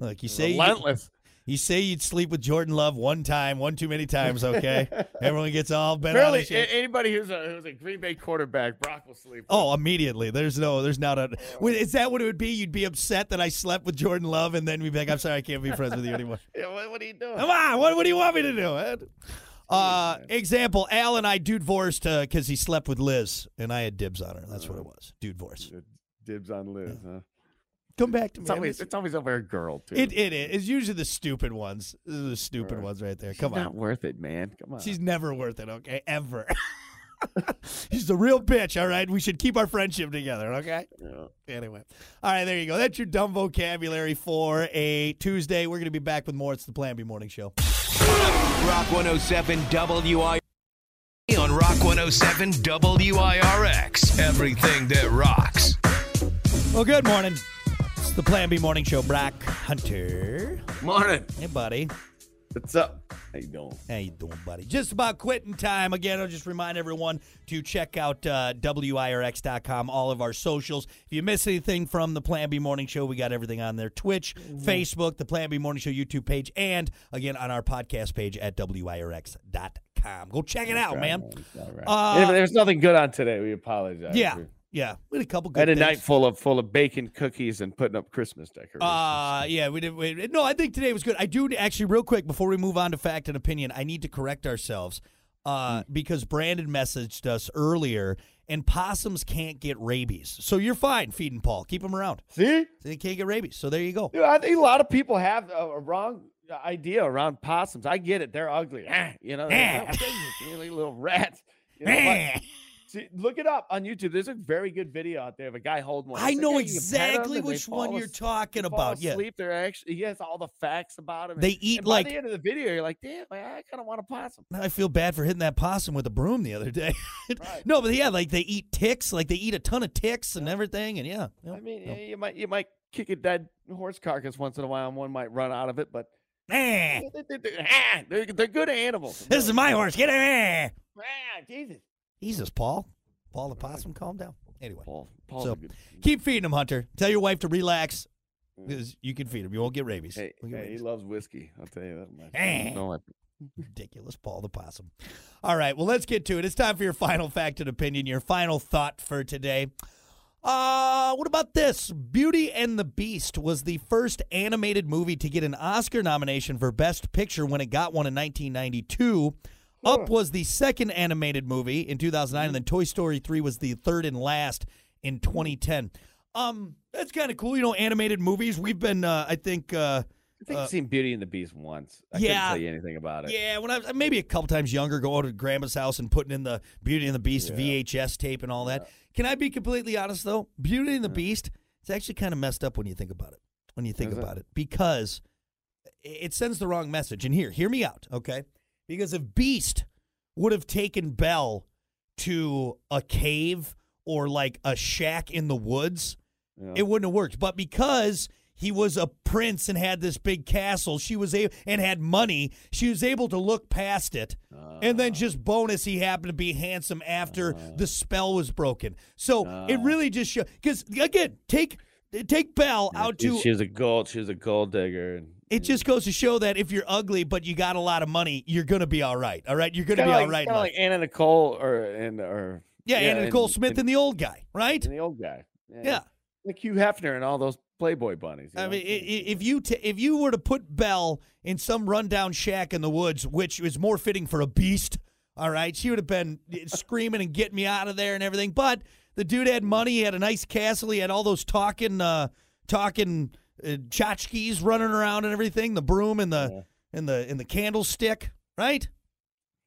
Speaker 3: Look, you say you,
Speaker 4: relentless.
Speaker 3: you say you'd sleep with Jordan Love one time, one too many times, okay? Everyone gets all bent out
Speaker 4: Barely
Speaker 3: of shape.
Speaker 4: a- anybody who's a who's a Green Bay quarterback, Brock will sleep.
Speaker 3: Oh, immediately. There's no, there's not a. Wait, Is that what it would be? You'd be upset that I slept with Jordan Love, and then we'd be like, "I'm sorry, I can't be friends with you anymore."
Speaker 4: Yeah, what, what are you doing?
Speaker 3: Come on, what, what do you want me to do? man? Uh, example: Al and I dude divorced because he slept with Liz, and I had dibs on her. That's what it was. Dude divorce.
Speaker 4: Dibs on Liz. Huh?
Speaker 3: Come back to me.
Speaker 4: It's
Speaker 3: I
Speaker 4: always
Speaker 3: miss you.
Speaker 4: it's always over a girl too.
Speaker 3: It, it is. It's usually the stupid ones. This is the stupid ones right there. Come
Speaker 4: It's
Speaker 3: on.
Speaker 4: not worth it, man. Come on.
Speaker 3: She's never worth it, okay? Ever. She's the real bitch, all right? We should keep our friendship together, okay? Anyway. All right, there you go. That's your dumb vocabulary for a Tuesday. We're going to be back with more. It's the Plan B Morning Show.
Speaker 6: Rock 107 WIR on Rock 107 WIRX. Everything that rocks.
Speaker 3: Well, good morning. It's the Plan B Morning Show. Brock Hunter.
Speaker 4: Morning.
Speaker 3: Hey, buddy.
Speaker 4: What's up? How you doing?
Speaker 3: How you doing, buddy? Just about quitting time. Again, I'll just remind everyone to check out uh, WIRX.com, all of our socials. If you miss anything from the Plan B Morning Show, we got everything on there. Twitch,
Speaker 4: Mm-hmm.
Speaker 3: Facebook, the Plan B Morning Show YouTube page, and again on our podcast page at WIRX.com. Go check it out, man.
Speaker 4: All right.
Speaker 3: Uh,
Speaker 4: And if there's nothing good on today, we apologize.
Speaker 3: Yeah,
Speaker 4: We
Speaker 3: yeah. We had a couple good
Speaker 4: had a
Speaker 3: things.
Speaker 4: night full of full of bacon cookies and putting up Christmas decorations.
Speaker 3: Uh, yeah, we did. We, no, I think today was good. I do actually, real quick, before we move on to fact and opinion, I need to correct ourselves uh, because Brandon messaged us earlier, and possums can't get rabies. So you're fine feeding Paul. Keep him around.
Speaker 4: See,
Speaker 3: They can't get rabies. So there you go.
Speaker 4: Dude, I think a lot of people have a, a wrong idea around possums. I get it; they're ugly. Ah, you know, they're like, "Ah, really little rats. You know, but-
Speaker 3: Eh.
Speaker 4: see, look it up on YouTube. There's a very good video out there of a guy holding one.
Speaker 3: I
Speaker 4: It's like,
Speaker 3: know
Speaker 4: yeah, you can pet 'em
Speaker 3: exactly
Speaker 4: and they
Speaker 3: which one
Speaker 4: fall
Speaker 3: you're
Speaker 4: asleep-
Speaker 3: talking
Speaker 4: they fall
Speaker 3: about. Yeah.
Speaker 4: asleep. They're actually he has all the facts about them.
Speaker 3: They eat
Speaker 4: and
Speaker 3: like-
Speaker 4: by the end of the video, you're like, damn, man, I kind of want a possum.
Speaker 3: Now I feel bad for hitting that possum with a broom the other day.
Speaker 4: Right.
Speaker 3: no, but yeah, like they eat ticks, like they eat a ton of ticks and everything, and yeah.
Speaker 4: I mean, yeah, you might you might kick a dead horse carcass once in a while, and one might run out of it, but
Speaker 3: Eh.
Speaker 4: they- they- they- ah, they're, they're good animals.
Speaker 3: This is my horse. Get him. Eh.
Speaker 4: Ah, Jesus.
Speaker 3: Jesus, Paul. Paul the possum, calm down. Anyway,
Speaker 4: Paul, Paul's
Speaker 3: So-
Speaker 4: a good.
Speaker 3: keep feeding him, Hunter. Tell your wife to relax because you can feed him. You won't get rabies.
Speaker 4: Mm. Hey,
Speaker 3: Won't get
Speaker 4: hey, he
Speaker 3: rabies.
Speaker 4: loves whiskey. I'll tell you that much.
Speaker 3: Eh.
Speaker 4: No, I-
Speaker 3: Ridiculous, Paul the possum. All right, well, let's get to it. It's time for your final fact and opinion, your final thought for today. Uh, what about this? Beauty and the Beast was the first animated movie to get an Oscar nomination for Best Picture when it got one in 1992. Up was the second animated movie in 2009, and then Toy Story 3 was the third and last in 2010. Um, that's kind of cool. You know, animated movies. We've been, uh, I think, uh,
Speaker 4: I think I've seen Beauty and the Beast once. I
Speaker 3: yeah.
Speaker 4: couldn't tell you anything about it.
Speaker 3: Yeah, when I was maybe a couple times younger, going to grandma's house and putting in the Beauty and the Beast VHS tape and all that. Can I be completely honest though? Beauty and the Beast, it's actually kind of messed up when you think about it. When you think
Speaker 4: Is it?
Speaker 3: about it, because it- it sends the wrong message. And here, hear me out, okay? Because if Beast would have taken Belle to a cave or like a shack in the woods,
Speaker 4: Yeah.
Speaker 3: it wouldn't have worked. But because he was a prince and had this big castle, she was able and had money. She was able to look past it, and then just bonus, he happened to be handsome after the spell was broken. So it really just shows. Because again, take take Belle out
Speaker 4: She-
Speaker 3: to
Speaker 4: She was a gold. She was a gold digger. And
Speaker 3: it just goes to show that if you're ugly but you got a lot of money, you're gonna be all right. All right, you're gonna
Speaker 4: Kinda
Speaker 3: be
Speaker 4: like,
Speaker 3: all right. in
Speaker 4: kinda
Speaker 3: life.
Speaker 4: like Anna Nicole or and or
Speaker 3: yeah, and Nicole Smith and,
Speaker 4: and,
Speaker 3: the old guy, right?
Speaker 4: and the old guy.
Speaker 3: yeah.
Speaker 4: like Hugh Hefner and all those Playboy bunnies. you
Speaker 3: I
Speaker 4: know?
Speaker 3: mean, i- i- if you t- if you were to put Belle in some rundown shack in the woods, which is more fitting for a beast, all right, she would have been screaming and getting me out of there and everything. But the dude had money, he had a nice castle, he had all those talking, uh, talking uh, tchotchkes running around and everything, the broom and the and the and the candlestick, right?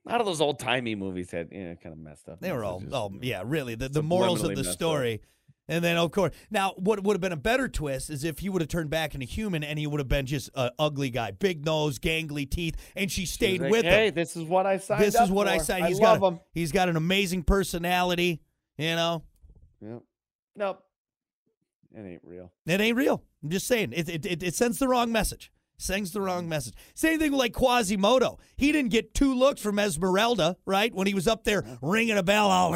Speaker 4: a lot of those old timey movies had you know, kind of messed up.
Speaker 3: They were all,
Speaker 4: messages,
Speaker 3: oh
Speaker 4: you know.
Speaker 3: yeah, really the, the morals of
Speaker 4: subliminally
Speaker 3: the
Speaker 4: messed up.
Speaker 3: story. And then of course, now what would have been a better twist is if he would have turned back into human and he would have been just an ugly guy, big nose, gangly teeth, and she
Speaker 4: She was
Speaker 3: stayed
Speaker 4: like,
Speaker 3: with
Speaker 4: Hey,
Speaker 3: him.
Speaker 4: this is what I signed.
Speaker 3: This
Speaker 4: up
Speaker 3: is what I
Speaker 4: for.
Speaker 3: said. He's
Speaker 4: I
Speaker 3: got
Speaker 4: love
Speaker 3: a, he's got an amazing personality. You know,
Speaker 4: 'em. Yep. Nope. It ain't real.
Speaker 3: it ain't real. I'm just saying, it it, it, it sends the wrong message. Sends the wrong message. Same thing with like Quasimodo. He didn't get two looks from Esmeralda, right? When he was up there
Speaker 4: Uh-huh.
Speaker 3: ringing a bell, all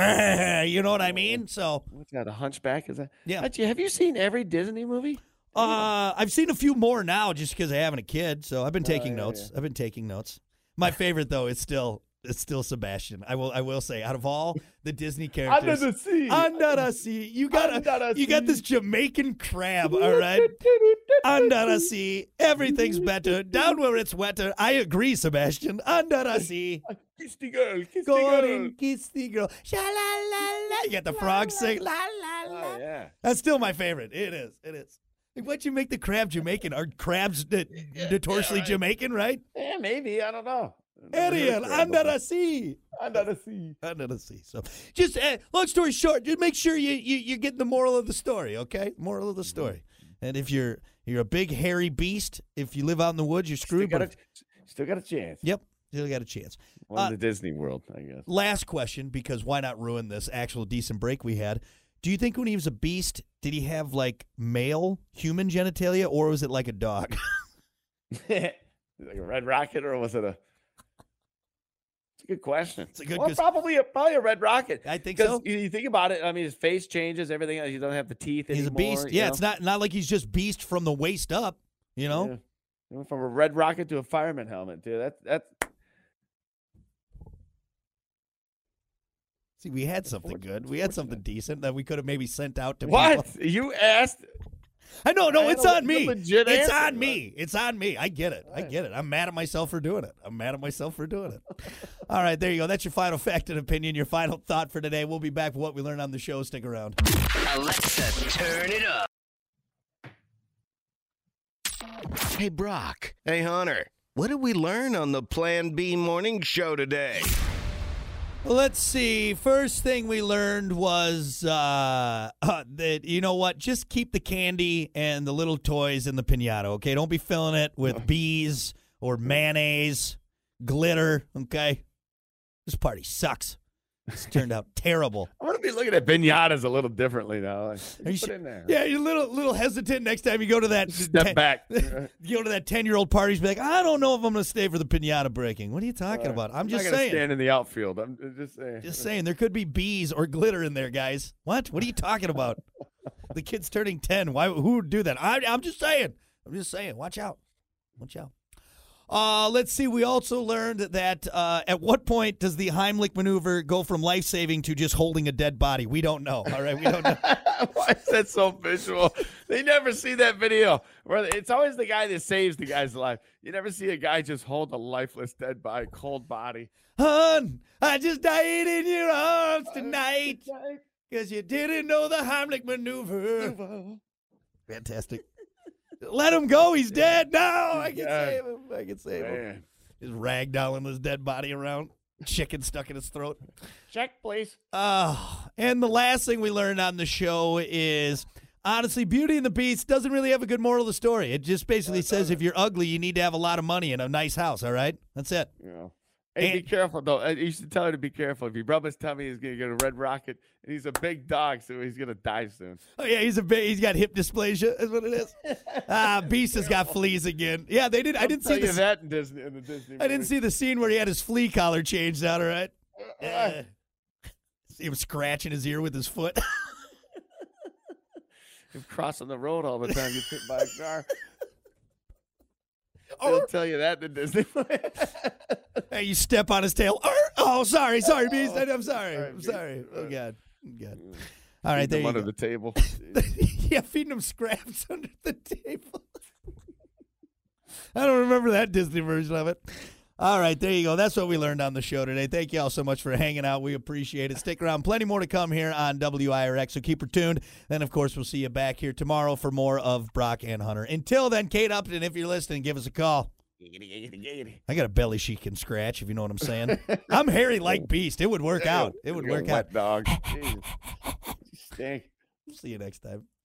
Speaker 3: you know what I mean. So
Speaker 4: What's that? A hunchback? Is that?
Speaker 3: Yeah.
Speaker 4: How'd you- Have you seen every Disney movie?
Speaker 3: Uh, I've seen a few more now just because I haven't a kid, so
Speaker 4: Oh,
Speaker 3: I've been taking notes. I've been taking notes. My favorite though is still it's still Sebastian. I will I will say out of all the Disney characters,
Speaker 4: Under the sea.
Speaker 3: under the sea, you got
Speaker 4: Under
Speaker 3: a,
Speaker 4: the
Speaker 3: you got
Speaker 4: sea.
Speaker 3: this Jamaican crab, all right, under the sea, everything's better down where it's wetter. I agree, Sebastian. Under the sea,
Speaker 4: Kiss the girl. Kiss the
Speaker 3: go
Speaker 4: girl.
Speaker 3: and kiss the girl. Sha la la la. You got the frog sing. La la la.
Speaker 4: Oh, yeah.
Speaker 3: That's still my favorite. It is. It is. Like, Why'd you make the crab Jamaican? Are crabs n- notoriously Jamaican, right?
Speaker 4: Yeah, maybe. I don't know. I've never heard
Speaker 3: Ariel,
Speaker 4: of it
Speaker 3: under
Speaker 4: before.
Speaker 3: the sea.
Speaker 4: under the sea.
Speaker 3: Under the sea. So, just uh, long story short, just make sure you, you you're getting the moral of the story, okay? Moral
Speaker 4: Mm-hmm.
Speaker 3: of the story. And if you're you're a big hairy beast, if you live out in the woods, you're
Speaker 4: Still
Speaker 3: screwed.
Speaker 4: got,
Speaker 3: But
Speaker 4: a, still got a chance.
Speaker 3: yep, Still got a chance.
Speaker 4: One
Speaker 3: Uh,
Speaker 4: to Disney World, I guess.
Speaker 3: Last question, because why not ruin this actual decent break we had? Do you think when he was a beast, did he have like male human genitalia, or was it like a dog?
Speaker 4: like a red rocket, or was it a? It's a good question. It's
Speaker 3: a good
Speaker 4: well,
Speaker 3: gus-
Speaker 4: probably a probably a red rocket.
Speaker 3: I think
Speaker 4: 'Cause
Speaker 3: so.
Speaker 4: You, you think about it. I mean, his face changes. Everything. else, He doesn't have the teeth
Speaker 3: He's a
Speaker 4: anymore.
Speaker 3: beast. Yeah, it's not not like he's just beast from the waist up. You know,
Speaker 4: Went from a red rocket to a fireman helmet, dude. That that
Speaker 3: see, we had something good. We had something decent that we could have maybe sent out to people.
Speaker 4: what you asked?
Speaker 3: I know, no,
Speaker 4: I had
Speaker 3: it's
Speaker 4: a
Speaker 3: on me.
Speaker 4: legit
Speaker 3: It's
Speaker 4: answer,
Speaker 3: on me. It's on me. I get it. I get it. I'm mad at myself for doing it. I'm mad at myself for doing it. All right, there you go. That's your final fact and opinion, your final thought for today. We'll be back with what we learned on the show. Stick around.
Speaker 10: Alexa, turn it up.
Speaker 6: Hey, Brock. Hey, Hunter. What did we learn on the Plan B morning show today?
Speaker 3: Well, let's see. First thing we learned was uh, that you know what? Just keep the candy and the little toys in the pinata. Okay, don't be filling it with bees or mayonnaise, glitter. Okay, this party sucks. This turned out terrible.
Speaker 4: I'm gonna be looking at binatas a little differently now. Like,
Speaker 3: Are you
Speaker 4: put
Speaker 3: su-
Speaker 4: in there.
Speaker 3: Yeah, you're a little little hesitant next time you go to that
Speaker 4: Step
Speaker 3: ten-
Speaker 4: back.
Speaker 3: You go to that ten year old party, you be like, I don't know if I'm going to stay for the pinata breaking. What are you talking about? I'm,
Speaker 4: Uh, not
Speaker 3: just
Speaker 4: gonna
Speaker 3: saying.
Speaker 4: Stand in the outfield. I'm I'm just saying.
Speaker 3: Just saying, there could be bees or glitter in there, guys. What? What are you talking about? the kid's turning ten. Why? Who would do that? I, I'm just saying. I'm just saying. Watch out. Watch out. Uh, let's see. We also learned that uh, at what point does the Heimlich maneuver go from life saving to just holding a dead body? We don't know. All right, we don't know.
Speaker 4: Why is that so visual? They never see that video. Where it's always the guy that saves the guy's life. You never see a guy just hold a lifeless dead body, cold body.
Speaker 3: Hun, I just died in your arms tonight because you didn't know the Heimlich maneuver. Fantastic. Let him go. He's dead. No, I can
Speaker 4: Yeah.
Speaker 3: save him. I can save him.
Speaker 4: Man.
Speaker 3: Just ragdolling his dead body around. Chicken stuck in his throat.
Speaker 4: Check, please.
Speaker 3: Uh, and the last thing we learned on the show is honestly, Beauty and the Beast doesn't really have a good moral of the story. It just basically says if you're ugly, you need to have a lot of money and a nice house. All right, that's it.
Speaker 4: You know. Hey, be
Speaker 3: And-
Speaker 4: careful though. Uh, You should tell her to be careful. If you rub his tummy, he's gonna get a red rocket, and he's a big dog, so he's gonna die soon.
Speaker 3: Oh yeah, he's a ba- he's got hip dysplasia. Is what it is. Ah, Beast has got fleas again. Yeah, they did. I didn't
Speaker 4: Tell
Speaker 3: see
Speaker 4: you
Speaker 3: the
Speaker 4: that in Disney in the Disney.
Speaker 3: I didn't see the scene where he had his flea collar changed out. All right. Uh, see him scratching his ear with his foot.
Speaker 4: him crossing the road all the time. Gets hit by a car. I'll tell you that in Disney.
Speaker 3: Hey, you step on his tail. Arr! Oh, sorry, sorry, Beast. I- I'm sorry.
Speaker 4: Sorry,
Speaker 3: I'm
Speaker 4: Oh. Beast.
Speaker 3: sorry. Oh God. Oh, God. All right, there
Speaker 4: Him
Speaker 3: you
Speaker 4: under
Speaker 3: go.
Speaker 4: the table.
Speaker 3: yeah, feeding him scraps under the table. I don't remember that Disney version of it. All right, there you go. That's what we learned on the show today. Thank you all so much for hanging out. We appreciate it. Stick around. Plenty more to come here on WIRX, so keep her tuned. Then, of course, we'll see you back here tomorrow for more of Brock and Hunter. Until then, Kate Upton, if you're listening, give us a call. I got a belly she can scratch, if you know what I'm saying. I'm hairy like Beast. It would work out. It would
Speaker 4: You're a
Speaker 3: work out.
Speaker 4: Wet dog. Jesus. You Stink.
Speaker 3: See you next time.